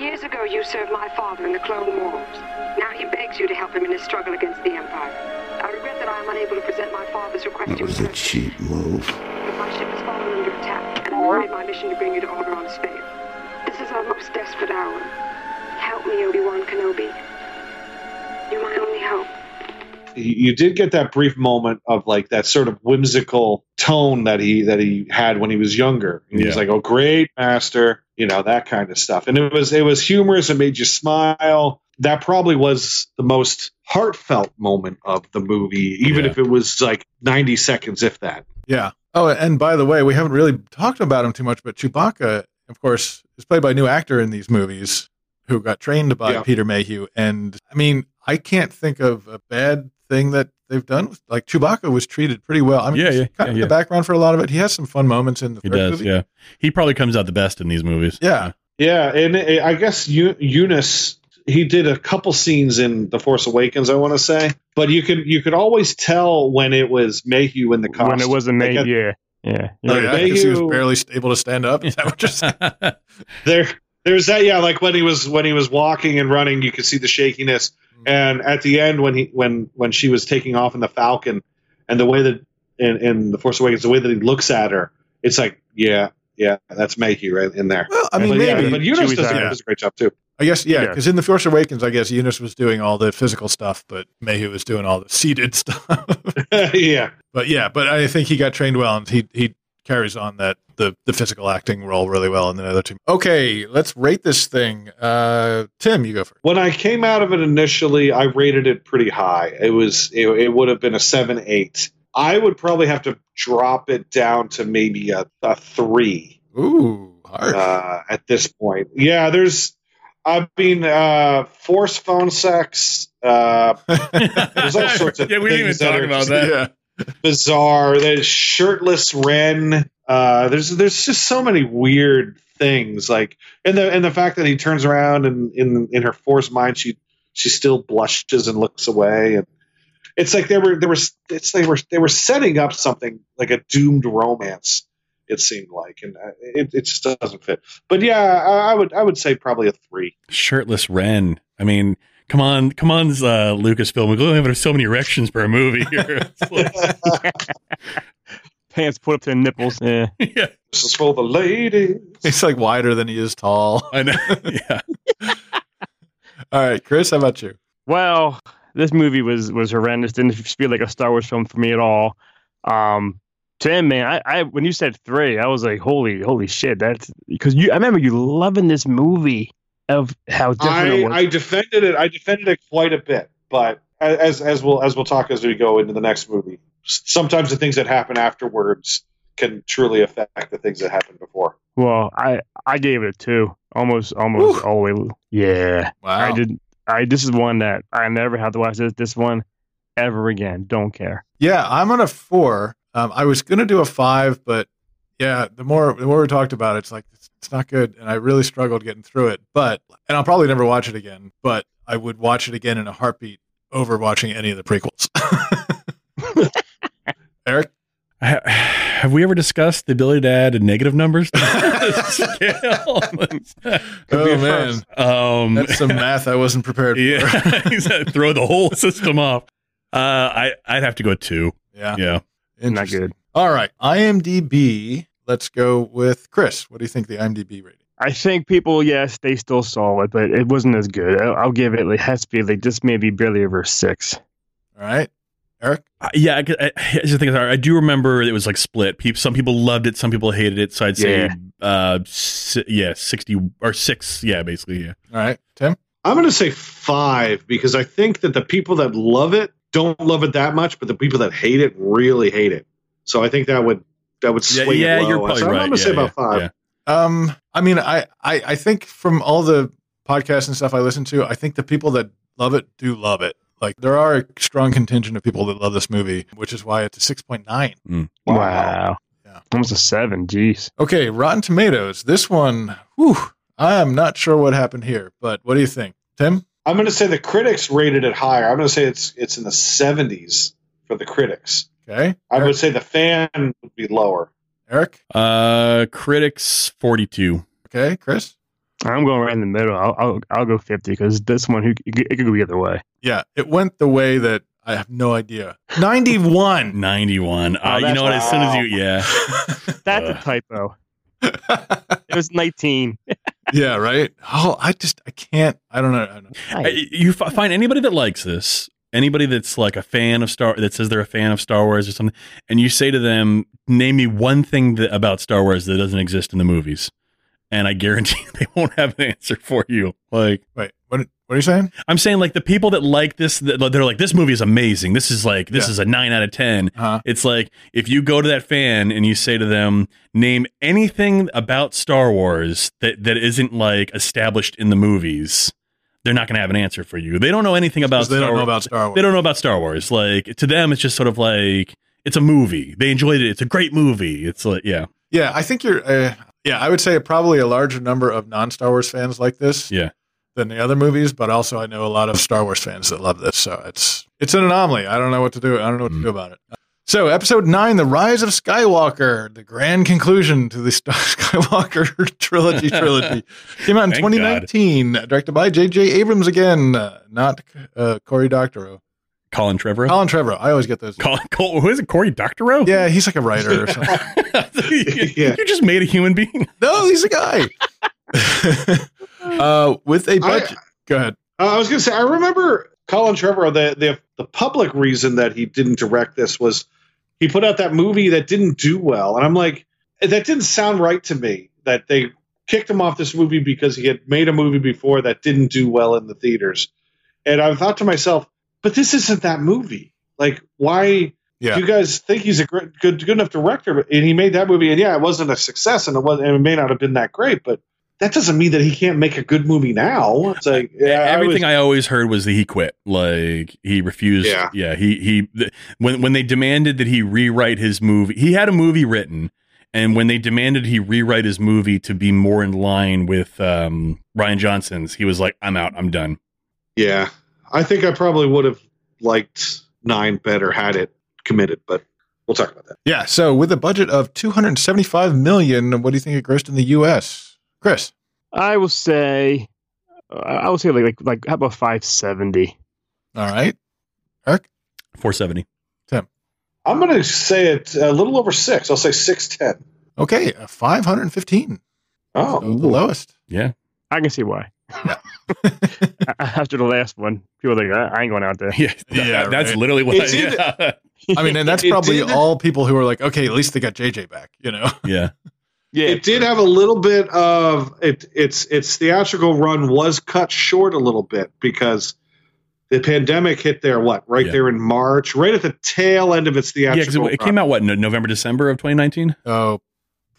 Years ago, you served my father in the Clone Wars. Now he begs you to help him in his struggle against the Empire. I regret that I am unable to present my father's request That to was you, a cheap move. but my ship has fallen under attack, and I'm afraid my mission to bring you to Alderaan is failed. This is our most desperate hour. Help me, Obi-Wan Kenobi. You're my only hope. you you did get that brief moment of like that sort of whimsical tone that he that he had when he was younger. And He was Yeah. like, "Oh, great master," you know that kind of stuff. And it was it was humorous. It made you smile. That probably was the most heartfelt moment of the movie, even Yeah. if it was like ninety seconds, if that. Yeah. Oh, and by the way, we haven't really talked about him too much, but Chewbacca, of course, is played by a new actor in these movies who got trained by Yeah. Peter Mayhew. And I mean, I can't think of a bad thing that they've done. with- Like Chewbacca was treated pretty well. I mean, Yeah, he's yeah, kind yeah, of yeah. the background for a lot of it. He has some fun moments in the He third does, movie. yeah. He probably comes out the best in these movies. Uh, Yeah. Yeah, and it, I guess Eu- Eunice he did a couple scenes in The Force Awakens, I want to say, but you could you could always tell when it was Mayhew in the costume. when it wasn't Like, made. at- yeah, yeah. Like, Oh, Yeah, 'cause he was Mayhew- barely able to stand up. Is that what you're saying? there there's that yeah like when he was when he was walking and running you could see the shakiness Mm-hmm. and at the end when he when when she was taking off in the falcon and the way that in, in the force awakens the way that he looks at her it's like yeah yeah that's mayhew right in there Well, I mean, but, yeah, maybe. but Eunice Chewie's does, a- out. does a great job too I guess, yeah, Yeah. because in The Force Awakens, I guess Eunice was doing all the physical stuff, but Mayhew was doing all the seated stuff. yeah but yeah, but I think he got trained well, and he he carries on that the the physical acting role really well in the other two. Okay, let's rate this thing. Uh, Tim, you go first. when i came out of it initially i rated it pretty high it was it, it would have been a 7 8 i would probably have to drop it down to maybe a, a 3 Ooh, hard. uh, at this point. Yeah, there's. I mean, uh, force phone sex. Uh, There's all sorts of Yeah, we didn't even things that talk are about just- that. yeah, bizarre. There's shirtless Ren. Uh, there's there's just so many weird things like and the and the fact that he turns around and in in her forced mind she she still blushes and looks away and it's like they were they were it's they were they were setting up something like a doomed romance it seemed like and uh, it, it just doesn't fit but yeah I, I would I would say probably a three Shirtless Ren. I mean, come on, come on, uh, Lucasfilm. We're going to have so many erections per movie here. It's like, Pants put up to the nipples. Yeah. yeah, this is for the ladies he's like wider than he is tall. I know. Yeah. All right, Chris, how about you? Well, this movie was was horrendous. Didn't feel like a Star Wars film for me at all. Um, Tim, man, I, I when you said three, I was like, holy, holy shit! That's because you. I remember you loving this movie of how different I, it was. I defended it. I defended it quite a bit, but as as we'll as we'll talk as we go into the next movie, s- sometimes the things that happen afterwards can truly affect the things that happened before. well, I I gave it a two, almost almost all the way. Yeah, Wow, I did. I this is one that I never have to watch this this one ever again. Don't care. Yeah, I'm on a four. Um, I was gonna do a five, but yeah, the more the more we talked about it, it's like it's, it's not good, and I really struggled getting through it. But and I'll probably never watch it again. But I would watch it again in a heartbeat over watching any of the prequels. Eric, Ha- Have we ever discussed the ability to add negative numbers to the scale? oh be a man, first. um, that's some math I wasn't prepared for. yeah, he said throw the whole system off. Uh, I I'd have to go two. yeah, Yeah, Not interesting. good. All right, IMDb. Let's go with Chris. What do you think the IMDb rating? I think people, yes, they still saw it, but it wasn't as good. I'll, I'll give it. It has to be like just maybe barely over six. All right, Eric. Uh, yeah. I, g- I, I just think it's hard. I do remember it was like split. People, some people loved it, some people hated it. So I'd say, Yeah. uh, si- yeah, sixty or six. Yeah, basically. Yeah. All right, Tim. I'm going to say five because I think that the people that love it don't love it that much, but the people that hate it really hate it. So I think that would that would Yeah, swing yeah, it low. you're probably so I'm right. going to say Yeah, about yeah, five. yeah. Um, I mean, I, I, I think from all the podcasts and stuff I listen to, I think the people that love it do love it. Like there are a strong contingent of people that love this movie, which is why it's a six point nine. Wow. Yeah. Almost a seven. Jeez. Okay, Rotten Tomatoes. This one, whew, I am not sure what happened here, but what do you think, Tim? I'm going to say the critics rated it higher. I'm going to say it's it's in the 70s for the critics. Okay, I would say the fan would be lower. Eric. Uh, critics forty two. Okay, Chris. I'm going right in the middle. I'll I'll, I'll go fifty because this one who it could it could go either way. Yeah, it went the way that I have no idea. Ninety one. 91. Oh, Uh, you that's know what? As soon as you, yeah. That's Uh. a typo. it was nineteen. yeah, right. Oh, I just I can't. I don't know. I don't know. I- you f- find anybody that likes this, anybody that's like a fan of Star, that says they're a fan of Star Wars or something, and you say to them, "Name me one thing that, about Star Wars that doesn't exist in the movies," and I guarantee they won't have an answer for you. Like Wait, what? What are you saying? I'm saying, like the people that like this, that- they're like, "This movie is amazing. This is like this Yeah. is a nine out of 10 Uh-huh. It's like if you go to that fan and you say to them, "Name anything about Star Wars that that isn't like established in the movies." They're not going to have an answer for you. They don't know anything about. Because they Star don't know about Wars. Star Wars. They don't know about Star Wars. Like to them, it's just sort of like it's a movie. They enjoyed it. It's a great movie. It's like yeah, Yeah, I think you're. Uh, yeah, I would say probably a larger number of non Star Wars fans like this. Yeah. Than the other movies, but also I know a lot of Star Wars fans that love this, so it's it's an anomaly. I don't know what to do. I don't know what Mm. to do about it. So, episode nine, the rise of Skywalker, the grand conclusion to the Star- Skywalker trilogy. Trilogy came out in Thank 2019, directed by J.J. Abrams again, uh, not uh, Cory Doctorow, Colin Trevorrow. Colin Trevorrow. I always get those. Colin, Col- who is it? Corey Doctorow. Yeah, he's like a writer or something. Yeah. You just made a human being. No, he's a guy. uh, with a budget. Go ahead. Uh, I was going to say, I remember Colin Trevorrow. The, the the public reason that he didn't direct this was he put out that movie that didn't do well, and I'm like, that didn't sound right to me. That they kicked him off this movie because he had made a movie before that didn't do well in the theaters, and I thought to myself, but this isn't that movie. Like, why? Yeah. You guys think he's a great, good, good enough director, but- and he made that movie, and yeah, it wasn't a success, and it was, and it may not have been that great, but that doesn't mean that he can't make a good movie now. It's like yeah, I was- E-, Everything I always heard was that he quit. Like he refused. Yeah. he he. th- when when they demanded that he rewrite his movie, he had a movie written, and when they demanded he rewrite his movie to be more in line with um, Ryan Johnson's, he was like, "I'm out. I'm done." Yeah, I think I probably would have liked nine better had it committed, but we'll talk about that. Yeah. So with a budget of 275 million, what do you think it grossed in the U.S.? Chris. I will say, uh, I will say like like, like how about five seventy? All right. Four seventy. I'm going to say it a little over six. I'll say six ten. Okay. uh, 515. Oh, So the lowest. Yeah. I can see why. After the last one, people are like, I I ain't going out there. Yeah, Yeah, that's right. literally what. It's I, yeah. I mean, and that's It probably did- all people who are like, okay, at least they got JJ back, you know? yeah, Yeah, It did have a little bit of it. Its its theatrical run was cut short a little bit because the pandemic hit there. What right Yeah. there in March, right at the tail end of its yeah. 'cause theatrical. it, it came out what no, November, December of 2019. Oh,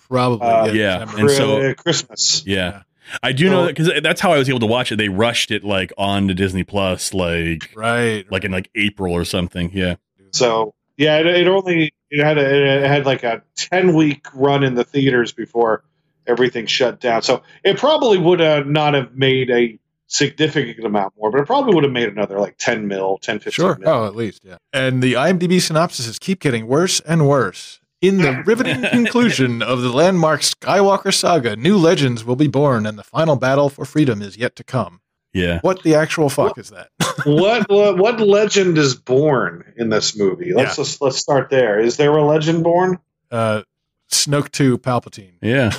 probably. Uh, yeah, December. and so- Christmas. Yeah, Yeah. I do know So- that because that's how I was able to watch it. They rushed it like on to Disney Plus, like right. like in like April or something. Yeah, So yeah, it, it only it had a, it had like a ten week run in the theaters before everything shut down. So it probably would have not have made a significant amount more, but it probably would have made another like ten mil, 10, 15 Sure. mil. Oh, at least. Yeah. And the IMDb synopsises keep getting worse and worse. In the riveting conclusion of the landmark Skywalker saga, new legends will be born and the final battle for freedom is yet to come. yeah. What the actual fuck is that? what what what legend is born in this movie? Let's just let's start there. Is there a legend born? Uh, Snoke 2 Palpatine. Yeah,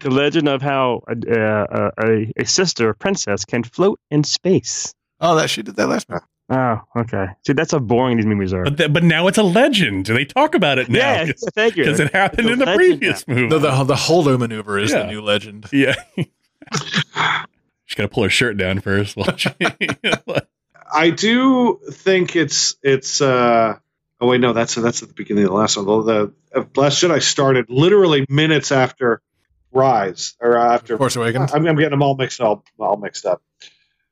the legend of how a, uh, a, a sister, a princess, can float in space. Oh, that she did that last month. Oh, okay. See, that's how boring these movies are. but th- but now it's a legend. They talk about it now yeah, because thank you. it happened It's a in the legend previous movie. No, the, the Holdo maneuver is Yeah. the new legend. yeah, she's gotta pull her shirt down first. while she- I do think it's it's. uh Oh wait, no, that's that's at the beginning of the last one. Though the uh, Last Jedi started literally minutes after Rise or after Force Awakens. I'm, I'm getting them all mixed all all mixed up.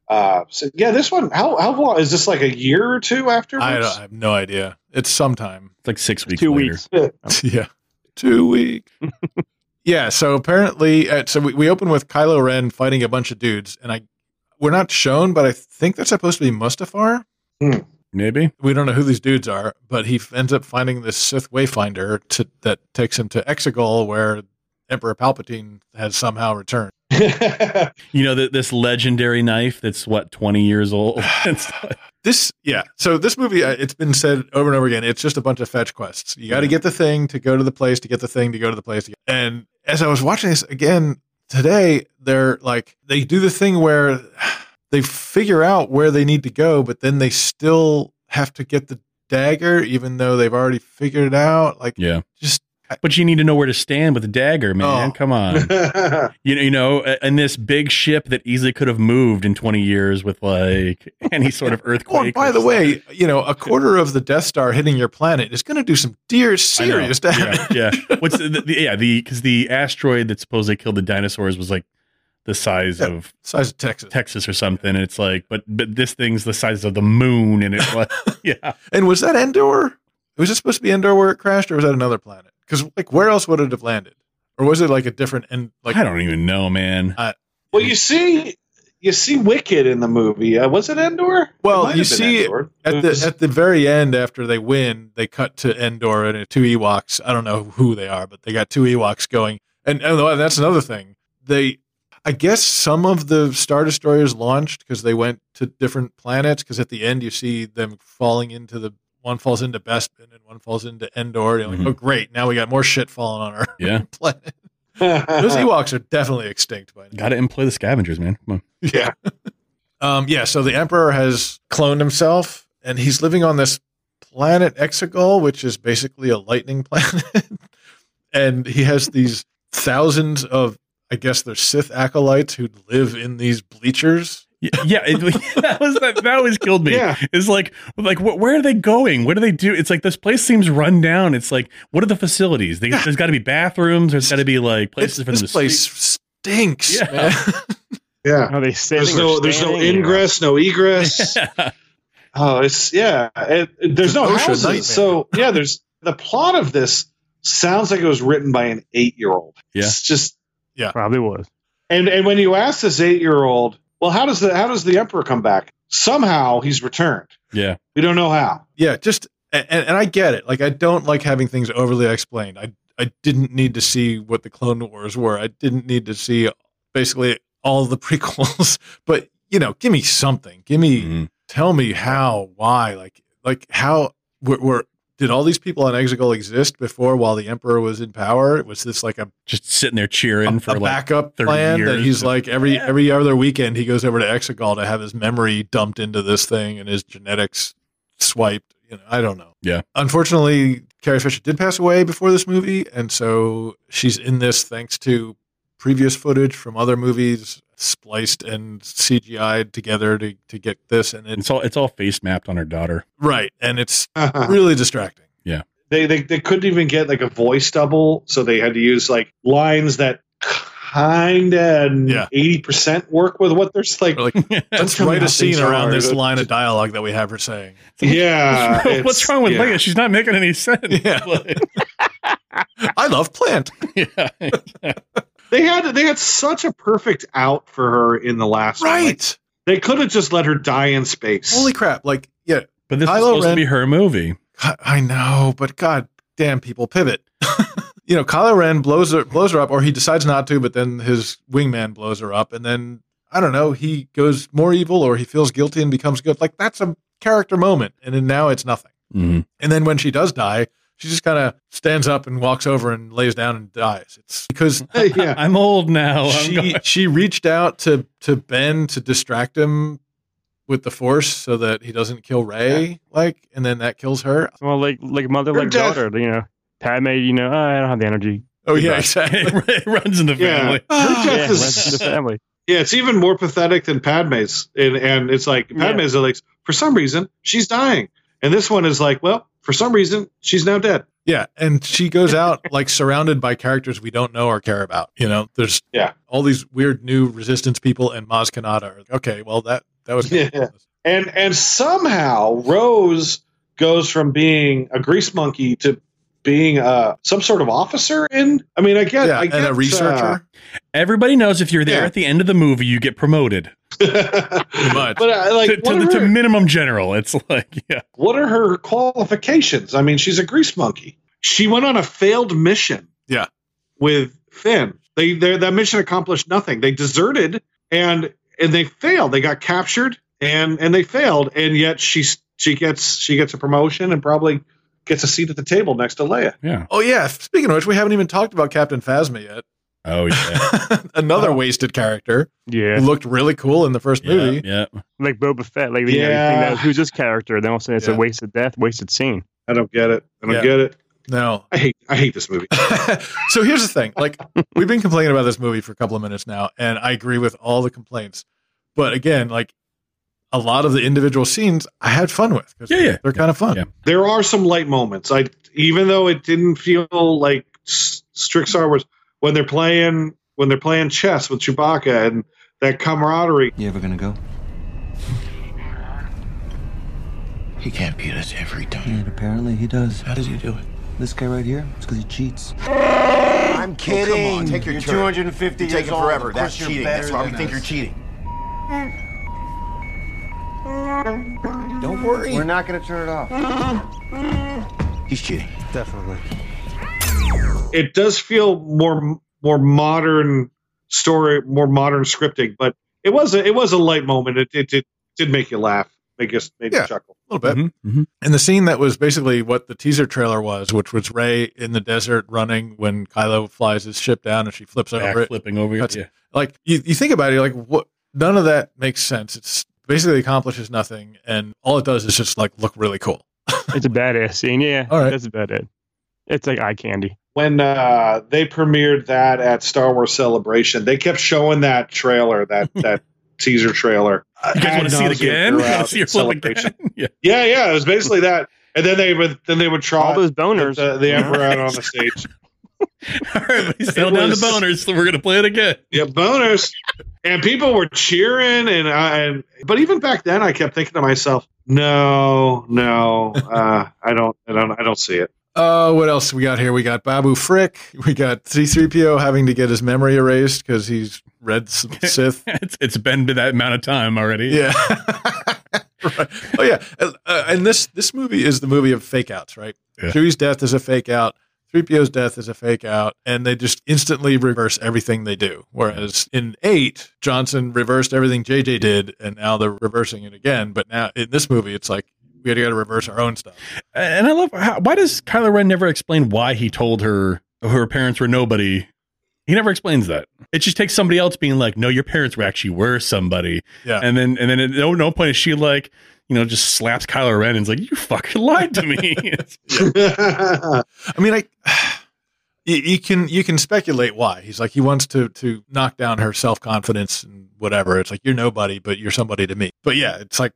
Uh, so yeah, this one how how long is this like a year or two after? I, don't, I have no idea. It's sometime. It's like six weeks. Two later. weeks. yeah, two weeks. yeah. So apparently, uh, so we, we open with Kylo Ren fighting a bunch of dudes, and I we're not shown, but I think that's supposed to be Mustafar. Maybe. We don't know who these dudes are, but he f- ends up finding this Sith Wayfinder to, that takes him to Exegol, where Emperor Palpatine has somehow returned. You know th- this legendary knife that's what twenty years old. It's like- This, yeah. So this movie, uh, it's been said over and over again. It's just a bunch of fetch quests. You got to get the thing to go to the place, to get the thing to go to the place. To get, and as I was watching this again today, they're like they do the thing where they figure out where they need to go, but then they still have to get the dagger, even though they've already figured it out. Like yeah. Just- But you need to know where to stand with the dagger, man. Oh. Come on. You know, you know, a- and this big ship that easily could have moved in twenty years with like any sort of Oh, and earthquake. by or the way, you know, a quarter of the Death Star hitting your planet is going to do some dear I know. serious damage. Yeah, yeah. What's the, the yeah the because the asteroid that supposedly killed the dinosaurs was like the size Yeah. of Size of Texas. Texas or something. And it's like, but but this thing's the size of the moon, and it's like, yeah, And was that Endor? Was it supposed to be Endor where it crashed, or was that another planet? Because like, where else would it have landed? Or was it like a different and like I don't even know, man. well, you see, you see Wicked in the movie. Uh, was it Endor? Well, It might you have been see it Endor. at the at the very end after they win, they cut to Endor and uh, two Ewoks. I don't know who they are, but they got two Ewoks going. And, and that's another thing. They, I guess, some of the Star Destroyers launched because they went to different planets. Because at the end, you see them falling into the one falls into Bespin and one falls into Endor. You're like, Mhm. oh great, now we got more shit falling on our Yeah, planet. Those Ewoks are definitely extinct by now. got to employ the scavengers, man. Come on. Yeah. um, yeah. So the Emperor has cloned himself, and he's living on this planet Exegol, which is basically a lightning planet. and he has these thousands of, I guess, they're Sith acolytes who live in these bleachers. Yeah, yeah it- that was that, that always killed me. Yeah. It's like, like, wh- where are they going? What do they do? It's like this place seems run down. It's like, what are the facilities? They, There's got to be bathrooms. There's got to be like places It's- for them this to place sleep. stinks. Yeah. man. yeah. Are they sitting There's or no, there's no standing or- ingress, no egress. Oh, it's yeah. It, it- there's no an ocean houses. nightmare. So yeah, there's the plot of this sounds like it was written by an eight year old. Yeah. It's just Probably was. and and when you ask this eight year old, well, how does the how does the emperor come back? Somehow he's returned. Yeah. We don't know how. yeah just and, and i get it like i don't like having things overly explained i i didn't need to see what the clone wars were i didn't need to see basically all the prequels but you know give me something give me Mhm. tell me how why like like how were, were did all these people on Exegol exist before while the emperor was in power was this like a, Just sitting there cheering a- a for like backup 30 plan that years. he's like every every other weekend he goes over to Exegol to have his memory dumped into this thing and his genetics swiped you know i don't know Yeah. unfortunately carrie fisher did pass away before this movie and so she's in this thanks to previous footage from other movies spliced and cgi'd together to, to get this and it's It's all it's all face mapped on her daughter. right and it's Ah. really distracting they, they they couldn't even get like a voice double, so they had to use like lines that kind Yeah. of eighty percent work with what they're s- like. Or like let's coming write a out scene these around are- this line of dialogue that we have her saying yeah, What's Uh, it's- wrong with yeah. Leia? She's not making any sense. Yeah. Like, i love plant yeah. They had they had such a perfect out for her in the last one. Like, right They could have just let her die in space. holy crap like yeah But this Kylo is supposed Ren- to be her movie. God, I know, but God damn, people pivot. you know, Kylo Ren blows her blows her up, or he decides not to, but then his wingman blows her up, and then I don't know, he goes more evil, or he feels guilty and becomes good. Like that's a character moment, and then now it's nothing. Mm-hmm. Mhm. And then when she does die, she just kind of stands up and walks over and lays down and dies. It's because yeah. I'm old now. I'm she going- she reached out to to Ben to distract him with the Force so that he doesn't kill Ray, like, and then that kills her. Well, like like mother, Her like death- daughter. You know, Padme. You know, "Oh, I don't have the energy. Oh yeah, Right. exactly. it runs in the Yeah. family. Her Yeah, death is- rest in the family. Yeah, it's even more pathetic than Padme's, and and it's like Yeah. Padme's like for some reason she's dying, and this one is like, well, for some reason she's now dead. Yeah, and she goes out like surrounded by characters we don't know or care about. You know, there's yeah all these weird new resistance people, and Maz Kanata. Are, okay, well that that was Yeah. And and somehow Rose goes from being a grease monkey to being uh, some sort of officer in. I mean, I guess Yeah, I and get, a researcher. uh, Everybody knows if you're there Yeah. at the end of the movie, you get promoted pretty much. but uh, like, to, what, to, are to her, minimum general. It's like, yeah, what are her qualifications? I mean, she's a grease monkey. She went on a failed mission. Yeah. with Finn, they their- that mission accomplished nothing. They deserted and and they failed. They got captured and and they failed. And yet she she gets she gets a promotion and probably gets a seat at the table next to Leia. yeah. Oh yeah. Speaking of which, we haven't even talked about Captain Phasma yet. Oh yeah, Another Oh. wasted character Yeah. looked really cool in the first yeah, movie. yeah. Like Boba Fett. Like, you know, you Yeah. think that, who's this character? Then all of a sudden it's Yeah. a wasted death, wasted scene. I don't get it. I don't Yeah. get it. No, I hate I hate this movie. so here's the thing like we've been complaining about this movie for a couple of minutes now and i agree with all the complaints but again like a lot of the individual scenes i had fun with 'cause Yeah, yeah. they're kind of fun Yeah. There are some light moments. I even though it didn't feel like s- strict Star Wars when they're playing when they're playing chess with Chewbacca and that camaraderie. You ever gonna go? He can't beat us every time. And apparently he does. How does he do it? This guy right here, it's because he cheats. I'm kidding. take your Oh, you're turn. 250 You're years taking old. Of forever. course That's you're cheating. better That's why we than think you're us. cheating. Don't worry. We're not going to turn it off. He's cheating. Definitely. it does feel more more modern story, more modern scripting, but it was a it was a light moment. It it, it did make you laugh, make us made Yeah. you chuckle. a little Mm-hmm. bit and the scene that was basically what the teaser trailer was which was ray in the desert running when kylo flies his ship down and she flips over Back it flipping over. That's- yeah. like you, you think about it you're like what none of that makes sense it's basically accomplishes nothing and all it does is just like look really cool It's a badass scene. Yeah. All right. That's about it. It's like eye candy. When uh, they premiered that at Star Wars Celebration, they kept showing that trailer, that that teaser trailer. You guys ad want to see it nauseam again? throughout See it Celebration. again? Yeah. Yeah, yeah, it was basically that. And then they would then they would try All those boners. the, the emperor out on the stage. All right, we settle down was- the boners. So we're gonna play it again. Yeah, bonus. And people were cheering, and I. And, but even back then, I kept thinking to myself, "No, no, uh, I don't, I don't, I don't see it." Uh, what else we got here? We got Babu Frick. We got C-3PO having to get his memory erased because he's read some Sith. It's, it's been to that amount of time already. Yeah. right. Oh yeah. Uh, uh, and this this movie is the movie of fake outs, right? Yeah. Chewie's death is a fake out. 3PO's death is a fake out, and they just instantly reverse everything they do. Whereas in 8, Johnson reversed everything JJ did, and now they're reversing it again. But now in this movie, it's like we got to reverse our own stuff. And I love how, why does Kylo Ren never explain why he told her her parents were nobody? He never explains that. It just takes somebody else being like, "No, your parents were actually were somebody," Yeah. and then and then at no no point is she like, you know, just slaps Kylo Ren and's like, "You fucking lied to me." It's- I mean, I you, you can you can speculate why he's like he wants to to knock down her self confidence and whatever. It's like you're nobody, but you're somebody to me. But yeah, it's like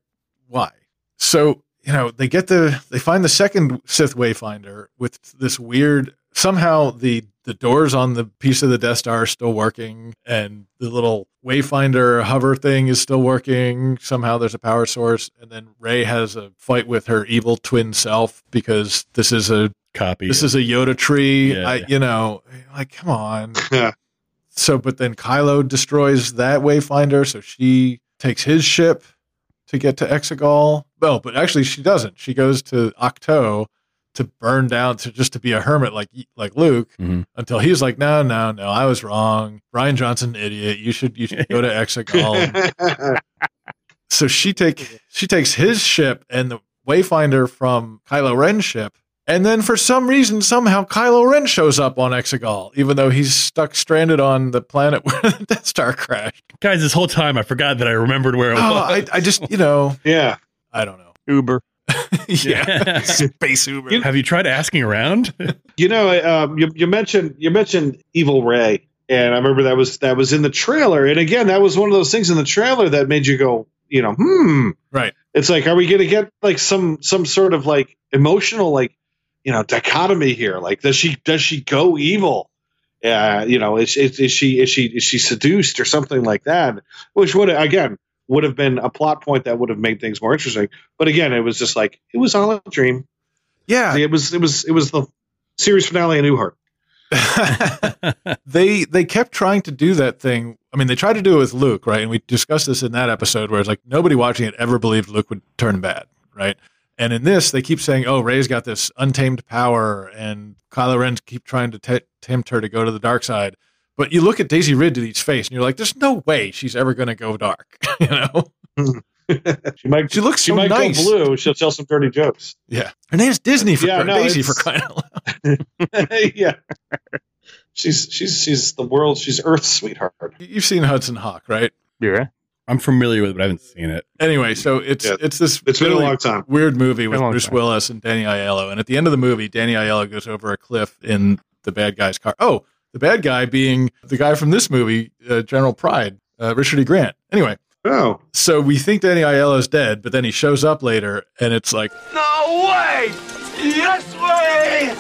why? So you know they get the they find the second Sith Wayfinder with this weird somehow the the doors on the piece of the Death Star are still working and the little Wayfinder hover thing is still working. Somehow there's a power source and then Ray has a fight with her evil twin self because this is a Copy. this is a Yoda tree. Yeah, I, yeah. you know, like come on. Yeah. So, but then Kylo destroys that Wayfinder, so she takes his ship to get to Exegol. Well, but actually, she doesn't. She goes to Octo to burn down to just to be a hermit like like Luke Mhm. until he's like, no, no, no, I was wrong. Ryan Johnson, idiot. You should you should go to Exegol. And so she take she takes his ship and the Wayfinder from Kylo Ren's ship, and then for some reason, somehow Kylo Ren shows up on Exegol, even though he's stuck stranded on the planet where the Death Star crashed. Guys, this whole time I forgot that I remembered where it Oh, was. I, I just you know yeah, I don't know. Uber. yeah. space Uber. Have you tried asking around? you know, um, you, you mentioned you mentioned Evil Ray, and I remember that was that was in the trailer. And again, that was one of those things in the trailer that made you go, you know, hmm. Right. It's like, are we going to get like some some sort of like emotional like you know dichotomy here. Like, does she does she go evil? Uh, you know, is, is, is she is she is she seduced or something like that? Which would again would have been a plot point that would have made things more interesting. But again, it was just like it was all a dream. Yeah, it was it was it was the series finale of Newhart. they they kept trying to do that thing. I mean, they tried to do it with Luke, right? And we discussed this in that episode where it's like nobody watching it ever believed Luke would turn bad, right? And in this, they keep saying, "Oh, Ray's got this untamed power," and Kylo Ren keep trying to t- tempt her to go to the dark side. But you look at Daisy Ridley's face, and you're like, "There's no way she's ever going to go dark," you know. she might. She looks. She so might nice. go blue. She'll tell some dirty jokes. Yeah, her name's Disney for Yeah, crying- no, Daisy for it's- crying out loud. yeah, she's she's she's the world. She's Earth's sweetheart. You've seen Hudson Hawk, right? Yeah. I'm familiar with it, but I haven't seen it. Anyway, so it's Yeah. it's this It's been a really long time. weird movie with Been a long Bruce time. Willis and Danny Aiello, and at the end of the movie, Danny Aiello goes over a cliff in the bad guy's car. Oh, the bad guy being the guy from this movie, uh, General Pride, uh, Richard E. Grant. Anyway, Oh, so we think Danny Aiello's dead, but then he shows up later, and it's like No way! Yes way!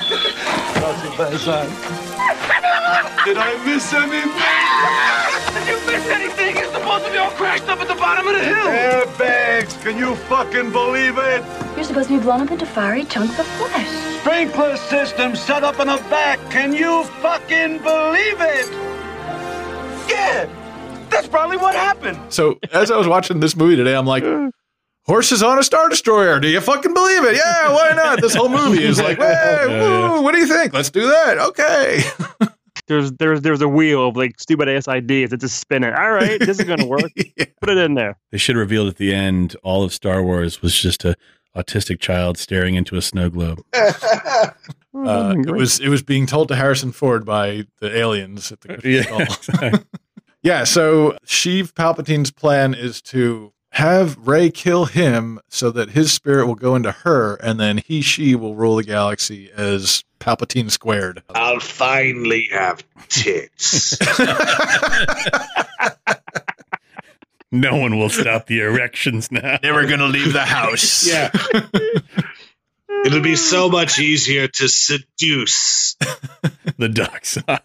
Did I miss anything? Did you miss anything? It's supposed to be all crashed up at the bottom of the hill. Airbags! Can you fucking believe it? You're supposed to be blown up into fiery chunks of flesh. Sprinkler system set up in the back. Can you fucking believe it? Yeah, that's probably what happened. So as I was watching this movie today, I'm like, horses on a star destroyer. Do you fucking believe it? Yeah, why not? This whole movie is like, hey, Yeah, woo, what do you think? Let's do that. Okay. There's there's there's a wheel of like stupid ass ideas that just spinning. All right, this is gonna work. Put it in there. They should have revealed at the end all of Star Wars was just a autistic child staring into a snow globe. Oh, that'd Uh, been it great. was it was being told to Harrison Ford by the aliens at the Christmas Yeah, call. yeah. So Sheev Palpatine's plan is to have Ray kill him so that his spirit will go into her, and then he she will rule the galaxy as Palpatine squared. I'll finally have tits. No one will stop the erections now. Never gonna leave the house. yeah, it'll be so much easier to seduce The dark side.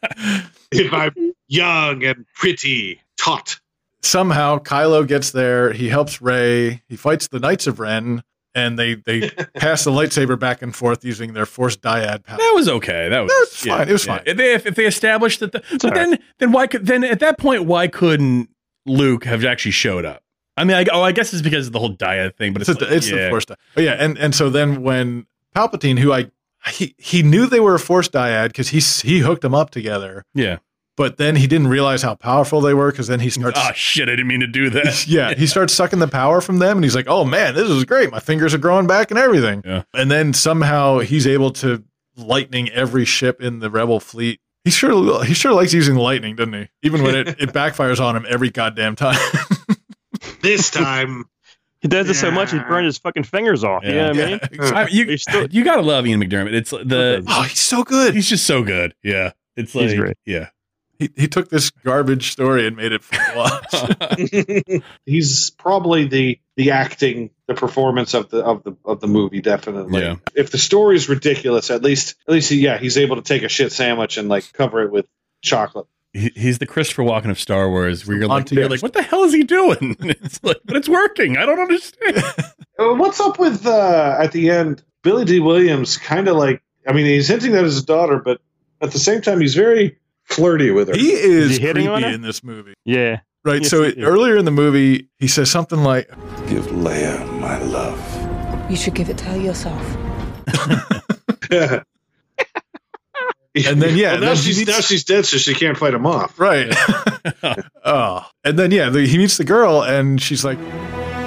if I'm young and pretty, taut. somehow Kylo gets there. He helps Ray. He fights the Knights of Ren, and they they pass the lightsaber back and forth using their Force dyad power. That was okay. That was, That's fine. It was fine. If they, if, if they established that, the, but all right. then then why could then at that point why couldn't Luke have actually showed up? I mean, I, oh, I guess it's because of the whole diet thing, but It's, it's, the, like, it's yeah. the Force dyad. Oh yeah, and and so then when Palpatine, who I he he knew they were a Force dyad because he s- he hooked them up together, Yeah. but then he didn't realize how powerful they were because then he starts. Oh shit! I didn't mean to do that. Ah, yeah, he starts sucking the power from them, and he's like, "Oh man, this is great! My fingers are growing back and everything." Yeah. And then somehow he's able to lightning every ship in the rebel fleet. He sure he sure likes using lightning, doesn't he? Even when it, it backfires on him every goddamn time. This time, He does it so much he burned his fucking fingers off. You know what I mean? I- you, He's still- you gotta love Ian McDermott. It's the oh, he's so good. he's just so good. Yeah, it's He's like great. yeah. He, he took this garbage story and made it fun to watch. he's probably the the acting, the performance of the of the of the movie. Definitely, Yeah. if the story's ridiculous, at least at least yeah, he's able to take a shit sandwich and like cover it with chocolate. He- He's the Christopher Walken of Star Wars. Where you're like, Monty- you're like, what the hell is he doing? It's like, but it's working. I don't understand. Uh, What's up with uh, at the end? Billy D. Williams kind of like I mean, he's hinting at his daughter, but at the same time, he's very flirty with her. He is, Is he hitting on creepy her? in this movie, yeah. right? Yes, so he it, is. earlier in the movie, he says something like, Give Leia my love. You should give it to her yourself. And then, yeah, Well, now then he she's meets- now she's dead, so she can't fight him off. "Right." oh, and then yeah, the, he meets the girl, and she's like,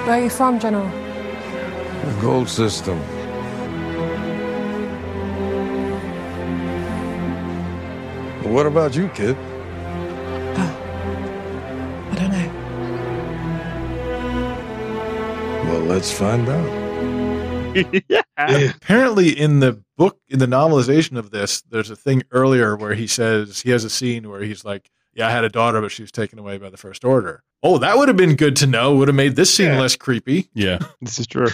Where are you from, General? The gold system. What about you, kid? I don't know. Well, let's find out. Yeah. apparently in the book in the novelization of this there's a thing earlier where he says he has a scene where he's like yeah i had a daughter but she was taken away by the first order oh that would have been good to know would have made this scene Yeah. less creepy yeah, This is true.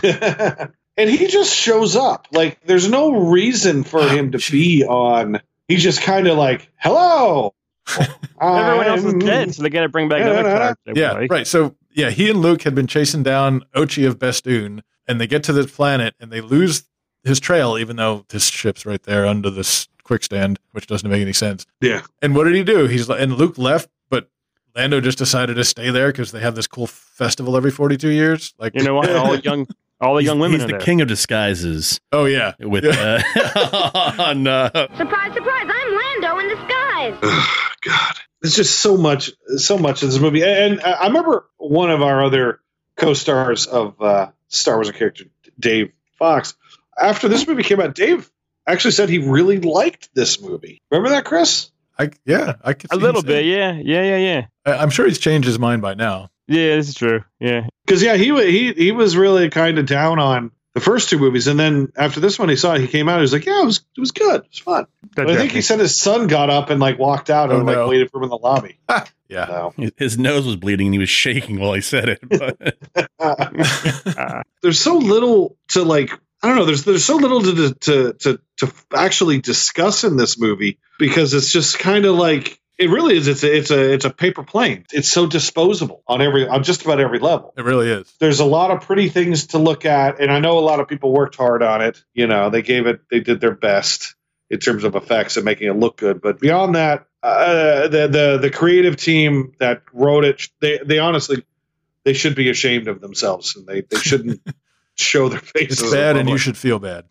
and he just shows up. Like there's no reason Ah, for him to be on. He's just kind of like, "Hello." Everyone else is dead, so they got to bring back Yeah, another mm-hmm. yeah, character. yeah, probably. right. So yeah, he and Luke had been chasing down Ochi of Bestoon, and they get to this planet and they lose his trail, even though this ship's right there under this quickstand, which doesn't make any sense. Yeah. And what did he do? He's li- and Luke left, but Lando just decided to stay there because they have this cool festival every forty-two years. Like You know what? All the young, all the young women He's are the there. king of disguises. Oh yeah, with Yeah. uh, on uh, Surprise, surprise, I'm Lando in disguise. It's just so much, so much of this movie. And, and I I remember one of our other co-stars of uh, Star Wars character, Dave Fox. After this movie came out, Dave actually said he really liked this movie. Remember that, Chris? I yeah, I could A little bit, yeah, yeah, yeah, yeah. I, I'm sure he's changed his mind by now. Yeah, this is true. Yeah, Because yeah, he wa- he he was really kind of down on the first two movies, and then after this one, he saw it. He came out. He was like, "Yeah, it was it was good. It was fun." But I think he said his son got up and like walked out and Oh, no. like waited for him in the lobby. Yeah. his nose was bleeding and he was shaking while he said it. But there's so little to like I don't know there's there's so little to to to to actually discuss in this movie because it's just kind of like it really is it's a, it's a it's a paper plane. It's so disposable on every on just about every level. It really is. There's a lot of pretty things to look at and I know a lot of people worked hard on it, you know, they gave it they did their best in terms of effects and making it look good, but beyond that uh, the the the creative team that wrote it they they honestly they should be ashamed of themselves and they they shouldn't show their faces. It's in bad, and you public. should feel bad.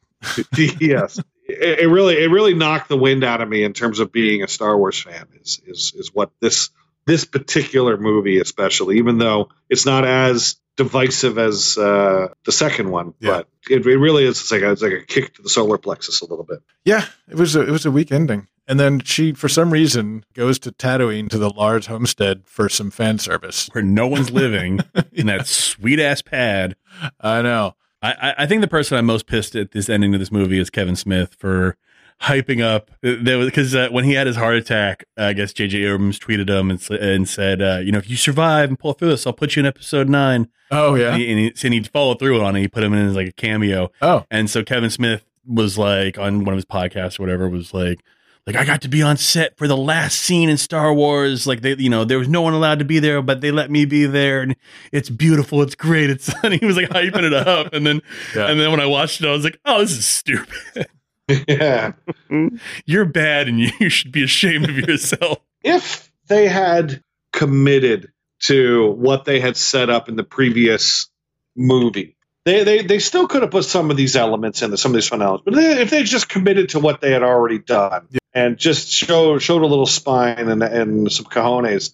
yes, it, it really it really knocked the wind out of me in terms of being a Star Wars fan. Is is is what this this particular movie, especially, even though it's not as divisive as uh, the second one, but it, it really is it's like a, it's like a kick to the solar plexus a little bit. Yeah, it was a, it was a weak ending. And then she, for some reason, goes to Tatooine to the Lars homestead for some fan service where no one's living in that sweet ass pad. I know. I, I, I think the person I'm most pissed at this ending of this movie is Kevin Smith for hyping up there was because uh, when he had his heart attack, uh, I guess J.J. Abrams tweeted him and, s- and said, uh, you know, if you survive and pull through this, I'll put you in episode nine. Oh yeah, and he, and he, and he followed through on it. He put him in as like a cameo. Oh, and so Kevin Smith was like on one of his podcasts or whatever was like. Like I got to be on set for the last scene in Star Wars. Like they, you know, there was no one allowed to be there, but they let me be there, and it's beautiful. It's great. It's and he was like hyping it up, and then, and then when I watched it, I was like, oh, this is stupid. Yeah. You're bad, and you should be ashamed of yourself. if they had committed to what they had set up in the previous movie, they they, they still could have put some of these elements in, some of these fun elements. But they, if they just committed to what they had already done and just show, showed a little spine and, and some cojones,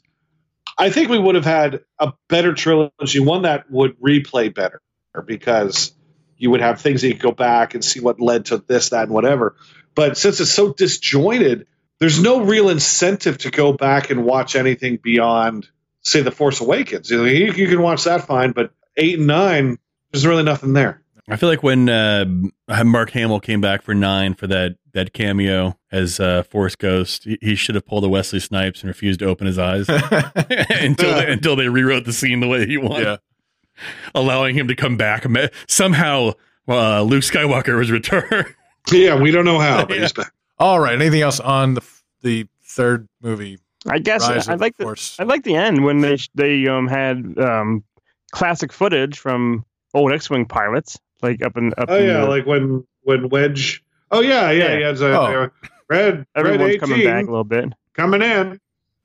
I think we would have had a better trilogy, one that would replay better because you would have things that you could go back and see what led to this, that, and whatever. But since it's so disjointed, there's no real incentive to go back and watch anything beyond, say, The Force Awakens. You, know, you, you can watch that fine, but eight and nine, there's really nothing there. I feel like when uh, Mark Hamill came back for nine for that that cameo as uh, Force Ghost, he, he should have pulled a Wesley Snipes and refused to open his eyes until they, until they rewrote the scene the way he wanted, allowing him to come back. Me- Somehow, uh, Luke Skywalker was returned. Yeah, we don't know how, but he's back. All right. Anything else on the f- the third movie? I guess Rise I of like the Force. I like the end when they they um had um classic footage from old X-wing pilots like up in up. Oh in yeah, the- like when when Wedge. Oh yeah, yeah, yeah. it's, uh, Oh. Red, everyone's Red 18, coming back a little bit. coming in.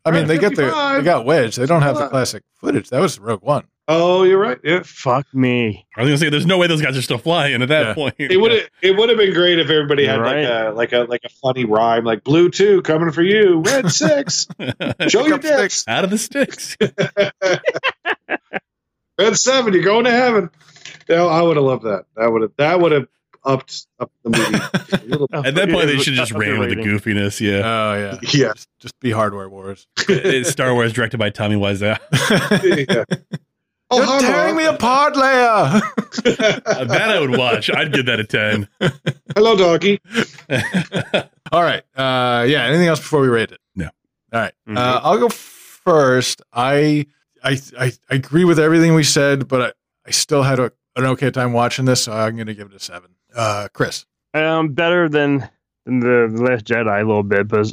I mean, they get the 55. they got Wedge. They don't have the classic footage. That was Rogue One. Oh, you're right. Yeah. Fuck me. I was gonna say, there's no way those guys are still flying at that Yeah. point. It would have it would have been great if everybody had like a like a like a funny rhyme like blue two coming for you red six show your dicks out of the sticks red seven you're going to heaven you know, I would have loved that that would have that would have upped up the movie a little bit. At that point, they should just ran with the goofiness. Yeah. Oh yeah. Yeah. Just, just be Hardware Wars. It's Star Wars directed by Tommy Wiseau. Uh, Oh, You're tearing me apart, Leia. that I would watch. I'd give that a ten. Hello, doggy. All right. Uh, yeah. Anything else before we rate it? No. All right. Uh, I'll go first. I, I I I agree with everything we said, but I, I still had a, an okay time watching this, so I'm going to give it a seven. Uh, Chris, Um, better than than the The Last Jedi a little bit, but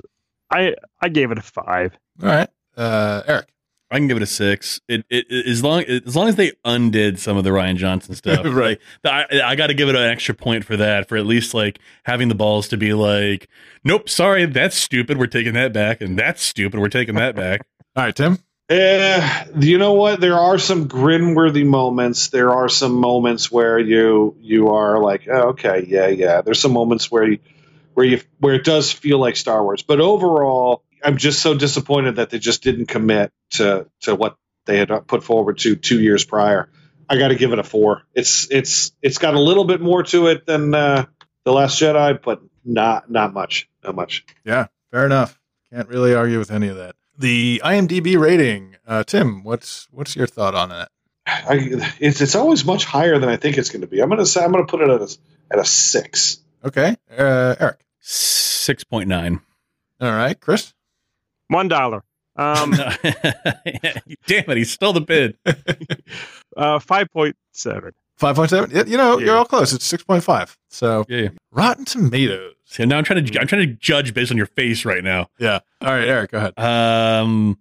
I I gave it a five. All right, uh, Eric. I can give it a six. It, it, it- as long as long as they undid some of the Ryan Johnson stuff, Right. Like, I, I got to give it an extra point for that, for at least like having the balls to be like, nope, sorry, that's stupid. We're taking that back, and that's stupid. We're taking that back. All right, Tim. Eh, you know what? There are some grin-worthy moments. There are some moments where you you are like, oh, okay, yeah, yeah. There's some moments where you, where you where it does feel like Star Wars. But overall, I'm just so disappointed that they just didn't commit to to what they had put forward to two years prior. I got to give it a four. It's it's it's got a little bit more to it than uh, the Last Jedi, but not not much, not much. Yeah, fair enough. Can't really argue with any of that. The IMDb rating, uh, Tim. What's what's your thought on that? I, it's it's always much higher than I think it's going to be. I'm gonna say I'm gonna put it at a, at a six. Okay, uh, Eric. Six point nine. All right, Chris. One dollar. Um, Damn it, he stole the bid. uh, five point seven. Five point seven. You know, you're all close. It's six point five. So yeah, Rotten Tomatoes. See, now I'm trying to I'm trying to judge based on your face right now. Yeah. All right, Eric, go ahead. Um,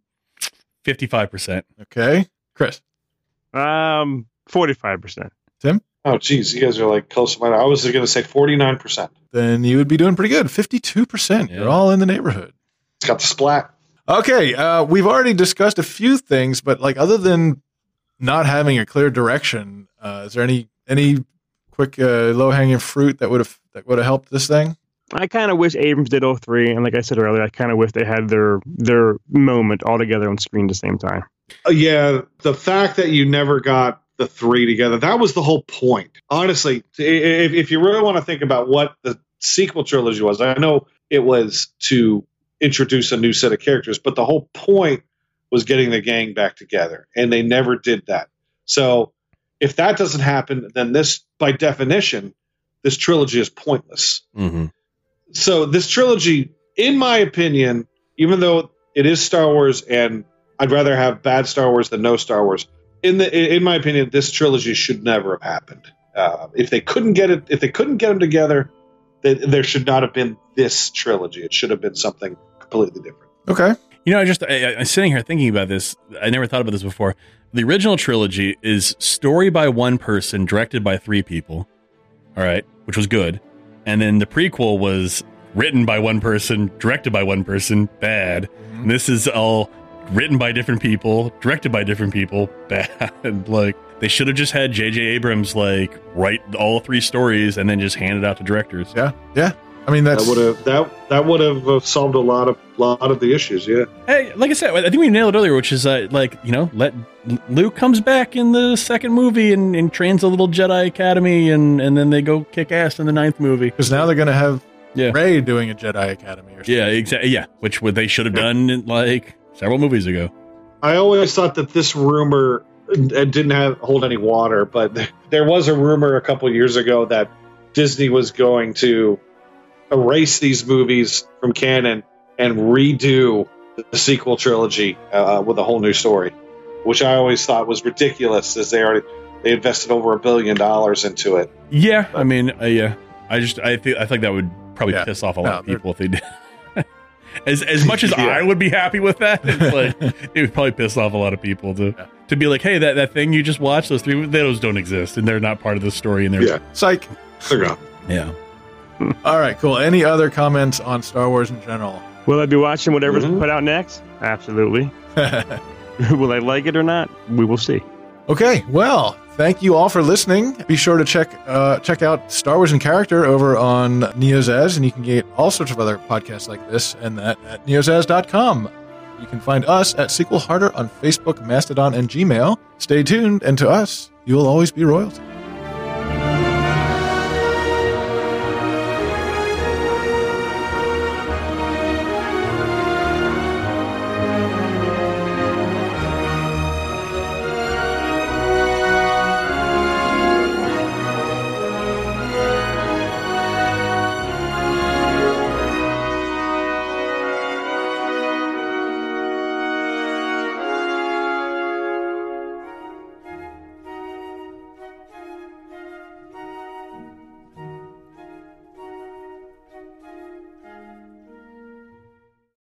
fifty five percent. Okay, Chris. Um, forty five percent. Tim. Oh, geez, you guys are like close to mine. I was going to say 49. percent Then you would be doing pretty good. Fifty-two percent. You're all in the neighborhood. It's got the splat. Okay, uh, we've already discussed a few things, but like other than not having a clear direction, uh, is there any any quick uh, low hanging fruit that would have that would have helped this thing? I kind of wish Abrams did 03, and like I said earlier, I kind of wish they had their their moment all together on screen at the same time. Uh, yeah, the fact that you never got the three together, that was the whole point. Honestly, i- i- if, if you really want to think about what the sequel trilogy was, I know it was to introduce a new set of characters, but the whole point was getting the gang back together, and they never did that. So if that doesn't happen, then this, by definition, this trilogy is pointless. Mm-hmm. so this trilogy, in my opinion, even though it is Star Wars, and I'd rather have bad Star Wars than no Star Wars. In the in my opinion, this trilogy should never have happened. Uh, if they couldn't get it, if they couldn't get them together, th- there should not have been this trilogy. It should have been something completely different. Okay. You know, I just I, I, I'm sitting here thinking about this. I never thought about this before. The original trilogy is story by one person, directed by three people. All right, which was good. And then the prequel was written by one person, directed by one person, bad. And this is all written by different people, directed by different people, bad. like they should have just had J.J. Abrams like write all three stories and then just hand it out to directors. Yeah, yeah. I mean That would have that that would have solved a lot of lot of the issues. Yeah. Hey, like I said, I think we nailed it earlier, which is uh, like you know, let Luke comes back in the second movie and, and trains a little Jedi Academy, and and then they go kick ass in the ninth movie. Because now they're gonna have yeah. Ray doing a Jedi Academy or something. Yeah, exactly. Yeah, which what they should have done like several movies ago. I always thought that this rumor it didn't have, hold any water, but there was a rumor a couple years ago that Disney was going to erase these movies from canon and redo the sequel trilogy uh, with a whole new story, which I always thought was ridiculous, as they already they invested over a billion dollars into it. Yeah, I mean, I, yeah, I just I think I think that would probably Yeah. piss off a lot No, of people if they did. as as much as I would be happy with that, it's like it would probably piss off a lot of people to to be like, hey, that that thing you just watched, those three those don't exist, and they're not part of the story, and they're Yeah. Psych. They're gone. Yeah. All right, cool. Any other comments on Star Wars in general? Will I be watching whatever's put out next? Absolutely. will I like it or not? We will see. Okay, well, thank you all for listening. Be sure to check uh, check out Star Wars in Character over on NeoZaz, and you can get all sorts of other podcasts like this and that at neozaz.com. You can find us at Sequel Harder on Facebook, Mastodon, and Gmail. Stay tuned, and to us, you will always be royalty.